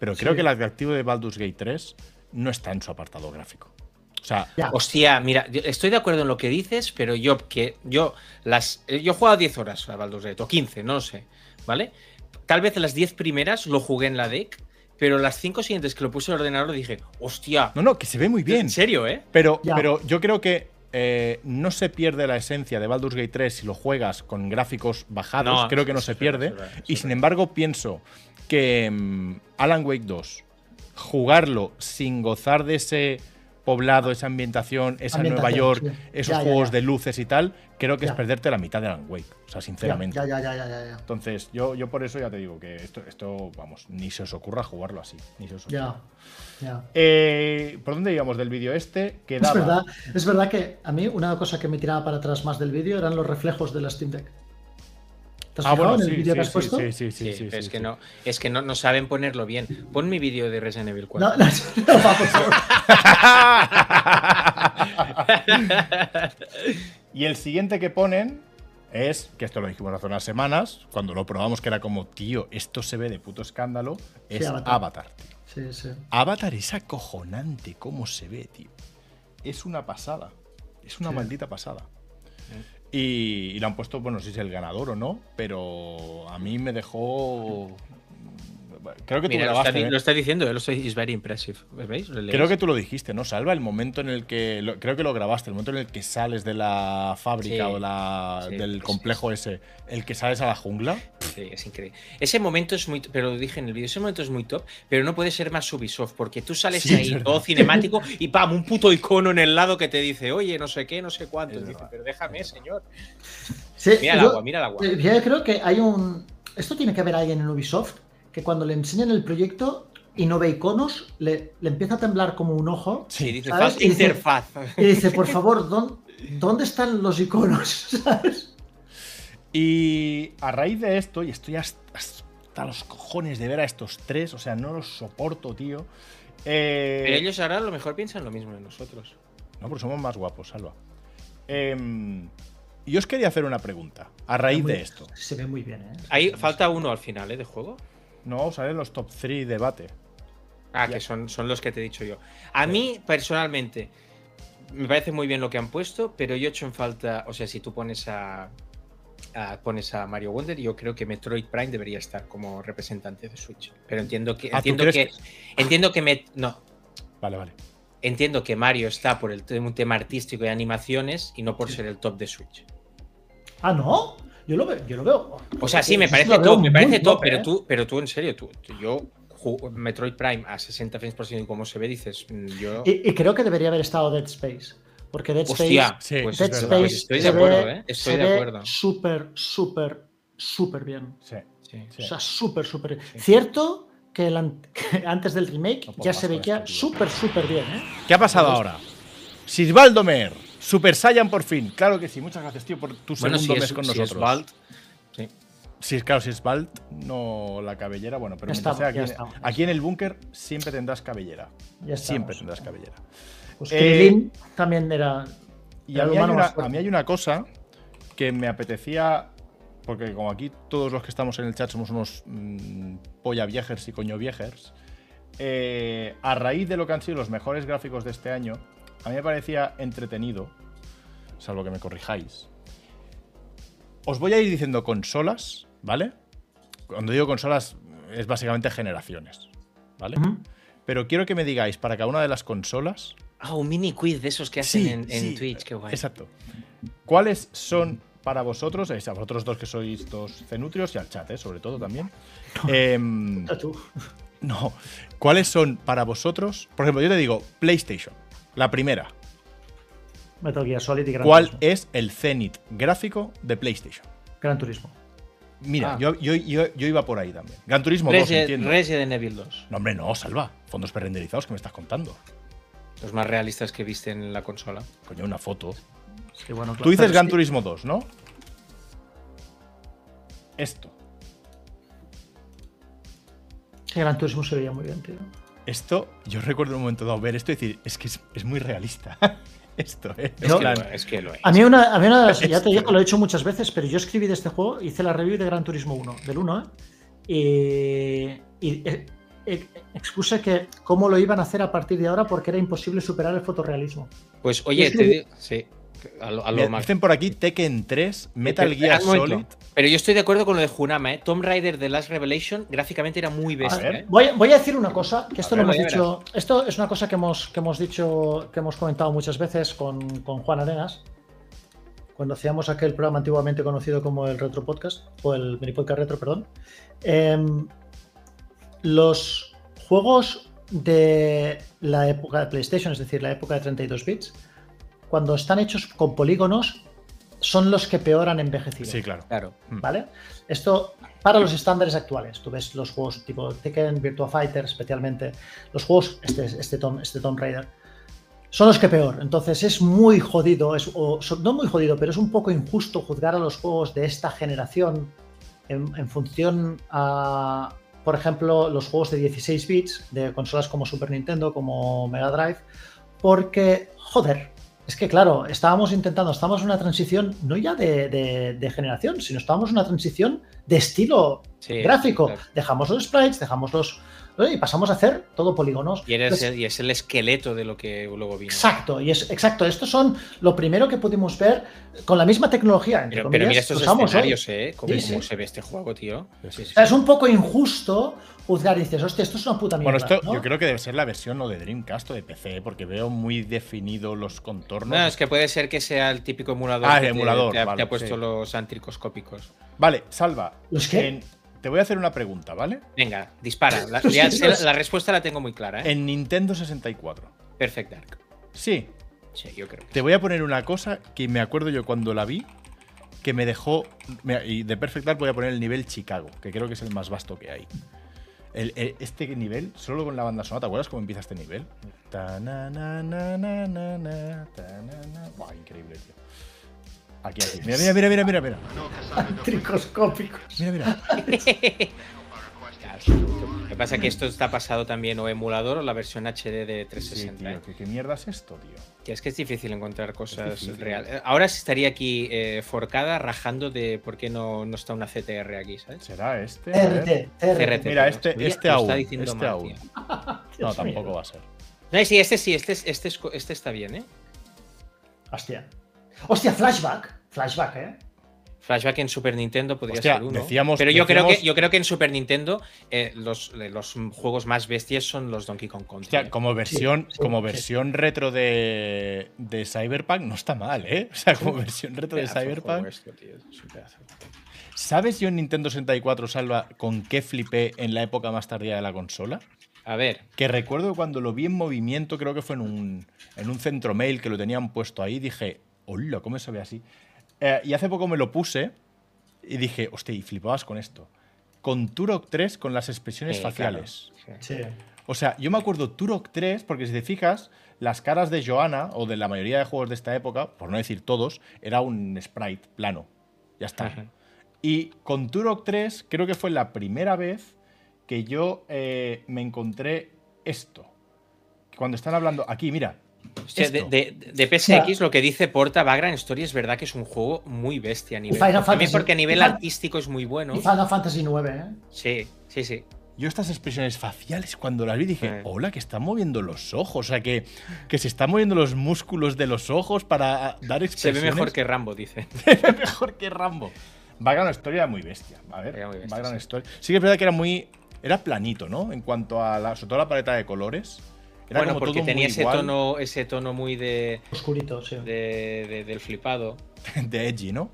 pero creo
Sí.
que el atractivo de Baldur's Gate 3 no está en su apartado gráfico. O sea,
Ya.
Hostia, mira, yo estoy de acuerdo en lo que dices, pero yo que yo las eh, yo he jugado 10 horas a Baldur's Gate, o 15, no lo sé, ¿vale? Tal vez las 10 primeras lo jugué en la deck, Pero las cinco siguientes que lo puse en el ordenador dije, hostia.
No, no, que se ve muy bien.
En serio, ¿eh?
Pero,
Ya.
pero yo creo que eh, no se pierde la esencia de Baldur's Gate 3 si lo juegas con gráficos bajados.
No,
creo que no se
es verdad,
pierde.
es verdad, es
y
verdad.
sin embargo, pienso que mm, Alan Wake 2, jugarlo sin gozar de ese poblado, esa ambientación, esa Nueva
Ambientación,
York,
sí. Ya,
esos
ya,
juegos
ya.
de luces y tal, creo que es
Ya.
perderte la mitad de Alan Wake. O sea,
Ya,
sinceramente.
ya, ya, ya, ya, ya, ya.
Entonces, yo, yo por eso ya te digo que esto, esto, vamos, ni se os ocurra jugarlo así. Ni se os ocurra.
Ya, ya.
Eh, ¿Por dónde íbamos del vídeo este? Quedaba.
Es verdad, es verdad que a mí una cosa que me tiraba para atrás más del vídeo eran los reflejos de la Steam Deck. ¿Te has
Ah,
fijado
bueno,
en el
sí,
vídeo
sí,
que has
sí,
puesto?
sí, sí, sí,
Sí,
sí,
pero
sí,
Eh, es que
sí.
no, es que no, no saben ponerlo bien. Pon mi vídeo de Resident Evil 4.
No, no, no, va, por favor.
y el siguiente que ponen es, que esto lo dijimos hace unas semanas, cuando lo probamos que era como, tío, esto se ve de puto escándalo, es
Sí, Avatar.
Avatar. tío.
Sí, sí.
Avatar es acojonante cómo se ve, tío. Es una pasada. Es una
Sí.
maldita pasada. Y, y le han puesto, bueno, no sé si es el ganador o no, pero a mí me dejó... Creo que tú
Mira, lo,
grabaste,
está, di-
¿eh?
lo está diciendo, eh, lo estoy, it's very impressive. ¿Veis? ¿Lo leéis?
Creo que tú lo dijiste, ¿no? Salva el momento en el que. lo- creo que lo grabaste, el momento en el que sales de la fábrica
Sí,
o la,
sí,
del
pues
complejo ese. El que sales a la jungla.
Sí, es increíble. Ese momento es muy. Pero lo dije en el vídeo, ese momento es muy top, pero no puede ser más Ubisoft, porque tú sales
Sí, es
ahí
verdad.
todo cinemático y ¡pam! Un puto icono en el lado que te dice, oye, no sé qué, no sé cuánto.
Es
Y dice,
verdad,
pero déjame, señor.
Sí,
Mira el
yo-
agua, mira el agua.
Eh, Yo creo que hay un. Esto tiene que haber alguien en Ubisoft que cuando le enseñan el proyecto y no ve iconos, le, le empieza a temblar como un ojo
Y dice,
¿sabes?
falta
Y dice-
interfaz.
y dice, por favor, ¿dón- ¿dónde están los iconos? ¿Sabes?
Y a raíz de esto, y estoy hasta, hasta los cojones de ver a estos tres, o sea, no los soporto, tío. Eh,
Pero ellos ahora a lo mejor piensan lo mismo de nosotros.
No, porque somos más guapos, Salva. Em, yo os quería hacer una pregunta a raíz de esto.
Se ve muy bien, ¿eh?
Ahí falta uno al final, ¿eh? De juego.
No, salen los top 3 debate.
Ah, que son, son los que te he dicho yo. A mí, personalmente, me parece muy bien lo que han puesto, pero yo he hecho en falta. O sea, si tú pones a. a- pones a Mario Wonder, yo creo que Metroid Prime debería estar como representante de Switch. Pero entiendo que.
Ah, ¿tú
entiendo que,
crees
Entiendo que me. No.
Vale, vale.
Entiendo que Mario está por el te- un tema artístico y animaciones y no por ser el top de Switch.
Ah, no. Yo lo veo. Yo lo veo.
O sea, sí, me
Yo
parece
lo veo
top, me
muy
parece top,
top,
pero
¿eh?
tú, pero tú en serio, tú, tú- yo ju- Metroid Prime a 60 frames por segundo, como se ve, dices, mm, yo.
Y, y creo que debería haber estado Dead Space. Porque Dead Space.
Hostia,
Sí,
pues
Dead
es verdad.
Space
Pues estoy de
se ve-
acuerdo, ¿eh? Estoy
se
de
ve
acuerdo.
Súper, súper, súper bien.
Sí,
Sí.
sí.
O sea, súper, súper.
Sí.
Cierto que, el an- que antes del remake
No puedo
ya
más
se
con
veía
esto, tío.
súper, súper bien, ¿eh?
¿Qué ha pasado ahora? Sisbaldo Mer, Super Saiyan por fin. Claro que sí, muchas gracias, tío, por tu
Bueno,
segundo
si es,
mes con
si es
nosotros.
Bald,
Si es claro, si es Bald, no la cabellera, bueno, pero
Ya
mientras
estamos, ya
sea aquí,
estamos.
aquí en el búnker siempre tendrás cabellera.
Ya estamos.
Siempre tendrás cabellera.
Pues
Eh,
Krillin también era.
Y
Pero
a mí, hay
el humano
una,
más fuerte.
a mí hay una cosa que me apetecía, porque como aquí todos los que estamos en el chat somos unos mm, polla viejers y coño viejers, eh, a raíz de lo que han sido los mejores gráficos de este año, a mí me parecía entretenido, salvo que me corrijáis. Os voy a ir diciendo consolas, ¿vale? Cuando digo consolas es básicamente generaciones, ¿vale?
Ujú.
Pero quiero que me digáis para cada una de las consolas
Ah, un mini quiz de esos que hacen
Sí,
en, en
sí,
Twitch, qué guay.
Exacto. ¿Cuáles son para vosotros, eh, a vosotros dos que sois dos cenutrios y al chat, eh, sobre todo también? em,
Ah, tú.
no. ¿Cuáles son para vosotros? Por ejemplo, yo te digo PlayStation, la primera.
Metal Gear Solid y Gran
¿Cuál
Turismo.
es el cenit gráfico de PlayStation?
Gran Turismo.
Mira,
Ah.
yo, yo- yo- yo iba por ahí también. Gran Turismo 2,
Resident,
entiendo.
Resident Evil 2,
No, hombre, no, salva. Fondos pre-renderizados que me estás contando.
los más realistas que viste en la consola.
Coño, una foto.
Sí, bueno,
Tú
claro.
dices
Pero
Gran
sí,
Turismo 2, ¿no? Esto.
sí, Gran Turismo se veía muy bien, tío.
Esto, yo recuerdo en un momento dado ver esto y decir, es que es, es muy realista. esto, ¿eh?
Es,
En
que,
plan,
lo, es que lo es.
A mí, una, a mí una de las- ya te digo que lo he hecho muchas veces, pero yo escribí de este juego, hice la review de Gran Turismo 1, del 1, ¿eh? Y, y, eh, eh, expuse que cómo lo iban a hacer a partir de ahora porque era imposible superar el fotorrealismo.
Pues oye,
es que-
te, di- sí, A lo, a lo
Me
más.
Dicen por aquí Tekken 3, Metal
Espera
Gear
un momento.
Solid.
Pero yo estoy de acuerdo con lo de Junama, ¿eh? Tomb Raider The Last Revelation gráficamente era muy
A
bestia,
ver.
¿eh?
Voy, a- voy a decir una cosa, que esto
ver,
lo hemos
ya
dicho. Esto es una cosa que hemos, que hemos dicho, que hemos comentado muchas veces con, con Juan Arenas, cuando hacíamos aquel programa antiguamente conocido como el Retro Podcast, o el Mini Podcast Retro, perdón. Em, los juegos de la época de PlayStation, es decir, la época de 32 bits, cuando están hechos con polígonos, son los que peor han envejecido.
Sí, claro.
Claro.
¿vale? Esto para los estándares actuales. Tú ves los juegos tipo Tekken, Virtua Fighter, especialmente los juegos, este, este, Tom, este Tomb Raider, son los que peor. Entonces es muy jodido, es, o, so- no muy jodido, pero es un poco injusto juzgar a los juegos de esta generación en, en función a, por ejemplo, los juegos de 16 bits de consolas como Super Nintendo, como Mega Drive, porque, joder, es que claro, estábamos intentando, estábamos en una transición no ya de, de- de generación, sino estábamos en una transición de estilo
Sí,
gráfico.
claro.
Dejamos los sprites, dejamos los... Y pasamos a hacer todo polígonos.
Y, eres
Entonces,
el- y es el esqueleto de lo que luego vino.
Exacto, y es exacto. Estos son lo primero que pudimos ver con la misma tecnología. entre
Pero, pero
comillas,
mira
que
estos
usamos hoy.
escenarios, ¿eh? Cómo,
Sí, sí.
cómo se ve este juego, tío. Sí, sí,
O sea, es
sí.
un poco injusto juzgar y dices, hostia, esto es una puta mierda.
Bueno, esto
¿no?
yo creo que debe ser la versión no de Dreamcast o de PC, porque veo muy definido los contornos.
No, es que puede ser que sea el típico emulador
Ah,
que
el
te-
emulador,
te, ha- te
vale,
ha puesto
sí.
los antricoscópicos.
Vale, Salva.
¿Los qué?
te voy a hacer una pregunta, ¿vale?
Venga, dispara. La,
Los
ya
tíos.
sé la- la respuesta la tengo muy clara, ¿eh?
En Nintendo 64.
Perfect Dark.
Sí,
Sí, yo creo. que
te voy a poner una cosa que me acuerdo yo cuando la vi, que me dejó. me- y de Perfect Dark voy a poner el nivel Chicago, que creo que es el más vasto que hay. El- el- este nivel, solo con la banda sonora, ¿te acuerdas cómo empieza este nivel? Ta-na-na-na-na-na-na, ta-na-na. Buah, increíble, tío. Aquí, aquí. Mira, mira, mira, mira, mira, mira.
Tricoscópicos.
Mira, mira.
Lo que pasa es que esto está pasado también o emulador o la versión HD
Mm.
de
Sí,
360. ¿eh?
tío, ¿qué, qué mierda es esto, tío?
Que es que es difícil encontrar cosas
difícil.
reales. Ahora sí estaría aquí eh, forcada rajando de por qué no, no está una CTR aquí, ¿sabes?
¿Será este? A ver.
TRT, TRT.
CRT.
Mira,
perdón.
este-
Mira,
este
lo
aún,
Está diciendo
este
mal,
aún.
tío.
No,
Dios
tampoco
mío.
va a ser.
No, sí, este sí, este, es- este, es co- este está bien, ¿eh?
Hostia. Hostia, flashback. Flashback, ¿eh?
Flashback en Super Nintendo podría
Hostia,
ser uno.
decíamos-
pero yo creo
decíamos-
que yo creo que en Super Nintendo eh, los, eh, los juegos más bestias son los Donkey Kong Country.
Hostia, como versión,
sí,
como
sí.
versión retro de, de Cyberpunk no está mal, ¿eh? O sea, como versión retro de
Pedazo de juego
Cyberpunk.
esto, tío, es un pedazo de juego.
¿Sabes yo en Nintendo 64, Salva, con qué flipé en la época más tardía de la consola?
A ver,
Que recuerdo cuando lo vi en movimiento, creo que fue en un, en un centro mail que lo tenían puesto ahí, dije, hola, ¿cómo se ve así? Eh, y hace poco me lo puse y dije, hostia, y flipabas con esto. Con Turok 3, con las expresiones
eh,
faciales.
claro, sí.
Sí.
O sea, yo me acuerdo Turok 3, porque si te fijas, las caras de Johanna, o de la mayoría de juegos de esta época, por no decir todos, era un sprite plano. Ya está.
Ajá.
Y con Turok 3, creo que fue la primera vez que yo eh, me encontré esto. Cuando están hablando. Aquí, mira.
Hostia, de,
esto.
de- de PSX
O sea-
lo que dice Porta Background Story es verdad que es un juego muy bestia a nivel.
Final
También
Fantasy.
porque a nivel
Final-
artístico es muy bueno.
Y Final Fantasy 9, ¿eh?
Sí, sí, sí.
Yo estas expresiones faciales, cuando las vi, dije,
Sí.
hola, que están moviendo los ojos. O sea, que, que se están moviendo los músculos de los ojos para ah, dar
Se ve
expresiones.
mejor que Rambo, dice.
mejor que Rambo. Background Story era muy bestia. A ver,
Era muy bestia,
Background
sí.
Story. Sí que es verdad que era muy. Era planito, ¿no? En cuanto a la, sobre todo la paleta de colores. Era
bueno,
como
porque
todo
tenía
muy
ese
igual,
tono, ese tono muy de,
Oscurito, sí.
de- de- del flipado.
de edgy, ¿no?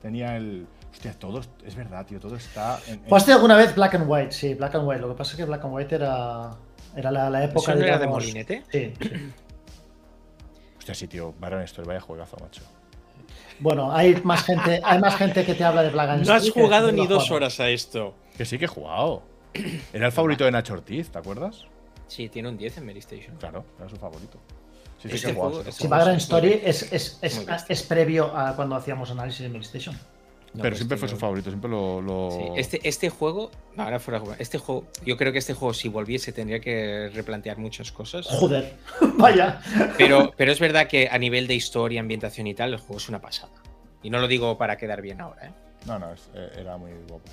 Tenía el. Hostia, todo. Es verdad, tío, todo está. en- en-
¿Jugaste alguna vez Black and White? Sí, Black and White. Lo que pasa es que Black and White era, era la, la época
¿Eso no era de
digamos-
molinete?
Sí, sí.
Hostia, sí, tío, Background Story, vaya juegazo, macho.
Bueno, hay más gente, hay más gente que te habla de Black and
No has
White que
jugado
de
ni
la
dos
jugada.
horas a esto.
Que sí que he jugado. Era el favorito de Nacho Ortiz, ¿te acuerdas?
Sí, tiene un 10 en Mary Station.
Claro, era su favorito. Sí, sí,
Este
que he jugado, sí
juego-
que he
Sí,
jugado.
Background
Muy
Story
bien.
es, es, es,
Muy bien.
es previo a cuando hacíamos análisis de Milstation.
No,
Pero siempre fue su
este-
favorito, siempre lo. lo-
Sí, este, este juego, no, ahora fuera de juego, este juego, yo creo que este juego si volviese tendría que replantear muchas cosas.
Joder, vaya.
Pero, pero es verdad que a nivel de historia, ambientación y tal, el juego es una pasada. Y no lo digo para quedar bien ahora, ¿eh?
No, no, es- eh, era muy guapo.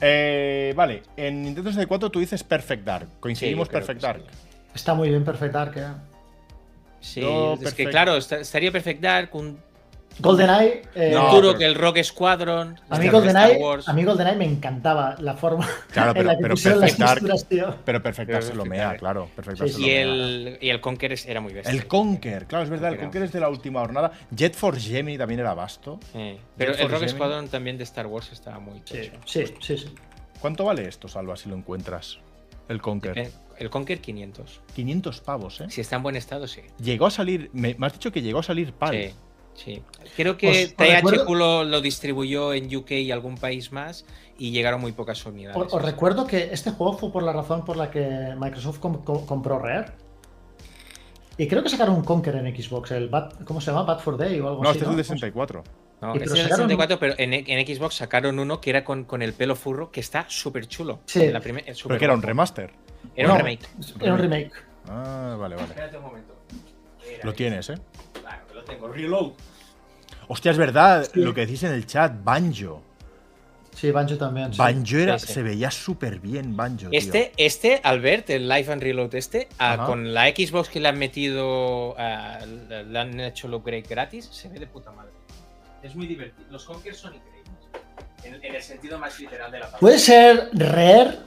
Eh, vale, en Nintendo 64 tú dices Perfect Dark. Coincidimos
Sí, yo creo
Perfect
que sí.
Dark.
Está muy bien Perfect Dark, ¿eh?
Sí,
No,
es que
perfecto.
claro, esta- estaría Perfect Dark, un
GoldenEye. eh,
un
No,
duro
pero-
que el Rock Squadron.
a,
este
mí
de Star
GoldenEye
Wars.
a mí GoldenEye me encantaba la forma
Claro,
en
pero,
la que
pero
pusieron las
Perfect Dark.
texturas, tío.
Pero Perfect Dark se lo mea, claro. Perfect Dark
Sí,
se lo
Y
mea.
el, y el Conquer es- era muy bestia.
El Conquer, claro, es verdad, el
Conquer.
Conquer es de la última jornada. Jet for Gemini también era vasto.
Sí, Pero
Jet
el
Force
Rock
Gemini.
Squadron también de Star Wars estaba muy
Sí,
tocho.
sí, sí. sí.
¿Cuánto vale esto, Salva, si lo encuentras? El Conquer.
Eh, El Conquer 500.
500 pavos, ¿eh?
Si está en buen estado, sí.
Llegó a salir, me, me has dicho que llegó a salir PAL.
Sí, sí. Creo que
Os- os
THQ
recuerdo-
lo, lo distribuyó en UK y algún país más y llegaron muy pocas unidades.
Os, os recuerdo que este juego fue por la razón por la que Microsoft com- com- compró Rare. Y creo que sacaron un Conquer en Xbox, el Bad- ¿cómo se llama? Bad for Day o algo
No,
así.
este es
¿no?
de 64.
No,
Y
es
pero
en el
sacaron-
64, pero en, en Xbox sacaron uno que era con, con el pelo furro, que está súper chulo.
Sí.
En la primer- es
Pero
súper
que era un
guapo.
remaster.
Era un
No.
remake.
Era un remake.
Ah, vale, vale.
Espérate un momento.
Lo tienes, ¿eh?
Claro, que lo tengo. Reload.
Hostia, es verdad lo que decís en el chat, Banjo.
Sí, Banjo también. sí.
Banjo era,
Sí, sí.
se veía súper bien, Banjo. tío.
Este, este, Albert, el Life and Reload este, ah,
Ajá.
con la Xbox que le han metido, ah, le le han hecho el upgrade gratis, se ve de puta madre. Es muy divertido. Los Conkers son increíbles. En, en el sentido más literal de la palabra.
¿Puede ser Rare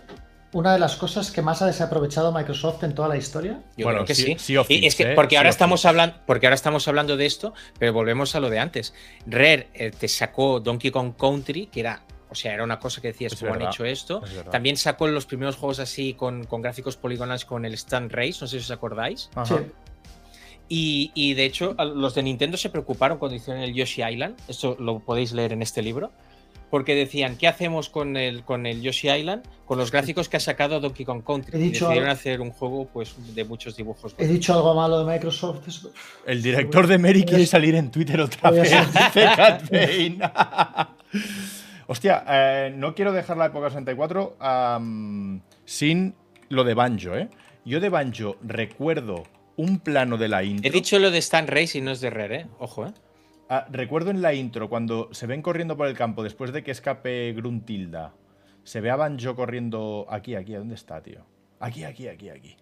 una de las cosas que más ha desaprovechado Microsoft en toda la historia?
Yo
Bueno,
creo que
sí-
sí.
Sea of
Y
Thieves,
es que
¿eh?
porque
Sea
ahora
of
estamos
Thieves.
hablando, porque ahora estamos hablando de esto, pero volvemos a lo de antes. Rare eh, te sacó Donkey Kong Country, que era, o sea, era una cosa que decías
Es
cómo han
verdad,
hecho esto.
es verdad.
También sacó los primeros juegos así con, con gráficos poligonales con el Stunt Race, no sé si os acordáis.
Ajá.
Sí.
Y, y, de hecho, a- los de Nintendo se preocuparon cuando hicieron el Yoshi Island. Esto lo podéis leer en este libro. Porque decían, ¿qué hacemos con el, con el Yoshi Island? Con los gráficos que ha sacado Donkey Kong Country.
He
Y
dicho
decidieron
algo.
hacer un juego pues, de muchos dibujos.
He dicho algo malo de Microsoft. es-
El director de Mary quiere salir en Twitter otra
Voy a
vez.
ser-
dice Cat Bane. Hostia, eh, no quiero dejar la época 64 am, sin lo de Banjo, ¿eh? Yo de Banjo recuerdo un plano de la intro.
He dicho lo de Stan Race y no es de Rare, ¿eh? Ojo, ¿eh?
Ah, recuerdo en la intro, cuando se ven corriendo por el campo después de que escape Gruntilda, se ve a Banjo corriendo aquí, aquí, ¿a ¿dónde está, tío? Aquí, aquí, aquí, aquí.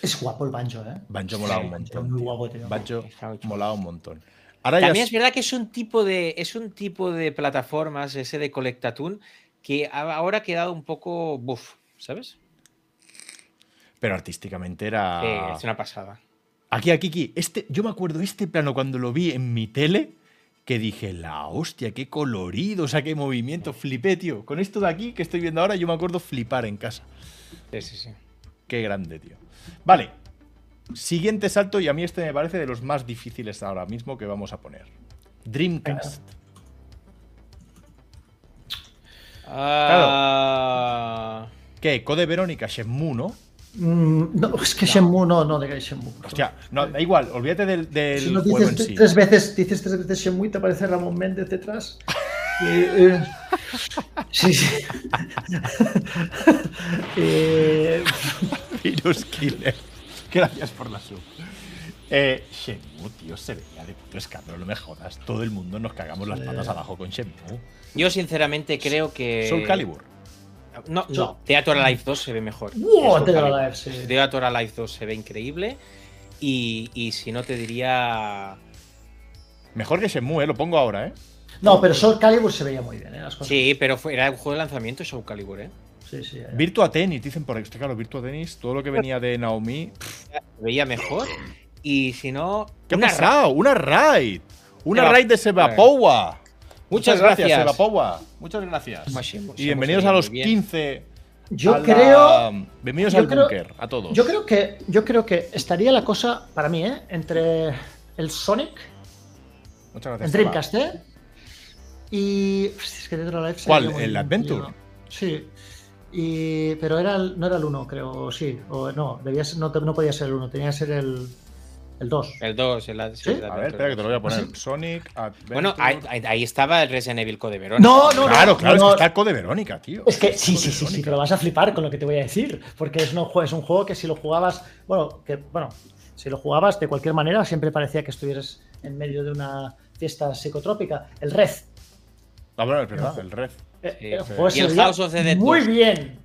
Es guapo el Banjo, ¿eh?
Banjo molaba un
Banjo,
montón.
muy
tío.
guapo, tío.
Banjo
Está muy chulo.
molaba un montón. Ahora ya
También
s-
es verdad que es un tipo de, es un tipo de plataformas, ese de Collectatun, que a- ahora ha quedado un poco buff, ¿sabes?
Pero artísticamente era.
Eh, es una pasada.
Aquí, aquí, aquí. Este, yo me acuerdo este plano cuando lo vi en mi tele, que dije, la hostia, qué colorido, o sea, qué movimiento. Flipé, tío. Con esto de aquí que estoy viendo ahora, yo me acuerdo flipar en casa.
Sí, sí, sí.
Qué grande, tío. Vale. Siguiente salto, y a mí este me parece de los más difíciles ahora mismo que vamos a poner. Dreamcast.
Ah,
¿Qué? Code Verónica, Shenmue, ¿no?
Mm, no, es que Shenmue, no, no digáis Shenmue.
Hostia, no, da igual, olvídate del, del
Pues, si no
juego en
dices
sí.
tres veces, dices tres veces Shenmue, te aparece Ramón Méndez detrás. Y, eh, sí, sí. Eh,
Virus Killer. Gracias por la sub. Eh, Shenmue, tío, se veía de puto escándalo, no me jodas. Todo el mundo nos cagamos las
Eh.
patas abajo con Shenmue.
yo sinceramente creo que.
Soul Calibur.
No, no.
No.
Theater Alive 2 se ve mejor.
¡Wow!
Soul
Dead or
Calibur.
Alive, sí.
Theater Alive 2 se ve increíble. Y, y si no, te diría.
Mejor que Shenmue, eh, lo pongo ahora, ¿eh?
No, pero Soul Calibur se veía muy bien, ¿eh? Las cosas.
Sí, pero fue, era un juego de lanzamiento Soul Calibur, ¿eh?
sí, sí, ya, ya.
Virtua Tennis, dicen por extra, claro, Virtua Tennis, todo lo que venía de Naomi.
Se veía mejor. Y si no.
¿Qué ha
una ra-
pasado? ¡Una raid! ¡Una
Eva-
raid de Sebapowa!
Muchas gracias.
Sebapowa. Muchas gracias.
Pues hemos-
Y bienvenidos a
hemos
los
ido bien.
15.
Yo
a la-
creo.
Bienvenidos
yo
al
creo-
búnker, a todos.
Yo creo que. Yo creo que estaría la cosa, para mí, ¿eh? Entre el Sonic,
Muchas gracias.
el
Eva.
Dreamcast, ¿eh? Y. hostia, Es que Dead or Alive se
¿Cuál?
veía muy
¿El
bien,
Adventure?
tío. Sí. Y, pero era el- no era el 1, creo, o sí. O no, debía ser- no, te- no podía ser el 1, tenía que ser el, el 2.
El 2, el,
¿Sí?
el
A ver, espera que te lo voy a poner.
¿Ah,
Sonic Adventure.
Bueno, ahí, ahí- ahí estaba el Resident Evil Code Verona.
No, no, no.
Claro, claro,
no,
es que
no.
está el code Verónica, tío.
Es
pues,
que
El
sí,
Code
sí, sí, sí,
Verónica.
pero vas a flipar con lo que te voy a decir, porque es, no, jue- es un juego que si lo jugabas, bueno, que bueno, si lo jugabas de cualquier manera siempre parecía que estuvieras en medio de una fiesta psicotrópica. El Red.
Ah, bueno, es verdad, el Red.
eh,
Sí,
el
sí.
juego
Y
se
el
veía
House of the Dead
Muy
2.
bien.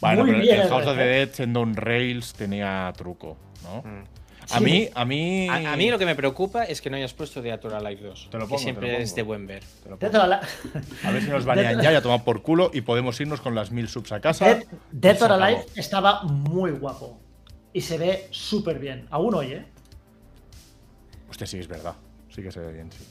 Bueno,
muy
pero
bien
el House of the
Red.
Dead siendo un Rails tenía truco, ¿no?
Mm.
A mí, a mí.
A, a mí lo que me preocupa es que no hayas puesto The Atura Live 2.
Te lo
que
pongo, te
siempre
lo pongo.
es de buen ver.
Te lo pongo.
Dead or Alive,
A ver si nos banean ya, ya tomamos por culo y podemos irnos con las mil subs a casa.
Dead- Dead
Se
or
acabó.
Alive estaba muy guapo. Y se ve súper bien. Aún hoy, ¿eh?
Hostia, sí, es verdad. Sí que se ve bien, sí.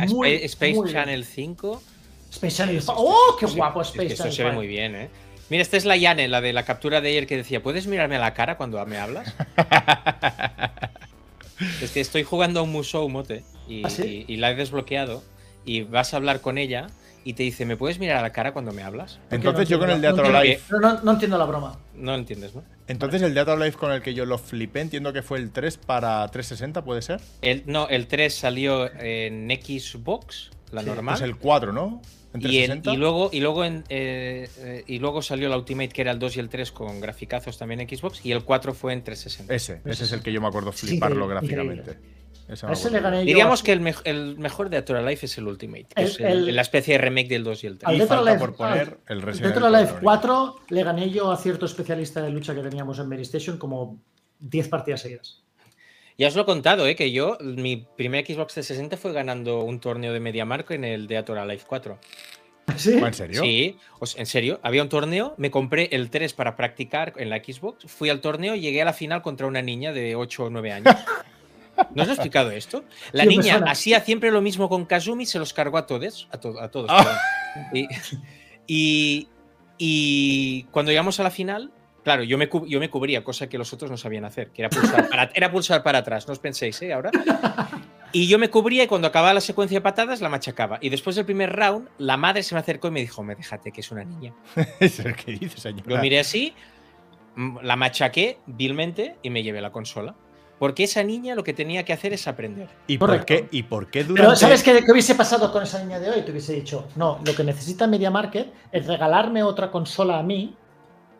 A Spa-
Muy,
Space
muy bien.
Channel 5.
Space Channel. ¡Oh, qué
Sí,
guapo
es que
Space
Esto
Channel!
se ve muy bien, ¿eh? Mira, esta es la Yane, la de la captura de ayer que decía, ¿puedes mirarme a la cara cuando me hablas? es que estoy jugando a un Musou Mote y,
¿Ah, sí?
y- y la he desbloqueado y vas a hablar con ella y te dice, ¿me puedes mirar a la cara cuando me hablas?
¿Por qué
Entonces
no
yo con el
entiendo?
Teatro
No,
Live.
No, no, no entiendo la broma.
No lo entiendes, ¿no?
Entonces el Teatro Live con el que yo lo flipé, entiendo que fue el 3 para 360, ¿puede ser?
El, no, el 3 salió en Xbox, la normal.
Pues el 4, ¿no? En
Y, en-
360.
y luego, y, luego en, eh, eh, y luego salió la Ultimate, que era el 2 y el 3 con graficazos también en Xbox, y el 4 fue en 360.
Ese, ese es el que yo me acuerdo fliparlo
increíble,
gráficamente. Ese
A
me
ese
acuerdo.
le gané yo.
Diríamos que el, mej- el mejor de Atura Life es el Ultimate, que
El-
es el-
el-
la especie de remake del 2 y el 3.
al
Y
Dead or
falta
Alive-
por poner
al-
el Resident
ah, Dentro de la
Evil
Life
Colonia.
4 le gané yo a cierto especialista de lucha que teníamos en Mary Station como 10 partidas seguidas.
Ya os lo he contado, ¿eh? que yo, mi primer Xbox 360 fue ganando un torneo de MediaMarco en el de Atura Life 4.
¿Sí?
¿En serio?
Sí, o sea, en serio, había un torneo, me compré el 3 para practicar en la Xbox, fui al torneo y llegué a la final contra una niña de 8 o 9 años. ¿No os lo he explicado esto? La
Sí, me
niña
suena.
hacía siempre lo mismo con Kazumi, se los cargó a todos. A, to- a todos
Ah.
perdón. y, y- y cuando llegamos a la final, claro, yo me, cu- yo me cubría, cosa que los otros no sabían hacer, que era pulsar para, era pulsar para atrás, no os penséis, ¿eh? Ahora. Y yo me cubría y cuando acababa la secuencia de patadas la machacaba. Y después del primer round, la madre se me acercó y me dijo, me déjate, que es una niña.
Es el que dice, señor.
Lo miré así, mm, la machaqué vilmente y me llevé la consola. Porque esa niña lo que tenía que hacer es aprender.
¿Y por,
Correcto.
qué, ¿Y por qué durante.?
Pero ¿sabes qué, qué hubiese pasado con esa niña de hoy? Te hubiese dicho, no, lo que necesita Media Market es regalarme otra consola a mí,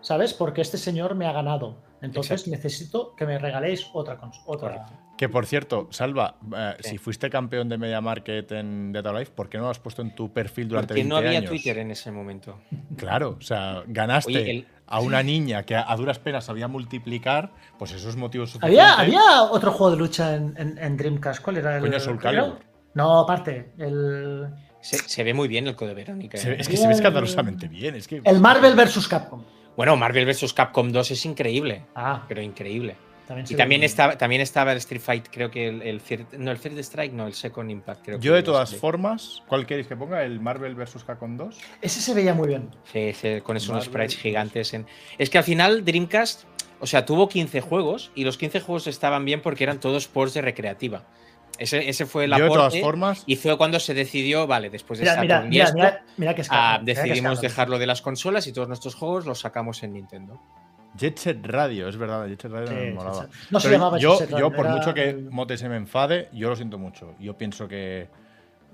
¿sabes? Porque este señor me ha ganado. Entonces necesito que me regaléis otra consola.
Correcto.
Que por cierto, Salva, eh,
¿Qué?
si fuiste campeón de Media Market en Data Life, ¿por qué no lo has puesto en tu perfil durante
Porque no
20
había
años?
Twitter en ese momento.
Claro, o sea, ganaste
Oye, el-
a una niña que a, a duras penas sabía multiplicar, pues eso es motivo suficiente.
Había, había otro juego de lucha en, en- en Dreamcast. ¿Cuál era el
Coño, Soul Calibur.
No, aparte. El,
Se, se ve muy bien el Code Verónica.
Se-
¿eh?
es que se ve escandalosamente bien. Es que,
el Marvel vs. Capcom.
Bueno, Marvel vs. Capcom 2 es increíble,
Ah,
pero increíble.
también se
Y
ve
también
muy bien.
estaba, también estaba el Street Fight, creo que el, el Third- no, el Third Strike, no, el Second Impact, creo
Yo,
que
de
es
todas
Street-
formas, ¿cuál queréis que ponga? ¿El Marvel vs. Capcom 2?
Ese se veía muy bien.
Pues
Sí, sí, con esos unos
Marvel
sprites
vs.
gigantes. en- Es que al final Dreamcast, o sea, tuvo 15 juegos y los 15 juegos estaban bien porque eran todos ports de recreativa. Ese, ese fue el
Yo, de todas
aporte
formas,
y fue cuando se decidió, vale, después de
Mira, mira,
Saturn y
mira,
esto,
mira, mira que es
ah,
Capcom, mira que es
decidimos
Capcom.
dejarlo de las consolas y todos nuestros juegos los sacamos en Nintendo.
Jet Set Radio, es verdad, Jet Set Radio
Sí,
no me
sí,
molaba.
sí. No se
Pero
llamaba
yo,
Jet Set
yo,
Radio,
por
era
mucho que
el-
Mote se me enfade, yo lo siento mucho. Yo pienso que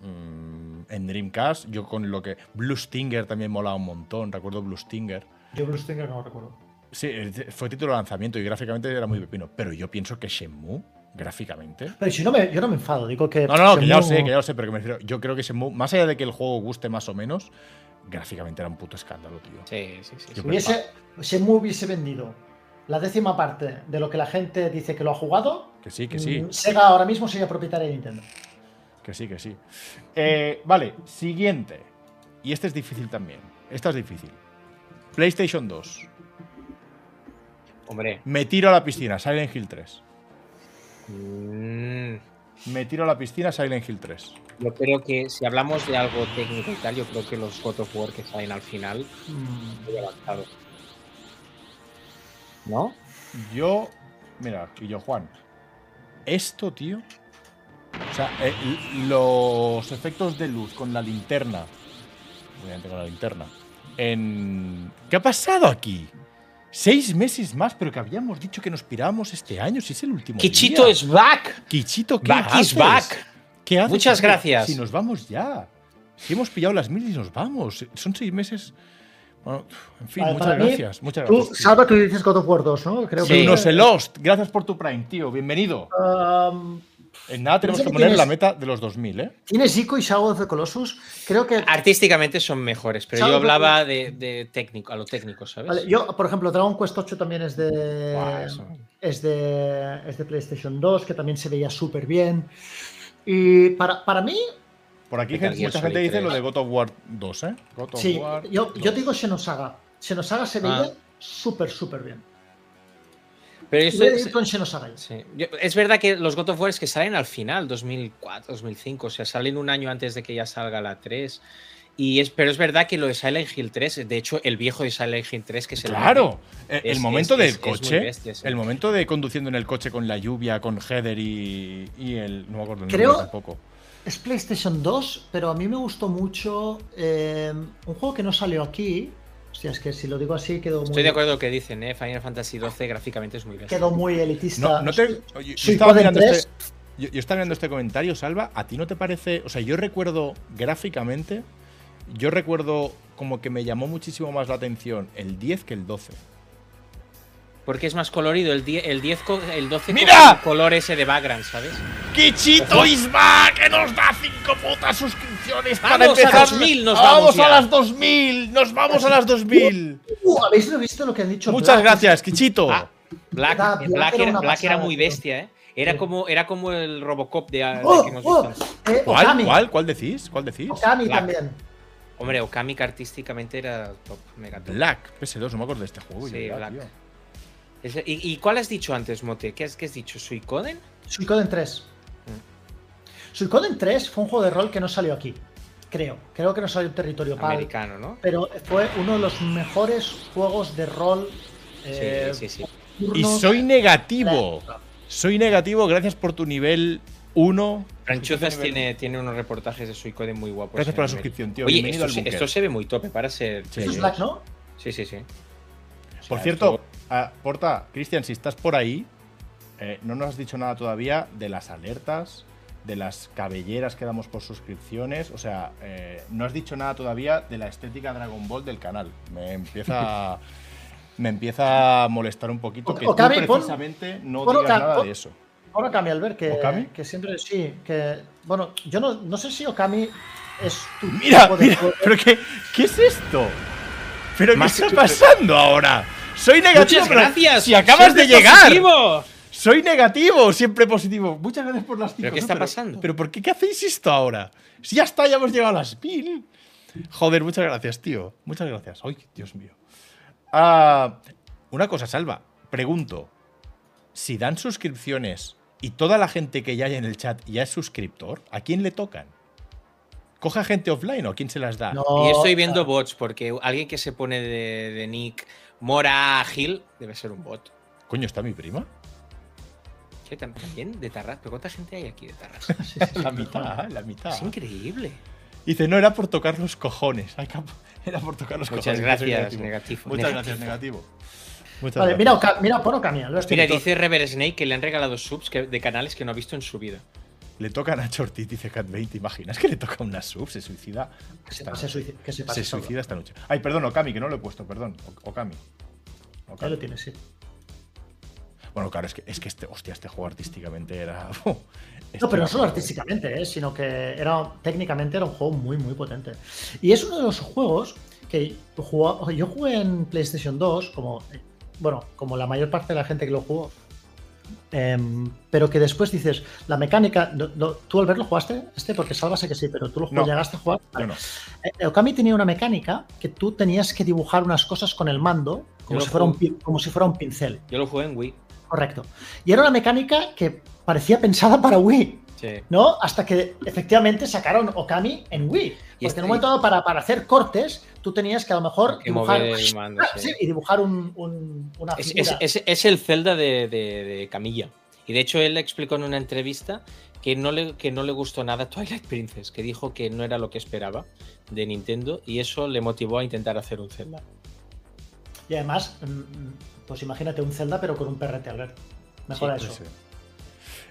mm, en Dreamcast, yo con lo que. Blue Stinger también molaba un montón, recuerdo Blue Stinger.
Yo Blue Stinger no lo recuerdo.
Sí, eh, fue título de lanzamiento y gráficamente era muy pepino, pero yo pienso que Shenmue, gráficamente.
Pero si no me, yo no me enfado, digo que.
No, no, no, que ya lo
Shenmue-
sé, que ya lo sé, pero que me refiero. Yo creo que Shenmue, más allá de que el juego guste más o menos, gráficamente era un puto escándalo, tío.
Sí, sí, sí.
Yo
sí.
creo-
Hubiese, Shenmue hubiese vendido la décima parte de lo que la gente dice que lo ha jugado.
Que sí, que sí.
mm, Sega ahora mismo sería propietaria de Nintendo.
Que sí, que sí. Eh, vale, siguiente. Y este es difícil también. Esta es difícil. PlayStation 2.
Hombre,
Me tiro a la piscina, Silent Hill 3.
mm,
Me tiro a la piscina, Silent Hill 3.
yo creo que si hablamos de algo técnico y tal, yo creo que los God of War que salen al final, muy avanzados. ¿No?
Yo. Mira, y yo, Juan. Esto, tío. O sea, eh, l- los efectos de luz con la linterna. Obviamente con la linterna. En. ¿Qué ha pasado aquí? Seis meses más, pero que habíamos dicho que nos pirábamos este año, si es el último.
Kichito
día.
es back.
Kichito, ¿qué
Back is
haces?
back.
¿Qué haces,
Muchas
tío?
gracias.
Si nos vamos ya. Si hemos pillado las mil y nos vamos. Son seis meses. Bueno, en fin,
Vale,
muchas
para mí,
gracias. Muchas
Tú,
gracias. tío.
Salva, tú dices God of War 2, ¿no? Creo
Sí.
que.
Bruno Selost, gracias por tu Prime, tío. Bienvenido.
Um,
En nada tenemos que
Piensa que
poner la
tienes-
meta de los 2000, ¿eh?
Tienes Ico y Shadow of the Colossus. Creo que.
Ah,
Artísticamente son mejores, pero yo
Shadow of the
hablaba de, de técnico, a lo técnico, ¿sabes?
Vale, yo, por ejemplo, Dragon Quest 8 también es de.
Buah, eso.
es de, es de PlayStation 2, que también se veía súper bien. Y para, para mí,
Por aquí
Metal
gente-
Gear
mucha
Solid
gente dice
3.
lo de God of War 2, ¿eh? God of
sí,
War
yo, yo
2.
digo Xenosaga. Xenosaga se veía
Ah.
súper, súper bien.
Pero
Yo
esto
he
es,
ido con Xenosaga. yo.
sí. Yo- es verdad que los God of War que salen al final, 2004, 2005, o sea, salen un año antes de que ya salga la 3. Y es, pero es verdad que lo de Silent Hill 3, de hecho, el viejo de Silent Hill 3, que es el
Claro, eh, el
Es-
momento
es-
del
es- es muy
coche,
bestia, sí.
el momento de conduciendo en el coche con la lluvia, con Heather y, y el. No me acuerdo el nombre
Creo-
tampoco.
Es PlayStation 2, pero a mí me gustó mucho eh, un juego que no salió aquí. Hostia, es que si lo digo así quedó muy,
Estoy de acuerdo con lo que dicen, ¿eh? Final Fantasy XII gráficamente es muy bestia.
Quedó muy elitista.
No, no te, yo, yo
Suicoden
estaba mirando
3.
este, yo- yo estaba mirando este comentario, Salva. ¿A ti no te parece.? O sea, yo recuerdo gráficamente. Yo recuerdo como que me llamó muchísimo más la atención el 10 que el 12.
Porque es más colorido, el 10, el, 10 co- el 12 coge
¡Mira!
el color ese de background, ¿sabes?
¡Kichito Isma! ¡Que nos da cinco putas suscripciones para
Vamos a
empezar!
2000 nos
¡Vamos a
vamos ya.
las 2000! ¡Nos vamos a las 2000!
Uh, ¿Habéis visto lo que han dicho?
Muchas
Black?
gracias, Kichito.
Ah, Black,
Verdad,
Black
Black era
era,
una
Black era
pasada,
muy
tío.
bestia, ¿eh? Era
Sí.
como, era como el Robocop de, de
¡Oh!
que hemos
¡Oh!
visto.
Eh,
¿Cuál,
Okami.
cuál, cuál decís? ¿Cuál decís?
Okami
Black.
también.
Hombre, Okami que artísticamente era top, mega top.
Black, PS2, no me acuerdo de este juego. yo
Sí,
ya,
Black.
tío.
Es- ¿Y, y cuál has dicho antes, Mote? ¿Qué has, qué has dicho? ¿Suicoden?
Suicoden 3.
Mm.
Suicoden 3 fue un juego de rol que no salió aquí. Creo. Creo que no salió en territorio PAL.
Americano, ¿no?
Pero fue uno de los mejores juegos de rol. eh,
sí, sí, sí.
Y
turnos
soy
de la
negativo.
época.
Soy negativo, gracias por tu nivel 1.
Franchuzas tiene, tiene unos reportajes de Suicoden muy guapos.
Gracias
en
por la
América.
suscripción, tío.
Oye,
Bienvenido
esto,
al
se-
búnker.
esto se ve muy tope para ser.
Sí.
Eso es Black, ¿no?
Sí, sí, sí. O
Por
sea,
cierto,
esto-
ah, Porta, Cristian, si estás por ahí, eh, no nos has dicho nada todavía de las alertas, de las cabelleras que damos por suscripciones. O sea, eh, no has dicho nada todavía de la estética Dragon Ball del canal. Me empieza. Me empieza a molestar un poquito
O-
que tú
Okabe, pon-
precisamente no
pon
digas
Oka-
nada
pon-
de eso.
Ahora Okami, Albert,
¿Okami?
que, que siempre sí. Que, bueno, yo no, no sé si Okami es tu.
Mira,
tipo de
mira,
juego.
pero qué, ¿qué es esto? ¿Pero qué
Más-
está pasando ahora? Soy negativo.
Muchas
pero
gracias.
Si acabas de
siempre
llegar.
positivo.
Soy negativo, siempre positivo. Muchas gracias por las cinco.
¿Pero qué
¿no?
está pasando?
Pero ¿por qué, qué hacéis esto ahora? Si ya está, ya hemos llegado a las mil. Joder, muchas gracias, tío. Muchas gracias. Ay, Dios mío. Ah, una cosa, Salva. Pregunto. Si dan suscripciones y toda la gente que ya hay en el chat ya es suscriptor, ¿a quién le tocan? ¿Coge a gente offline o a quién se las da?
No,
Y estoy viendo bots porque alguien que se pone de, de Nick Mora Gil debe ser un bot.
Coño, ¿está mi prima?
¿Qué, tam- también de Tarras? ¿Pero cuánta gente hay aquí de Tarras? Es
La mitad, la mitad.
increíble.
Dice, no, era por tocar los cojones. Ay, capo, Era por tocar los
Muchas
cojones.
gracias,
Yo soy
negativo.
Muchas
Negativo.
gracias, negativo. Muchas
Vale,
gracias.
mira, Oka- mira, pon Okami, Albert.
Pues Mira, dice Rever Snake que le han regalado subs que- de canales que no ha visto en su vida.
Le toca a Nacho Ortiz, dice Cat20. ¿Te imaginas que le toca una sub? Se suicida.
Que se
esta
pase
noche.
suicida- que se
Se
pase solo.
suicida esta noche. Ay, perdón, Okami, que no lo he puesto, perdón. O- Okami.
Ya
Okami.
lo tienes, sí.
Bueno, claro, es que, es que este, hostia, este juego artísticamente era. este
No, pero no solo artísticamente, eh, sino que era, técnicamente era un juego muy, muy potente. Y es uno de los juegos que jugó- yo jugué en PlayStation 2, como, eh, bueno, como la mayor parte de la gente que lo jugó. em, pero que después dices, la mecánica. no- no- ¿Tú al verlo jugaste? Este, porque sálvase que sí, pero tú lo
No.
llegaste a jugar.
Yo no.
Eh, Okami tenía una mecánica que tú tenías que dibujar unas cosas con el mando, como,
lo
si fuera un
jugué.
pin- como si fuera un pincel.
Yo lo jugué en Wii.
Correcto. Y era una mecánica que parecía pensada para Wii.
Sí.
¿no? Hasta que efectivamente sacaron Okami en Wii.
Y
Y
este-
en un momento dado, para, para hacer cortes, tú tenías que a lo mejor
Que
dibujar,
mover el mando,
Ah,
sí.
sí, y dibujar un, un- una
Es,
figura.
es- es- es el Zelda de, de- de Camilla. Y de hecho, él explicó en una entrevista que no, le, que no le gustó nada Twilight Princess, que dijo que no era lo que esperaba de Nintendo y eso le motivó a intentar hacer un Zelda.
Y además, mm, mm, pues imagínate un Zelda, pero con un perrete, Albert. Mejora
Sí,
eso.
pues
sí.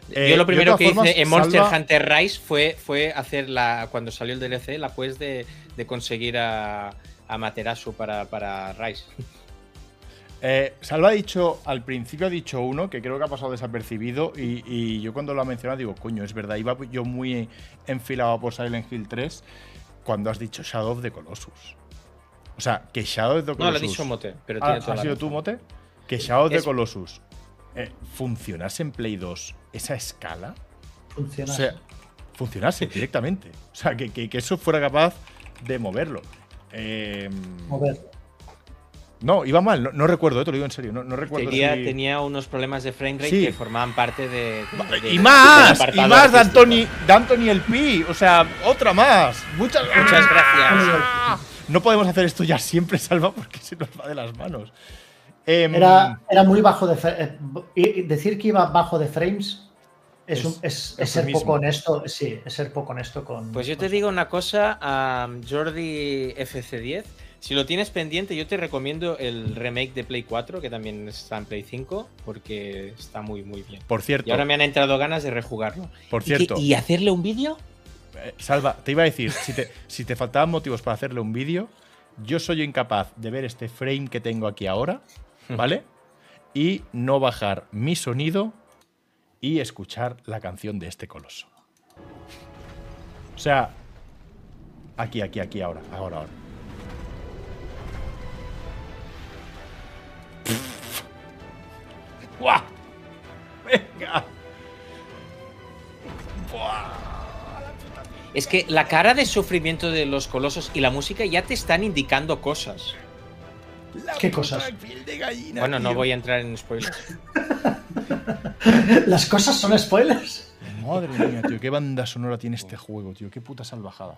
Yo
Eh,
lo
de
primero
todas
que hice
formas,
en Monster
Salva-
Hunter Rise fue, fue hacer la, cuando salió el DLC, la quest de, de conseguir a, a Materasu para, para Rise.
Eh, Salva ha dicho, al principio ha dicho uno que creo que ha pasado desapercibido y, y yo cuando lo ha mencionado digo, coño, es verdad, iba yo muy enfilado por Silent Hill 3 cuando has dicho Shadow of the Colossus. O sea, que Shadow of the
No,
Colossus...
lo ha dicho Mote, pero
Ah,
tiene toda
¿Ha
la
sido
razón.
tú, Mote? Que Shadow of the
Es-
Colossus eh, funcionase en Play 2 esa escala. O
Funciona.
sea, funcionase directamente. O sea, que, que- que eso fuera capaz de moverlo. Eh,
Mover.
no, iba mal, no, no recuerdo, eh, te lo digo en serio, no, no recuerdo.
Tenía,
si-
tenía unos problemas de frame rate
Sí.
que formaban parte de. de-
Y
del
más, y
apartado
más de
artístico.
Anthony, de Anthony el Pi. O sea, otra más. Muchas,
Muchas gracias.
¡Ah! No podemos hacer esto ya siempre, Salva, porque se nos va de las manos. Em,
Era, era muy bajo de fra- eh, y- y Decir que iba bajo de frames es,
Es-
un- es-
es
es ser
eufemismo.
poco honesto. Sí, es ser poco honesto con.
Pues yo te digo una cosa, a Jordi FC10. Si lo tienes pendiente, yo te recomiendo el remake de Play 4, que también está en Play 5, porque está muy, muy bien.
por
Y
cierto,
ahora me han entrado ganas de rejugarlo.
por
¿Y qué-
cierto.
¿Y, hacerle un vídeo?
Eh, Salva, te iba a decir, si te, si te faltaban motivos para hacerle un vídeo, yo soy incapaz de ver este frame que tengo aquí ahora, ¿vale? Y no bajar mi sonido y escuchar la canción de este coloso. O sea, aquí, aquí, aquí, ahora, ahora, ahora. ¡Guau! ¡Venga!
Es que la cara de sufrimiento de los colosos y la música ya te están indicando cosas.
¿Qué cosas?
Piel de gallina,
Bueno, no
tío.
voy a entrar en spoilers.
Las cosas son spoilers.
Madre mía, tío, qué banda sonora tiene este juego, tío, qué puta salvajada.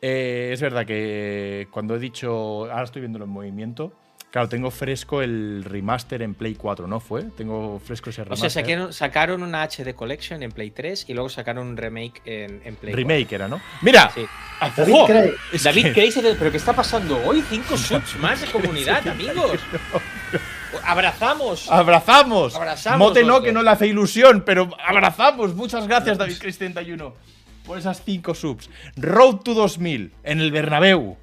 Eh, es verdad que cuando he dicho, ahora estoy viéndolo en movimiento, claro, tengo fresco el remaster en Play 4, ¿no fue? Tengo fresco ese
O
remaster.
sea, sacaron, sacaron una HD Collection en Play 3 y luego sacaron un remake en, en Play 4.
Remake era, ¿no? Mira,
Sí.
Ah,
David
¡Ojo!
Craig.
Es
David
que-
Craig, se te- pero ¿qué está pasando hoy? Cinco subs más de comunidad, amigos.
Ah,
Abrazamos.
abrazamos.
Abrazamos
Mote no,
los
que
dos.
no le hace ilusión, pero abrazamos. Muchas gracias, David Cris 31 por esas 5 subs. Road to 2000 en el Bernabéu.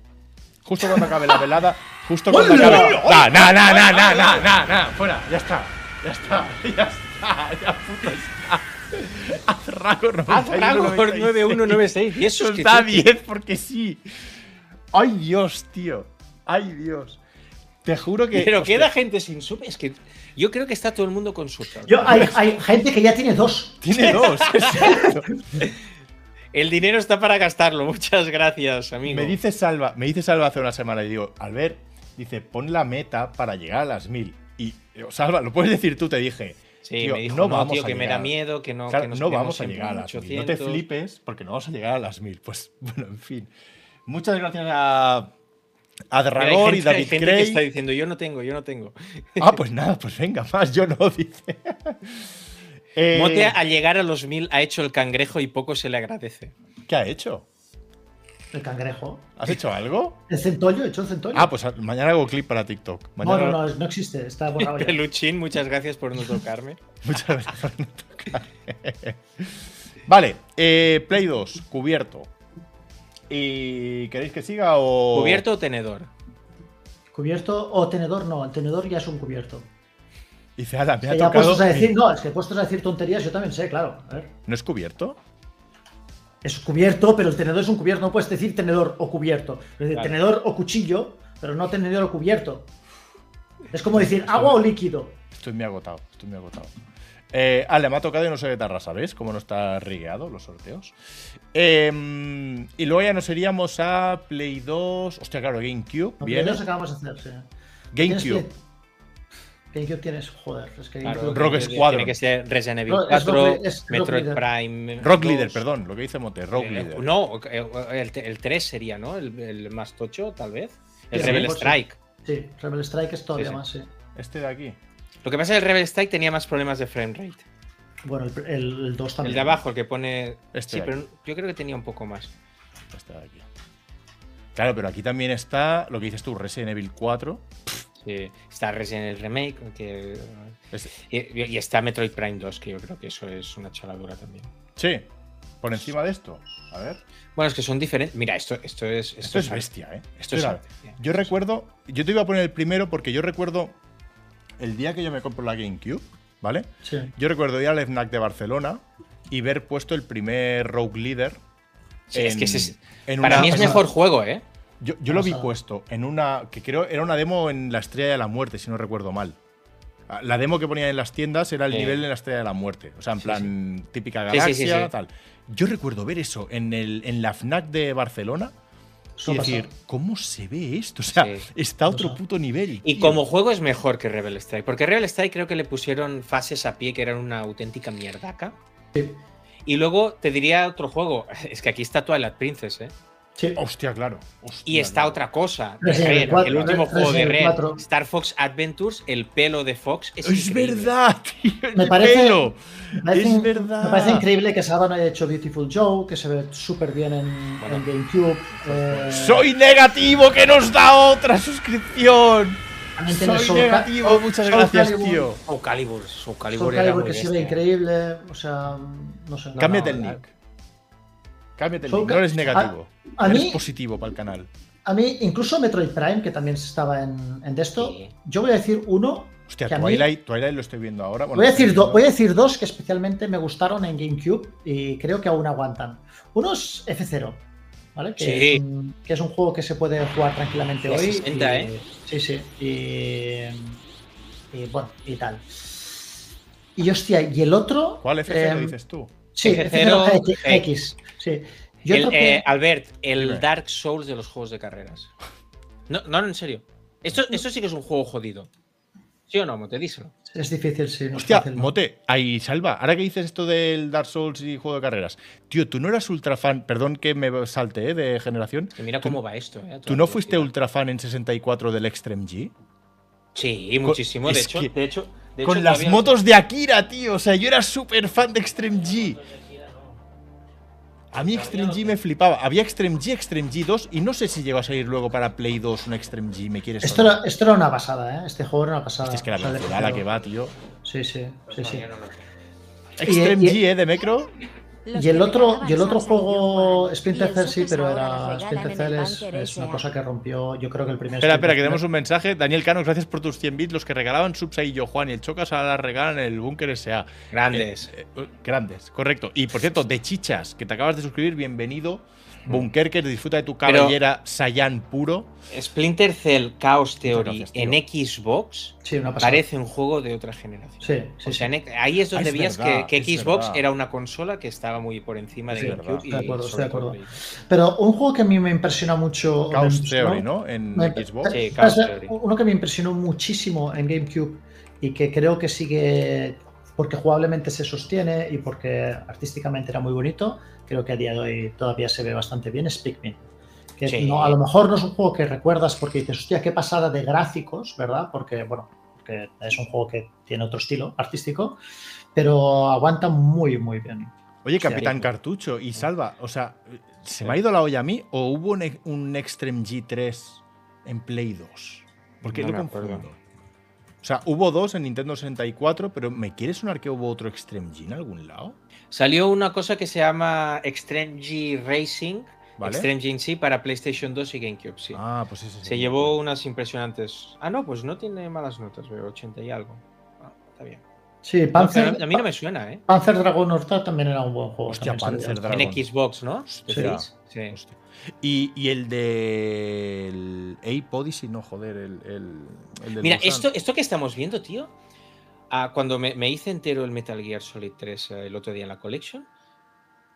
Justo cuando acabe la velada, justo cuando
¡Hola!
acabe. No, no, no, no, no, no, no, no, fuera, ya está. Ya está, ya está, ya puto está. Haz Ragor 91,
9196. Y
eso
eso es que
está a 10 porque sí. Ay, Dios, tío. Ay, Dios. Te juro que.
Pero
hostia,
queda gente sin sub. Es que yo creo que está todo el mundo con sub.
Yo, hay, hay gente que ya tiene dos.
Tiene dos.
El dinero está para gastarlo. Muchas gracias, amigo.
Me dice Salva, me dice Salva hace una semana y digo, Albert, dice, pon la meta para llegar a las mil. Y digo, Salva, lo puedes decir tú, te dije.
sí,
"Tío,
me dijo,
no
no,
vamos
tío,
a
que me
llegar".
da miedo, que no,
Claro,
que nos
no
quedemos
vamos a
en
llegar a las mil. No te
800.
flipes porque no vamos a llegar a las mil. Pues bueno, en fin. Muchas gracias a, a
Mira, hay
Dragor y
gente- hay
David
gente que
Craig.
está diciendo, yo no tengo, yo no tengo.
Ah, pues nada, pues venga, más yo no, dice. Eh,
Mote, al llegar a los mil, ha hecho el cangrejo y poco se le agradece.
¿Qué ha hecho?
El cangrejo.
¿Has hecho algo?
El centollo, he hecho un centollo.
Ah, pues a- mañana hago clip para TikTok.
no,
Mañana-
no, no, es- no existe. Está borrado ya.
Peluchín, muchas gracias por no tocarme.
Muchas gracias por no tocar. vale, eh, Play 2, cubierto. ¿Y queréis que siga o.?
¿Cubierto o tenedor?
Cubierto o tenedor, no. El tenedor ya es un cubierto.
Dice, ala, me
Que
ha
ya
tocado.
puestos a decir,
mi-
no, es que puestos a decir tonterías, yo también sé, claro. A ver.
¿No es cubierto?
Es cubierto, pero el tenedor es un cubierto. No puedes decir tenedor o cubierto. Es decir,
Claro.
tenedor o cuchillo, pero no tenedor o cubierto. Es como decir agua o líquido.
Estoy muy agotado, estoy muy agotado. Eh, ale, me ha tocado y no soy guitarra, ¿sabéis? Como no está rigueado los sorteos. Em, y luego ya nos iríamos a Play 2. Hostia, claro, GameCube.
Lo
viene.
primero que acabamos de hacer, sí. ¿Tienes
GameCube.
Play? GameCube tienes, joder, es que
Claro,
GameCube-
Rock
tiene-
Squadron.
Tiene que ser Resident Evil
No, es
4,
Rock Li- es Rock
Metroid
Leader.
Prime.
Rock
2,
Leader, perdón, lo que dice Monte, Rock
eh,
Leader.
No, eh, el, el 3 sería, ¿no? El, el más tocho, tal vez. El
Sí,
Rebel
pues sí.
Strike.
Sí, Rebel Strike es todavía
Sí, sí.
más, sí.
Este de aquí.
Lo que pasa es que el Rebel Strike tenía más problemas de frame rate.
Bueno, el, el, 2 también.
El de abajo, el que pone.
Este
sí,
de
pero yo creo que tenía un poco más.
Este de aquí. Claro, pero aquí también está lo que dices tú, Resident Evil 4.
Sí, está recién el remake. que-
Este-
y, y está Metroid Prime 2, que yo creo que eso es una chaladura también.
Sí, por encima de esto. A ver.
Bueno, es que son diferentes. Mira, esto, esto es.
Esto es
arte.
bestia, ¿eh?
Esto es
era-
arte.
Yo recuerdo. Yo te iba a poner el primero porque yo recuerdo el día que yo me compro la GameCube, ¿vale?
Sí.
Yo recuerdo ir al FNAC de Barcelona y ver puesto el primer Rogue Leader.
Sí, es que ese es-
en
Para
una-
mí es
o sea,
mejor juego, ¿eh?
Yo, yo lo vi
Pasada.
puesto en una. que creo era una demo en la Estrella de la Muerte, si no recuerdo mal. Ah, La demo que ponía en las tiendas era el
Sí.
nivel en la Estrella de la Muerte. O sea, en
Sí,
plan típica
Sí,
galaxia,
sí, sí, sí.
tal. Yo recuerdo ver eso en, el, en la FNAC de Barcelona y
Eso pasó.
decir, ¿cómo se ve esto? O sea,
Sí.
está a otro
Pasó.
puto nivel.
Y
tío.
como juego es mejor que Rebel Strike, porque Rebel Strike creo que le pusieron fases a pie que eran una auténtica mierdaca.
Sí.
Y luego te diría otro juego, es que aquí está Twilight Princess, ¿eh?
Sí.
Hostia, claro. Hostia,
Y está
claro.
otra cosa, de
Resident Evil
Red,
4,
el último
Resident
juego de
Evil
Red,
4.
Star Fox Adventures, el pelo de Fox. Es,
Es,
increíble.
verdad, tío. el
Me parece-
pelo.
Me parece,
Es
in-
verdad.
me parece increíble que Saban haya hecho Beautiful Joe, que se ve súper bien en,
Bueno.
en
Pues,
GameCube. eh,
Soy negativo que nos da otra suscripción.
también tiene
Soy
Soul Ca- Oh,
negativo,
Soul-
muchas
Soul
gracias,
Calibur.
tío.
Soul Calibur, Soul Calibur
Soul
era
Calibur
muy
que se ve
bestia.
increíble. O sea, no sé.
No,
Cámbiate
no,
el
la-
nick. Cámbiate el
Soy
nick.
ca-
No eres negativo.
a
eres
mí-
positivo para el canal.
A mí, incluso Metroid Prime, que también estaba en, en de esto,
Sí.
yo voy a decir uno.
Hostia,
que a mí-
Twilight, Twilight lo estoy viendo ahora. bueno,
voy, a decir
estoy
do-
viendo-
voy a decir dos que especialmente me gustaron en GameCube y creo que aún aguantan. Uno es F0, ¿vale? Que,
Sí.
es, un, que es un juego que se puede jugar tranquilamente
De
hoy.
60, ¿eh?
Sí, sí. Y, y bueno, y tal. Y hostia, y el otro.
¿Cuál F0
em,
dices tú?
Sí,
F0,
F0 X,
eh,
X, Sí. Yo
El,
creo que-
eh, Albert, el
Dime.
Dark Souls de los juegos de carreras. No, no, no, en serio. Esto, esto sí que es un juego jodido. ¿Sí o no, Mote? Díselo.
es difícil, sí. no es
Hostia,
fácil, ¿no?
Mote, ahí salva. Ahora que dices esto del Dark Souls y juego de carreras, tío, tú no eras ultra fan, perdón que me salte ¿eh? de generación.
Que mira
Tú-
cómo va esto. eh, a
¿Tú
toda
no fuiste
velocidad.
ultra fan en 64 del Extreme G?
Sí, muchísimo. De
es
hecho,
que-
de hecho, de
Con
hecho,
las
todavía-
motos de Akira, tío. O sea, yo era súper fan de Extreme G. A mí Extreme G me flipaba. Había Extreme G, Extreme G2 y no sé si llegó a salir luego para Play 2 un Extreme G. ¿Me quieres
Esto
sonar?
era, esto era una pasada, ¿eh? Este juego era una pasada.
Hostia, es que la
O sea, de-
velocidad a la que va, tío.
Sí, sí, sí, sí.
Extreme
y-
G, ¿eh? De Mecro.
Los
Y el
que
otro,
regalaban
y el otro
salsa y yo,
juego,
Juan,
Splinter Cell
y
sí,
ensucias
pero
ahora
era.
regalan
Splinter
en
Cell
el
es,
Bunker
es una
S.A..
cosa que rompió, yo creo que el primer.
Espera,
Splinter
espera, que
Cell-
tenemos un mensaje. Daniel Cano, gracias por tus 100 bits. Los que regalaban subs ahí yo, Juan y el Chocas ahora regalan en el Búnker SA.
Grandes.
Eh, eh, grandes, correcto. Y por cierto, de chichas, que te acabas de suscribir, bienvenido. Mm. Bunkerker, disfruta de tu
Pero-
cabellera Sayan puro.
Splinter Cell Chaos Theory
gracias, tío.
en Xbox
Sí, una pasada.
parece un juego de otra generación.
Sí, sí,
O sea,
sí.
en- ahí es donde
Ah, es
veías
verdad,
que, que
es
Xbox
verdad.
era una consola que estaba muy por encima de
Es
GameCube.
verdad.
y
De acuerdo, estoy
sobre
de
todo
acuerdo.
Play.
Pero un juego que a mí me impresionó mucho. me
Chaos
impresionó-
Theory, ¿no? En
me-
Xbox.
Sí,
espera,
Chaos
espera,
Theory.
Uno que me impresionó muchísimo en GameCube y que creo que sigue. Porque jugablemente se sostiene y porque artísticamente era muy bonito, creo que a día de hoy todavía se ve bastante bien, es Pikmin. Que
Sí.
no, a lo mejor no es un juego que recuerdas porque dices, hostia, qué pasada de gráficos, ¿verdad? Porque, bueno, que es un juego que tiene otro estilo artístico, pero aguanta muy, muy bien.
Oye,
Hostia,
Capitán
sí.
Cartucho y Salva, o sea, ¿se me ha ido la olla a mí o hubo un, e- un Extreme G3 en Play 2? Porque
No
lo
me acuerdo.
confundo. O sea, hubo dos en Nintendo 64, pero ¿me quiere sonar que hubo otro Extreme G en algún lado?
Salió una cosa que se llama Extreme G Racing,
¿Vale?
Extreme G en sí para PlayStation 2 y GameCube, sí.
Ah, pues ese sí.
Se llevó unas impresionantes. Ah, no, pues no tiene malas notas, veo 80 y algo. Ah, está bien.
Ah, Sí,
No, pero
Panzer,
a mí no me suena, ¿eh?
Panzer Dragon Horta también era un buen juego.
Hostia,
también
Panzer
está bien.
Dragon.
En Xbox, ¿no?
Hostia.
Sí. Sí.
Hostia. Y, y el de. El Ape Odyssey, no, joder, el. el, el del
Mira,
Busan.
esto, esto que estamos viendo, tío, ah, cuando me, me hice entero el Metal Gear Solid 3 eh, el otro día en la Collection,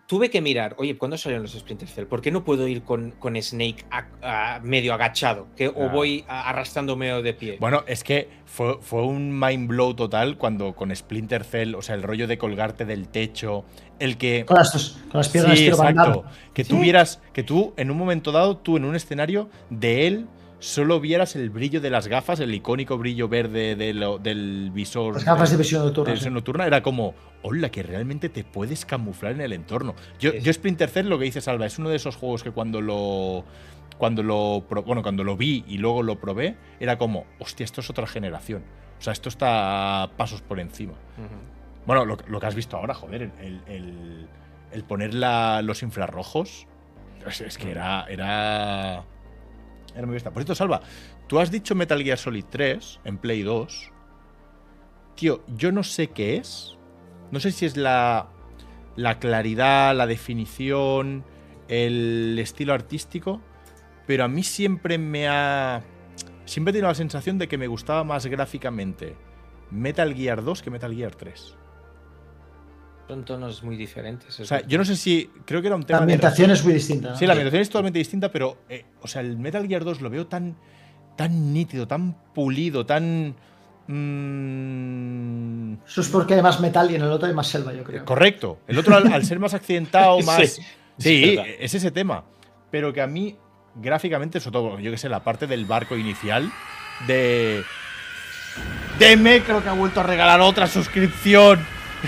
tuve que mirar, oye, ¿cuándo salieron los Splinter Cell? ¿Por qué no puedo ir con, con Snake a- a medio agachado? Que,
Ah.
O voy a- arrastrándome de pie.
Bueno, es que fue, fue un mind blow total cuando con Splinter Cell, o sea, el rollo de colgarte del techo, el que.
Con las, dos- con las piernas
Sí,
tiro Van Damme.
exacto. Que tú vieras, que tú en un momento dado, tú en un escenario de él solo vieras el brillo de las gafas, el icónico brillo verde de lo- del visor.
Las gafas de eh.
del-
visión nocturna.
televisión nocturna era como, hola, que realmente te puedes camuflar en el entorno. Yo,
Sí, sí.
yo Splinter Cell, lo que dice Salva, es uno de esos juegos que cuando lo. Cuando lo. pro- Bueno, cuando lo vi y luego lo probé, era como, hostia, esto es otra generación. O sea, esto está a pasos por encima.
Ujú.
Bueno, lo, lo que has visto ahora, joder, el, el- el- el poner la- los infrarrojos. Es, es que era. Era. Era muy bestia. Por cierto, Salva, tú has dicho Metal Gear Solid 3 en Play 2. Tío, yo no sé qué es. No sé si es la, la claridad, la definición, el estilo artístico, pero a mí siempre me ha... Siempre he tenido la sensación de que me gustaba más gráficamente Metal Gear 2 que Metal Gear 3.
Son tonos muy diferentes.
O sea, yo no sé si... Creo que era un
La
tema... de
ambientación es muy distinta. ¿no?
Sí, la ambientación es totalmente distinta, pero, eh, o sea, el Metal Gear 2 lo veo tan, tan nítido, tan pulido, tan... mm,
Eso es porque hay más metal y en el otro hay más selva, yo creo.
correcto. El otro, al, al ser más accidentado, más... Sí,
es verdad.
es ese tema. Pero que a mí, gráficamente, sobre todo, yo que sé, la parte del barco inicial de... Deme, creo que ha vuelto a regalar otra suscripción.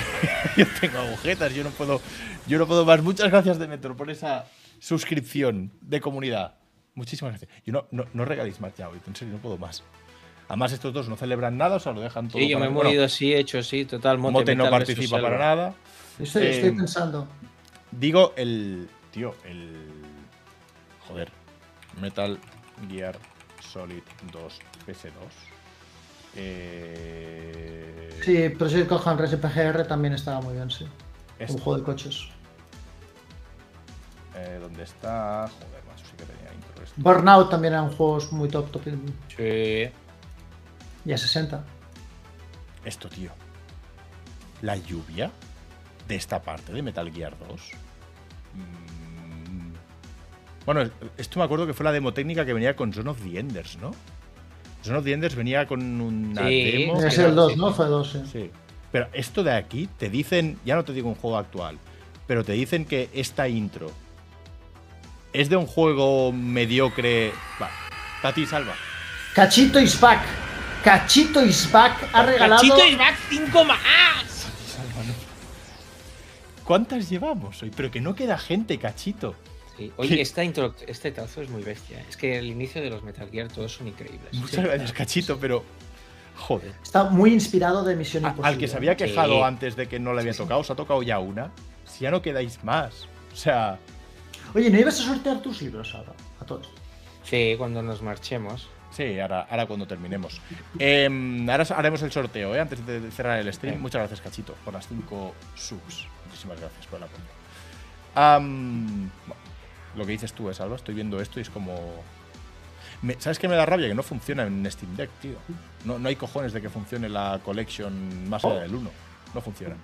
yo tengo agujetas, yo no puedo... Yo no puedo más. Muchas gracias, Demetro, por esa suscripción de comunidad. Muchísimas gracias. Yo no, no, no regaléis más ya hoy, en serio, no puedo más. Además, estos dos no celebran nada, o sea, lo dejan todo.
Sí, yo me
para-
he
bueno,
morido así, hecho así, total.
Mote,
Monte,
no
metal versus
participa para
selva.
nada.
Yo Estoy,
Eh,
estoy pensando.
Digo, el. Tío, el. Joder. Metal Gear Solid 2 PS2. Eh,
Sí, Project Gohan Race PGR también estaba muy bien, sí.
este,
Un juego de coches.
eh, ¿Dónde está? Joder, más sí que tenía intro. esto.
Burnout también eran juegos muy top, top.
Sí.
Y a 60.
Esto, tío. La lluvia de esta parte de Metal Gear 2. Mm. Bueno, esto me acuerdo que fue la demo técnica que venía con Zone of the Enders, ¿no? Zone of the Enders venía con una
Sí,
demo.
Debe
que
ser
era-
el 2, ¿no? Fue 2, sí.
Oh, Sí. Pero esto de aquí te dicen, ya no te digo un juego actual, pero te dicen que esta intro es de un juego mediocre. Va, Tati, salva.
Cachito is back. Cachito is back ha regalado.
Cachito y Back 5 más.
¿Cuántas llevamos hoy? Pero que no queda gente, cachito.
Sí. Oye, esta intro, este tazo es muy bestia. Es que el inicio de los Metal Gear todos son increíbles.
Muchas gracias, cachito, pero. Joder.
Está muy inspirado de Misión
A-
Imposible.
Ah, Al que se había quejado
Pues Sí.
antes de que no le había tocado, os ha tocado ya una. Si ya no quedáis más. O sea,
Oye, ¿no ibas a sortear tus libros ahora? A todos.
Sí, cuando nos marchemos.
sí, ahora, ahora cuando terminemos. Em, ahora haremos el sorteo, ¿eh? Antes de cerrar el stream.
Venga.
Muchas gracias, Cachito, por las 5 subs. Muchísimas gracias por el apoyo. Am, bueno, lo que dices tú, es Alba, estoy viendo esto y es como. Me- ¿Sabes qué me da rabia? Que no funciona en Steam Deck, tío. No, no hay cojones de que funcione la collection más allá del 1. No funciona.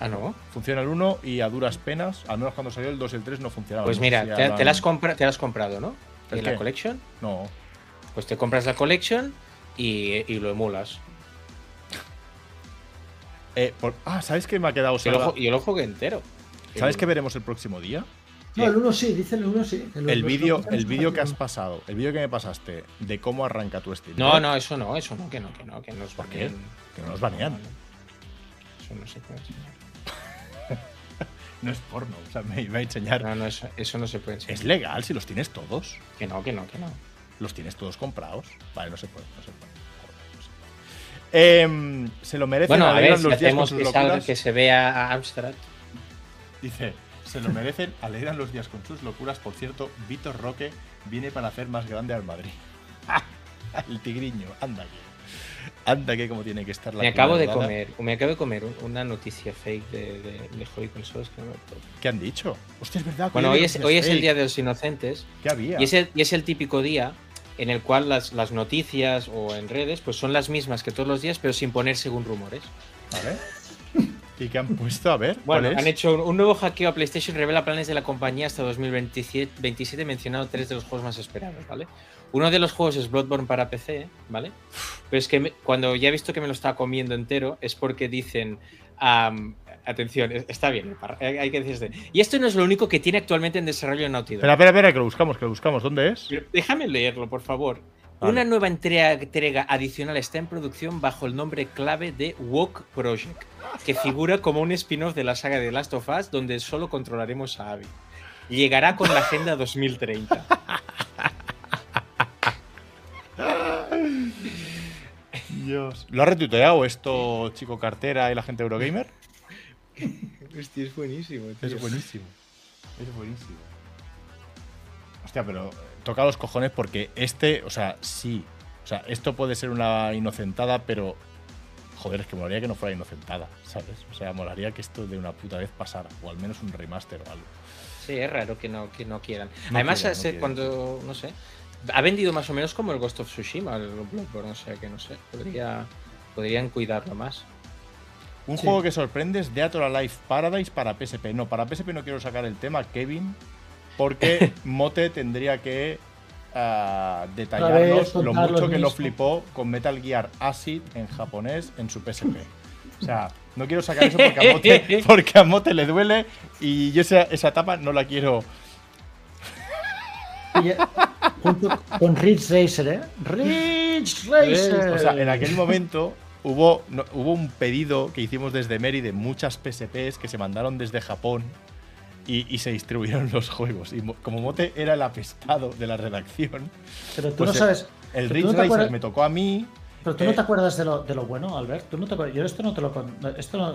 Ah, no.
Funciona el 1 y a duras penas, al menos cuando salió el 2 y el 3 no funcionaban.
Pues
No sé
mira,
si
te,
habrán-
te la has compra- te la has comprado, ¿no?
Ah, ¿El
¿Y la
qué?
collection?
No,
Pues te compras la collection y, y lo emulas.
Eh, por- ah, ¿sabes qué me ha quedado?
Yo lo,
Salva?
ju- yo lo jugué entero.
¿Sabes qué
que
veremos el próximo día?
No, el 1 sí, dice el 1 sí.
El
los-
vídeo,
los-
el vídeo que has pasado, el vídeo que me pasaste de cómo arranca tu Steam.
No,
Deck,
no, eso no, eso no, que no, que no, que nos
¿Por qué?
banean.
Que no nos banean.
No, no. Eso no se puede enseñar.
No es porno, o sea, me iba a enseñar.
No, no, eso, eso no se puede enseñar.
Es legal si los tienes todos.
Que no, que no, que no.
Los tienes todos comprados. Vale, no se puede, no se puede. Joder, no se puede. Em, se lo merecen
Bueno, a
alegran
ver, si
los días con
hacemos
sus
que, salga-
locuras.
que se vea a Amstrad.
Dice, se lo merecen, alegran los días con sus locuras. Por cierto, Vitor Roque viene para hacer más grande al Madrid. el tigriño, anda que. Anda que como tiene que estar la
Me acabo de
culebrada.
comer, me acabo de comer un- una noticia fake de, de, de Hobby Consoles que no me acuerdo.
¿Qué han dicho? Hostia, es verdad.
Bueno, hoy es, hoy es el
fake.
Día de los Inocentes
¿Qué había?
y es el, y es el típico día en el cual las, las noticias o en redes pues son las mismas que todos los días, pero sin poner según rumores.
Vale. ¿Y qué han puesto? A ver, ¿cuál
Bueno,
es?
han hecho un, un nuevo hackeo a PlayStation revela planes de la compañía hasta 2027 27, mencionando tres de los juegos más esperados, ¿vale? Uno de los juegos es Bloodborne para PC, ¿vale? Pero es que me- cuando ya he visto que me lo estaba comiendo entero es porque dicen, am, atención, es- está bien, el par- hay hay que decirse. Y esto no es lo único que tiene actualmente en desarrollo en Naughty Dog.
Espera, espera, espera, que lo buscamos, que lo buscamos. ¿Dónde es?
Pero déjame leerlo, por favor.
Vale.
Una nueva entrega, entrega adicional está en producción bajo el nombre clave de Walk Project, que figura como un spin-off de la saga de Last of Us, donde solo controlaremos a Abby. Llegará con la Agenda 2030.
Dios. ¿Lo ha retuiteado esto, chico cartera y la gente de Eurogamer?
Hostia, es buenísimo. tío.
Es buenísimo. Es buenísimo. Hostia, pero eh, toca los cojones porque este, o sea, sí. O sea, esto puede ser una inocentada, pero. Joder, es que molaría que no fuera inocentada, ¿sabes? O sea, molaría que esto de una puta vez pasara, o al menos un remaster o algo.
Sí, es raro que no, que no quieran.
No
Además,
quieran, no
hace-
quieren.
cuando, no sé, ha vendido más o menos como el Ghost of Tsushima, el Bloodborne, o sea que no sé, podría, podrían cuidarlo más.
Un
Sí.
juego que sorprende es Deator Alive Paradise para PSP. No, para PSP no quiero sacar el tema, Kevin, porque Mote tendría que ah, detallarnos
vez,
lo
contar lo
mucho que lo
mismo.
flipó con Metal Gear Acid en japonés en su PSP. O sea, no quiero sacar eso porque a Mote, porque a Mote le duele y yo esa, esa etapa no la quiero.
Oye, junto con Ridge Racer, ¿eh? Ridge Racer.
O sea, en aquel momento hubo, no- hubo un pedido que hicimos desde Mary de muchas PSPs que se mandaron desde Japón y, y se distribuyeron los juegos. Y mo- como Mote era el apestado de la redacción,
Pero tú
pues,
no sabes.
el
pero tú no
Ridge
te
Racer
acuerdas-
me tocó a mí.
Pero tú no
Eh,
te acuerdas de lo, de lo bueno, Albert. Tú no te acuerdas. Yo esto no te lo. con- Esto no-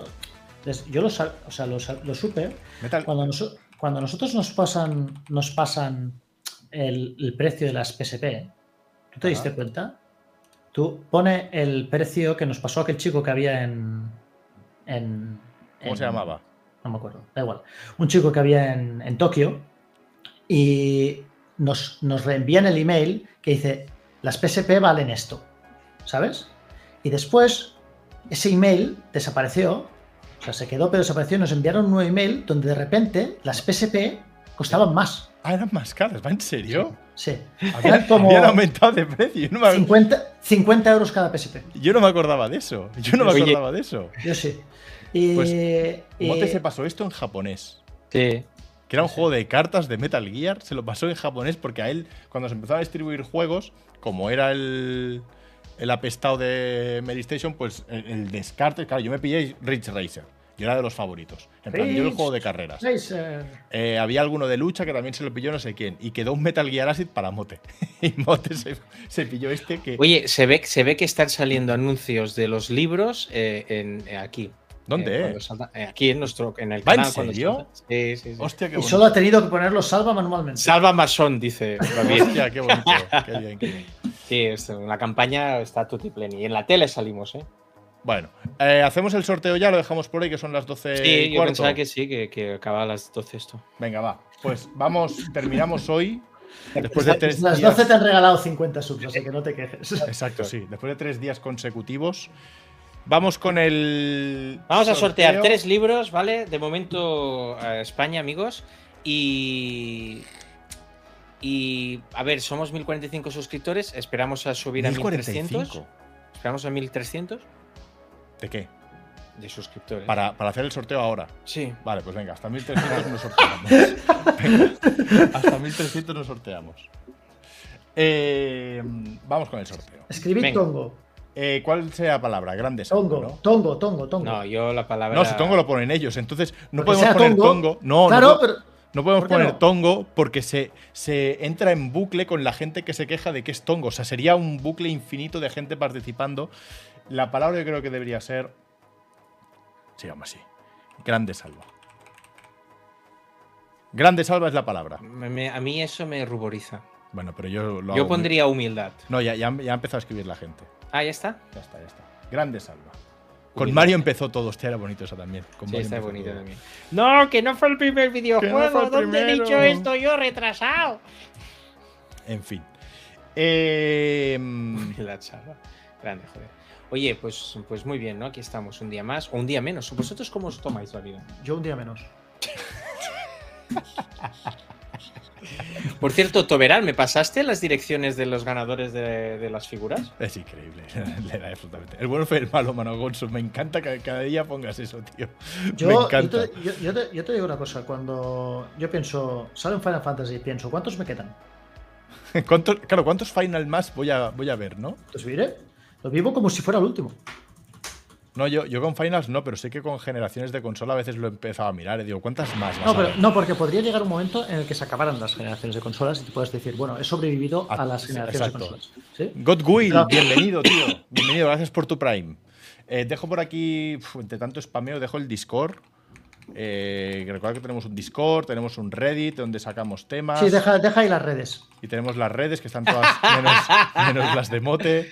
des- yo lo, sa- o sea, lo, sa- lo supe.
Metal-
Cuando, noso- cuando nosotros nos pasan, nos pasan el, el precio de las PSP, ¿tú
Ajá.
te diste cuenta? Tú pone el precio que nos pasó aquel chico que había en. en-
¿Cómo
en-
se llamaba?
no me acuerdo, da igual. Un chico que había en, en Tokio y nos, nos reenvían el email que dice, las PSP valen esto, ¿sabes? Y después ese email desapareció, o sea, se quedó pero desapareció y nos enviaron un nuevo email donde de repente las PSP costaban más.
Ah, eran más caras, ¿va en serio?
Sí,
Habían,
Eran como-
habían aumentado de precio. Yo no, me,
50, 50 euros cada PSP.
yo no me acordaba de eso. Yo no me
Oye.
acordaba de eso.
Yo sí. Y,
Pues,
y- eh,
Mote se pasó esto en japonés.
Sí.
que era un juego de cartas de Metal Gear, se lo pasó en japonés porque a él, cuando se empezó a distribuir juegos, como era el, el apestado de Mary Station, pues el, el descarte, claro, yo me pillé Rich Racer, yo era de los favoritos. En plan, yo el
Ridge
juego de carreras.
Racer.
Eh, había alguno de lucha que también se lo pilló no sé quién, y quedó un Metal Gear Acid para Mote. y Mote se, se pilló este que...
Oye, se ve, se ve que están saliendo anuncios de los libros eh, en, eh, aquí. Eh,
¿Dónde?
cuando salga- eh, aquí en nuestro, en el
¿Va en
canal. cuando
serio?
salga. Sí, sí, sí.
Hostia, qué
y
bonito.
solo ha tenido que ponerlo salva manualmente.
Salva Masón, dice. Javier.
Hostia, qué bonito. Qué bien, qué bien.
sí, es- la campaña está tutipleni. Y en la tele salimos, ¿eh?
Bueno, eh, hacemos el sorteo ya, lo dejamos por ahí, que son las 12
Sí,
y
yo
cuarto.
pensaba que sí, que, que acababa a las 12 esto.
Venga, va. Pues vamos, terminamos hoy. Después Pues de tres
las
días. Eh,
12 te han regalado 50 subs, así que no te quejes.
Exacto, sí. Después de tres días consecutivos. Vamos con el.
Vamos a
sorteo.
sortear tres libros, ¿vale? De momento, eh, España, amigos. Y. Y. A ver, somos 1045 suscriptores. Esperamos a subir a
1045.
1300. Esperamos a 1300
¿De qué?
de suscriptores.
Para, para hacer el sorteo ahora.
Sí.
Vale, pues venga, hasta 1300 nos sorteamos. Venga, hasta 1300 nos sorteamos. Eh, vamos con el sorteo.
Escribid
Venga.
tongo.
Eh, ¿Cuál sea la palabra? Grande
Tongo,
¿no?
tongo, tongo, tongo.
No, yo la palabra.
No, si tongo lo ponen ellos, entonces no
Porque
podemos
sea
poner
tongo.
tongo. No,
claro,
no, po-
pero.
No podemos
¿Por qué
poner
no?
tongo porque se, se entra en bucle con la gente que se queja de que es tongo. O sea, sería un bucle infinito de gente participando. La palabra yo creo que debería ser. Se llama así. Grande salva. Grande salva es la palabra.
Me- me- a mí eso me ruboriza.
Bueno, pero yo lo
yo
hago-
pondría humildad.
No, ya, ya, ya ha empezado a escribir la gente.
Ah, ya está.
Ya está, ya está. Grande salva. Con
Humildad.
Mario empezó todo, hostia, era bonito eso también. Con
Sí,
Mario
está
empezó
bonito
todo.
también. No, que no fue el primer videojuego.
fue el
¿Dónde he
primero.
dicho esto yo retrasado?
En fin. Eh, mm,
Humildad salva. Grande, joder. Oye, pues, pues muy bien, ¿no? Aquí estamos un día más o un día menos. ¿Vosotros cómo os tomáis la vida?
Yo un día menos.
Por cierto, Toberal, ¿me pasaste las direcciones de los ganadores de, de las figuras?
Es increíble, le da absolutamente. El bueno fue el malo, Mano Gonzo. Me encanta que cada día pongas eso, tío.
Yo,
Me
yo
encanta.
te, yo- yo te- yo te digo una cosa. Cuando yo pienso. Sale un Final Fantasy y pienso, ¿cuántos me quedan?
¿Cuántos- claro, ¿cuántos final más voy a, voy a ver, no?
Los viviré. Lo vivo como si fuera el último.
No, yo, yo con finals no, pero sé que con generaciones de consola a veces lo he empezado a mirar y digo, ¿cuántas más? vas
No,
a
pero,
ver?
no, porque podría llegar un momento en el que se acabaran las generaciones de consolas y te puedes decir, bueno, he sobrevivido
Ah,
a las
sí,
generaciones
exacto.
de consolas. ¿sí?
God Will,
Claro.
bienvenido, tío. Bienvenido, gracias por tu Prime. Eh, dejo por aquí, uf, entre tanto spameo, dejo el Discord. Eh, recuerda que tenemos un Discord, tenemos un Reddit donde sacamos temas.
Sí, deja, deja ahí las redes.
Y tenemos las redes que están todas menos, menos las de mote.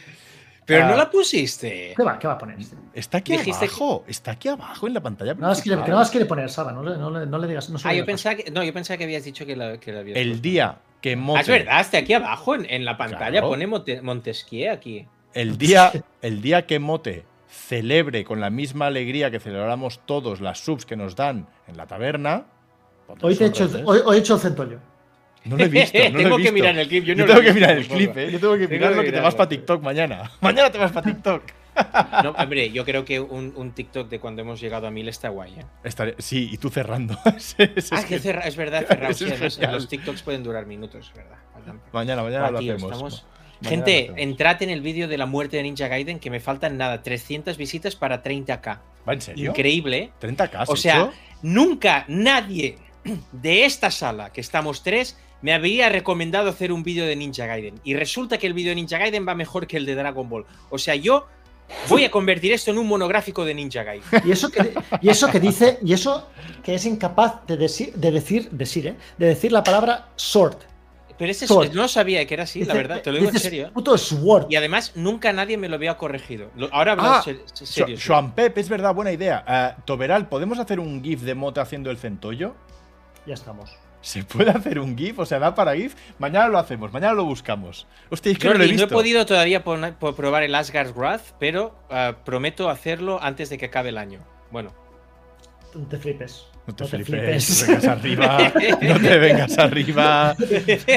Pero no
Ah.
la pusiste.
¿Qué va, qué va a poner? este?
Está aquí
Dijiste
abajo. Está aquí abajo en la pantalla.
Nada más quiere, que
principal.
nada más quiere poner Saba, no le, no le- no le digas. No se
Ah,
lo
yo
digas.
pensaba que. No, yo pensaba que habías dicho que la, que la habías
El
puesto.
día que
Ah,
Mote,
es verdad, hasta aquí abajo en, en la pantalla
Claro.
pone Monte- Montesquieu aquí.
el día, el día que Mote celebre con la misma alegría que celebramos todos las subs que nos dan en la taberna. ponte
Hoy, te he
los
hecho,
órdenes.
hoy, hoy he hecho el centollo.
No lo he visto. No lo he
tengo que
visto.
mirar el clip.
Yo,
Yo, no lo
tengo
he
que
visto
mirar el
tampoco.
clip, ¿eh? Yo tengo que
Tengo
mirarlo
que
que te vas
mirarlo.
para TikTok mañana. Mañana te vas para TikTok. ¿eh?
No, hombre, yo creo que un, un TikTok de cuando hemos llegado a mil está guay. ¿eh?
Estaré- sí, y tú cerrando. Sí, sí,
Ah,
sí.
que cerra- es verdad, cerrado.
Eso
sí,
es
además,
genial.
los TikToks pueden durar minutos, es verdad.
Mañana, mañana
Ah,
lo
tío,
hacemos.
estamos-
Mañana lo
Gente,
hacemos.
entrad en el vídeo de la muerte de Ninja Gaiden, que me faltan nada, 300 visitas para 30k.
¿Va en serio?
Increíble. ¿eh?
30k. has
O sea,
hecho?
nunca nadie de esta sala, que estamos tres, me había recomendado hacer un vídeo de Ninja Gaiden. Y resulta que el vídeo de Ninja Gaiden va mejor que el de Dragon Ball. O sea, yo voy a convertir esto en un monográfico de Ninja Gaiden.
Y eso que, y eso que dice, y eso que es incapaz de, desi- de decir, decir, ¿eh? de decir la palabra sword.
Pero ese
Por-
no sabía que era así, la
Dice-
verdad, te lo digo en
dices
serio. ¿eh?
Puto sword.
Y además, nunca nadie me lo había corregido. Lo- Ahora hablamos
Ah,
ser- ser-
Sho-
serios.
Joan Pep, es verdad, buena idea. Ah, Toberal, ¿podemos hacer un GIF de Mote haciendo el centollo?
Ya estamos.
¿Se puede hacer un GIF? O sea, da para GIF. Mañana lo hacemos, mañana lo buscamos. Hostia, es que no lo he
Jordi, no
visto.
he podido todavía pon- po- probar el Asgard's Wrath, pero ah, prometo hacerlo antes de que acabe el año. Bueno,
No te flipes.
No te flipes, no te vengas arriba. No te vengas arriba.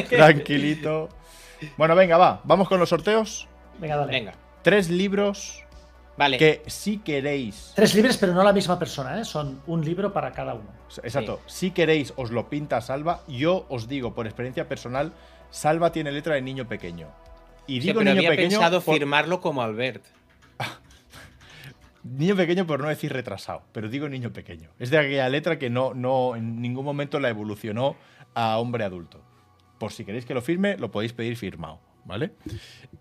Tranquilito. Bueno, venga, va. Vamos con los sorteos.
Venga, dale.
venga.
Tres libros
Vale.
que si queréis
Tres libres, pero no la misma persona, ¿eh? son un libro para cada uno.
Exacto. Si queréis, os lo pinta Salva. Yo os digo, por experiencia personal, Salva tiene letra de niño pequeño. Y
Sí,
digo
pero
niño
había
pequeño.
pensado
por-
firmarlo como Albert.
Niño pequeño por no decir retrasado, pero digo niño pequeño. Es de aquella letra que no, no en ningún momento la evolucionó a hombre adulto. Por si queréis que lo firme, lo podéis pedir firmado, ¿vale?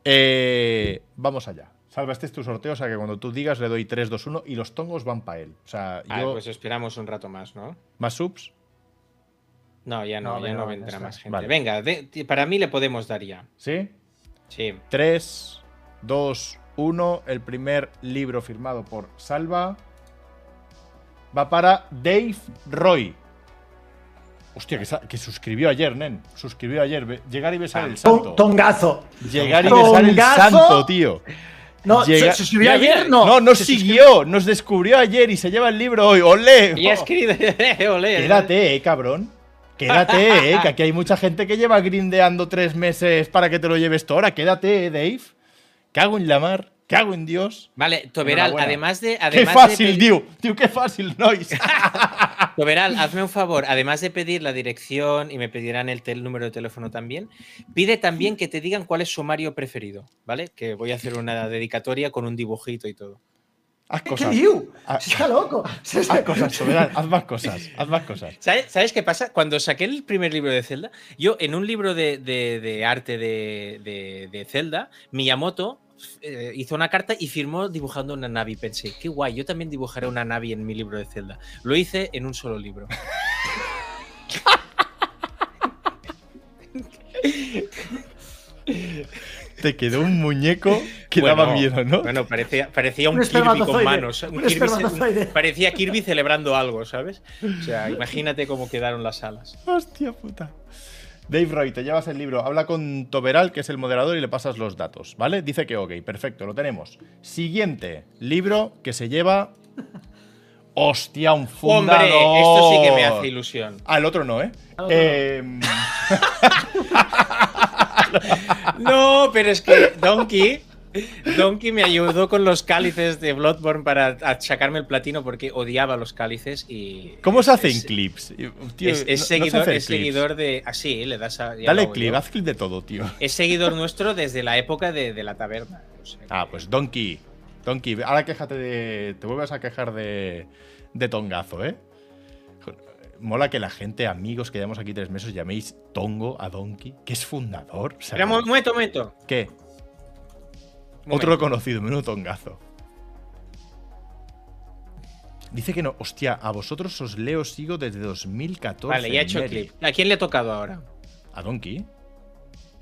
Eh, vamos allá. Salva, este es tu sorteo, o sea que cuando tú digas le doy 3, 2, 1 y los tongos van para él. O sea,
Ah,
yo
pues esperamos un rato más, ¿no?
más subs.
No, ya no,
No,
ya
venga,
no
vale,
vendrá
ya
más
está.
gente.
Vale.
Venga, de- ti- para mí le podemos dar ya.
¿Sí?
Sí.
3, 2, 1. El primer libro firmado por Salva va para Dave Roy. Hostia, que, sa- que suscribió ayer, nen. Suscribió ayer. Ve- Llegar y besar el santo.
Ton- Tongazo.
Llegar y besar el
tongazo.
santo, tío.
No,
Llega-
¿se suscribió
Mira,
ayer? No.
No, nos siguió. Nos descubrió ayer y se lleva el libro hoy. ¡Olé! Oh.
Y es que. Ole,
Quédate, eh, cabrón. Quédate, eh, que aquí hay mucha gente que lleva grindeando tres meses para que te lo lleves tú ahora. Quédate, eh, Dave. Cago en la mar, cago en Dios.
Vale, Toberal,
Enhorabuena.
además de.
Qué
Además de
fácil,
pedir-
tío. Tío, qué fácil, Nois.
Toberal, hazme un favor. Además de pedir la dirección y me pedirán el, tel- número de teléfono también, pide también que te digan cuál es su Mario preferido, ¿vale? Que voy a hacer una dedicatoria con un dibujito y todo.
Haz
¿Qué, qué
cosas.
diu?
Ah.
Si está loco. Si
Haz
está-
cosas, Soberano, Haz más cosas. Haz más cosas.
¿Sabes, sabes qué pasa? Cuando saqué el primer libro de Zelda, yo en un libro de, de- de arte de, de- de Zelda, Miyamoto eh, hizo una carta y firmó dibujando una Navi. Pensé, qué guay, yo también dibujaré una Navi en mi libro de Zelda. Lo hice en un solo libro.
Te quedó un muñeco que daba miedo, ¿no?
Bueno, parecía, parecía un,
Un
Kirby con
espermatozoide,
manos. un
un
Kirby ce-
espermatozoide.
parecía Kirby celebrando algo, ¿sabes? O sea, imagínate cómo quedaron las alas.
Hostia puta. Dave Roy, te llevas el libro. Habla con Toberal, que es el moderador, y le pasas los datos, ¿vale? Dice que ok, perfecto, lo tenemos. Siguiente libro que se lleva. ¡Hostia, un fundador!
Hombre, esto sí que me hace ilusión.
Al otro no, ¿eh?
otro
Em,
No, pero es que Donkey. Donkey me ayudó con los cálices de Bloodborne para achacarme el platino porque odiaba los cálices y.
¿Cómo se hacen
es-
clips? Tío,
Es,
no- no
es
sé
seguidor,
hacer
es
clips.
seguidor de. Así, le das a. ya lo
Dale
hago
clip,
yo.
haz clip de todo, tío.
Es seguidor nuestro desde la época de, de la taberna. o sea que-
Ah, pues Donkey. Donkey, ahora quéjate de. Te vuelves a quejar de. de tongazo, ¿eh? Joder, Mola que la gente, amigos que llevamos aquí tres meses, llaméis tongo a Donkey, que es fundador. O sea,
Espera, un momento, un momento.
¿Qué?
un
Otro
momento.
conocido, menudo tongazo. Dice que no. Hostia, a vosotros os leo, sigo desde 2014.
Vale, ya he hecho el
Mary.
clip. ¿A quién le ha tocado ahora?
¿A Donkey?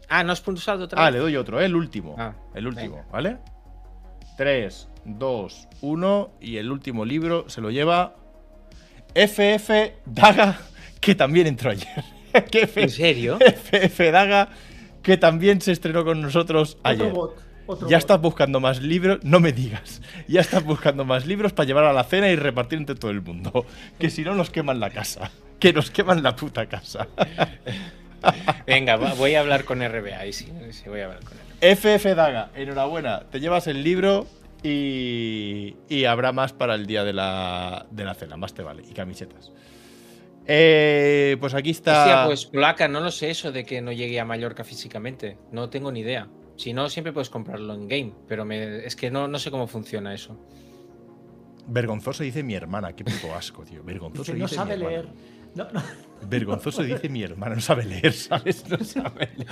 Ah, no has pulsado otra
Ah,
vez?
le doy otro, ¿eh? el último.
Ah,
el último, ¿vale? 3, 2, 1 y el último libro se lo lleva FF Daga, que también entró ayer. Que
¿En
F-
serio?
FF Daga, que también se estrenó con nosotros ayer.
Otro bot. Otro
Ah, Ya
bot.
estás buscando más libros, no me digas. Ya estás buscando más libros para llevar a la cena y repartir entre todo el mundo. Que si no nos queman la casa. Que nos queman la puta casa.
Venga, va- voy a hablar con RBA. Ahí sí, sí, voy a hablar con él.
FF Daga, enhorabuena. Te llevas el libro y, y habrá más para el día de la, de la cena. Más te vale. Y camisetas. Eh, pues aquí está.
Hostia, pues placa, no lo sé eso de que no llegue a Mallorca físicamente. No tengo ni idea. Si no, siempre puedes comprarlo en game, pero me- es que no, no sé cómo funciona eso.
Vergonzoso dice mi hermana. Qué puto asco, tío. Vergonzoso
Dice, no
dice
sabe
mi hermana.
leer. No, no.
Vergonzoso dice mi hermana. No sabe leer, ¿sabes? No sabe leer.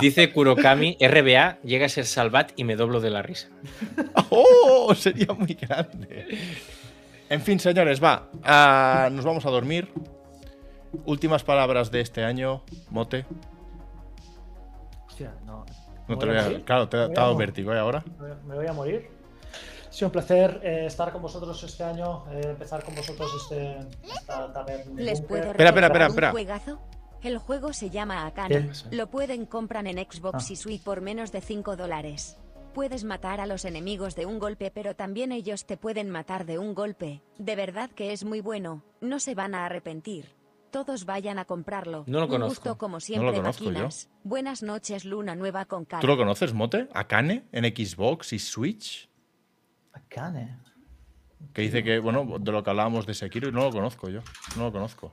Dice Kurokami, RBA, llega a ser Salvat y me doblo de la risa.
¡Oh! Sería muy grande. En fin, señores, va. ah, nos vamos a dormir. Últimas palabras de este año, Mote.
Hostia, no.
No
¿Me
te
voy
lo
a
voy a-
morir?
claro, te,
¿Me
te
voy
ha
a
dado
morir?
vértigo ¿eh? ahora.
Me- Me voy a morir. Ha sido un placer eh, estar con vosotros este año, eh, empezar con vosotros este, esta taberna.
¿Les puedo
Espera, espera, espera,
recomendar
espera.
un juegazo? El juego se llama
¿Qué
Akana.
pasa?
Lo pueden comprar en Xbox
Ah.
y Switch por menos de 5 dólares. Puedes matar a los enemigos de un golpe, pero también ellos te pueden matar de un golpe. De verdad que es muy bueno. No se van a arrepentir. Todos vayan a comprarlo.
No lo
Un
conozco.
gusto como siempre,
conozco yo.
vaquinas. Buenas noches, Luna Nueva con K.
¿Tú lo conoces, Mote? ¿Akane? ¿En Xbox y Switch?
Cane.
Que dice que, bueno, de lo que hablábamos de Sekiro, y no lo conozco yo. No lo conozco.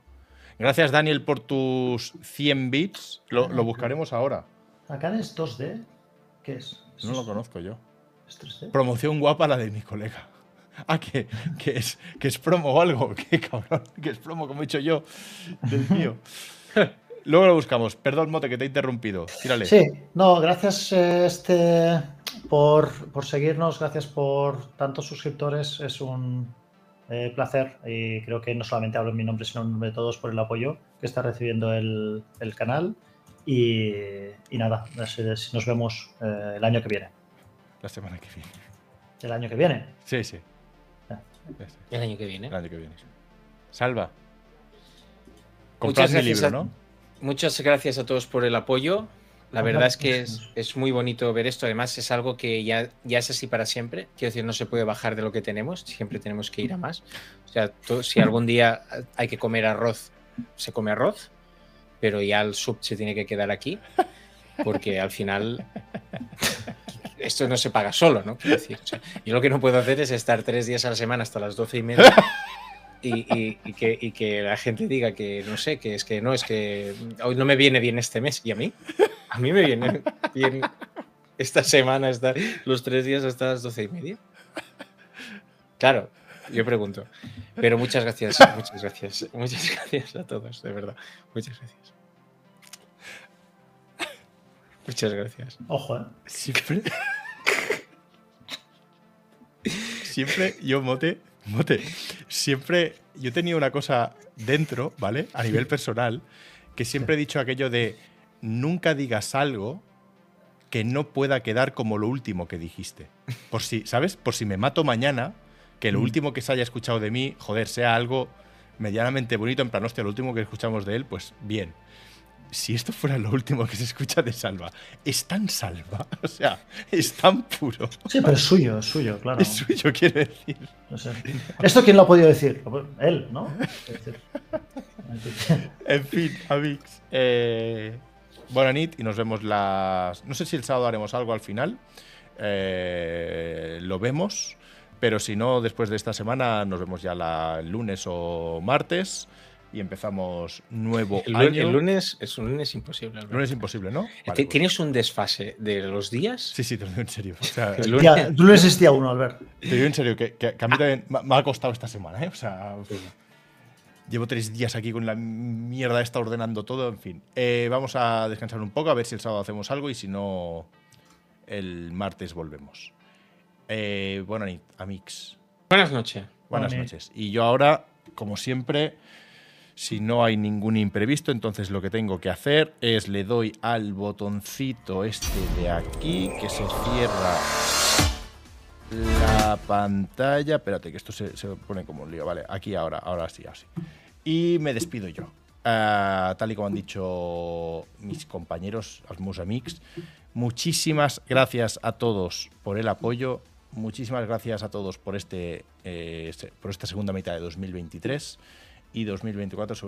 Gracias, Daniel, por tus 100 bits. Lo, lo buscaremos ahora.
Akane es 2D. ¿Qué es? ¿Es-
No lo conozco yo.
¿Es 3D?
Promoción guapa la de mi colega. Ah, que, que es, que es promo o algo. Que cabrón. Que es promo, como he dicho yo, del mío. Luego lo buscamos. Perdón, Mote, que te he interrumpido. Tírale.
Sí, no, gracias eh, este, por, por seguirnos, gracias por tantos suscriptores, es un eh, placer y creo que no solamente hablo en mi nombre, sino en nombre de todos por el apoyo que está recibiendo el, el canal y, y nada, así de- nos vemos eh, el año que viene.
La semana que viene.
El año que viene.
Sí, sí.
Ah.
Sí, sí.
El año que viene.
El año que viene. Salva. Comprad
Muchas
mi
gracias
libro,
a-
¿no?
Muchas gracias a todos por el apoyo. La
Ojalá.
verdad es que es, es muy bonito ver esto. Además, es algo que ya, ya es así para siempre. Quiero decir, no se puede bajar de lo que tenemos. Siempre tenemos que ir a más. O sea, tú- si algún día hay que comer arroz, se come arroz. Pero ya el sub se tiene que quedar aquí. Porque al final. Esto no se paga solo, ¿no? Quiero decir, o sea, yo lo que no puedo hacer es estar tres días a la semana hasta las doce y media y, y- y que, y que la gente diga que no sé, que es que no, es que hoy no me viene bien este mes. ¿Y a mí? A mí me viene bien esta semana, estar los tres días hasta las doce y media. Claro, yo pregunto. Pero muchas gracias, muchas gracias, muchas gracias a todos, de verdad. Muchas gracias. Muchas gracias.
Ojo, eh.
Siempre. siempre, yo, mote, mote, siempre, yo tenía una cosa dentro, ¿vale? A nivel personal, que siempre he dicho aquello de nunca digas algo que no pueda quedar como lo último que dijiste. Por si, ¿sabes? Por si me mato mañana, que lo último que se haya escuchado de mí, joder, sea algo medianamente bonito, en plan, hostia, lo último que escuchamos de él, pues bien. Si esto fuera lo último que se escucha de Salva, es tan salva, o sea, es tan puro,
Sí, pero es suyo, es suyo, claro.
es suyo, quiero decir.
No sé. ¿Esto quién lo ha podido decir? Él, ¿no? Es decir,
En fin, Avix. Eh, buena nit y nos vemos las. No sé si el sábado haremos algo al final. Eh, lo vemos. Pero si no, después de esta semana nos vemos ya la- el lunes o martes y empezamos nuevo
El, lu-
año.
el lunes es un lunes imposible. Alberto.
Lunes imposible, ¿no? Vale,
Ti-
pues.
¿Tienes un desfase de los días?
Sí, sí, te lo digo en serio. O sea,
El
te
lunes-
Día- lunes es día uno, Albert.
digo en serio que, que- que a mí también me me ha costado esta semana, ¿eh? O sea, Llevo tres días aquí con la mierda esta ordenando todo, en fin. Eh, vamos a descansar un poco, a ver si el sábado hacemos algo y si no, el martes volvemos. Eh, buena nit, amix.
Buenas noches.
Buenas
Buena nit.
noches. Y yo ahora, como siempre, si no hay ningún imprevisto, entonces lo que tengo que hacer es le doy al botoncito este de aquí que se cierra la pantalla. Espérate, que esto se, se pone como un lío. Vale, aquí ahora, ahora sí, así. Y me despido yo. Ah, tal y como han dicho mis compañeros, Asmus Amix, muchísimas gracias a todos por el apoyo. Muchísimas gracias a todos por, este, eh, este- por esta segunda mitad de 2023 y 2024, sobre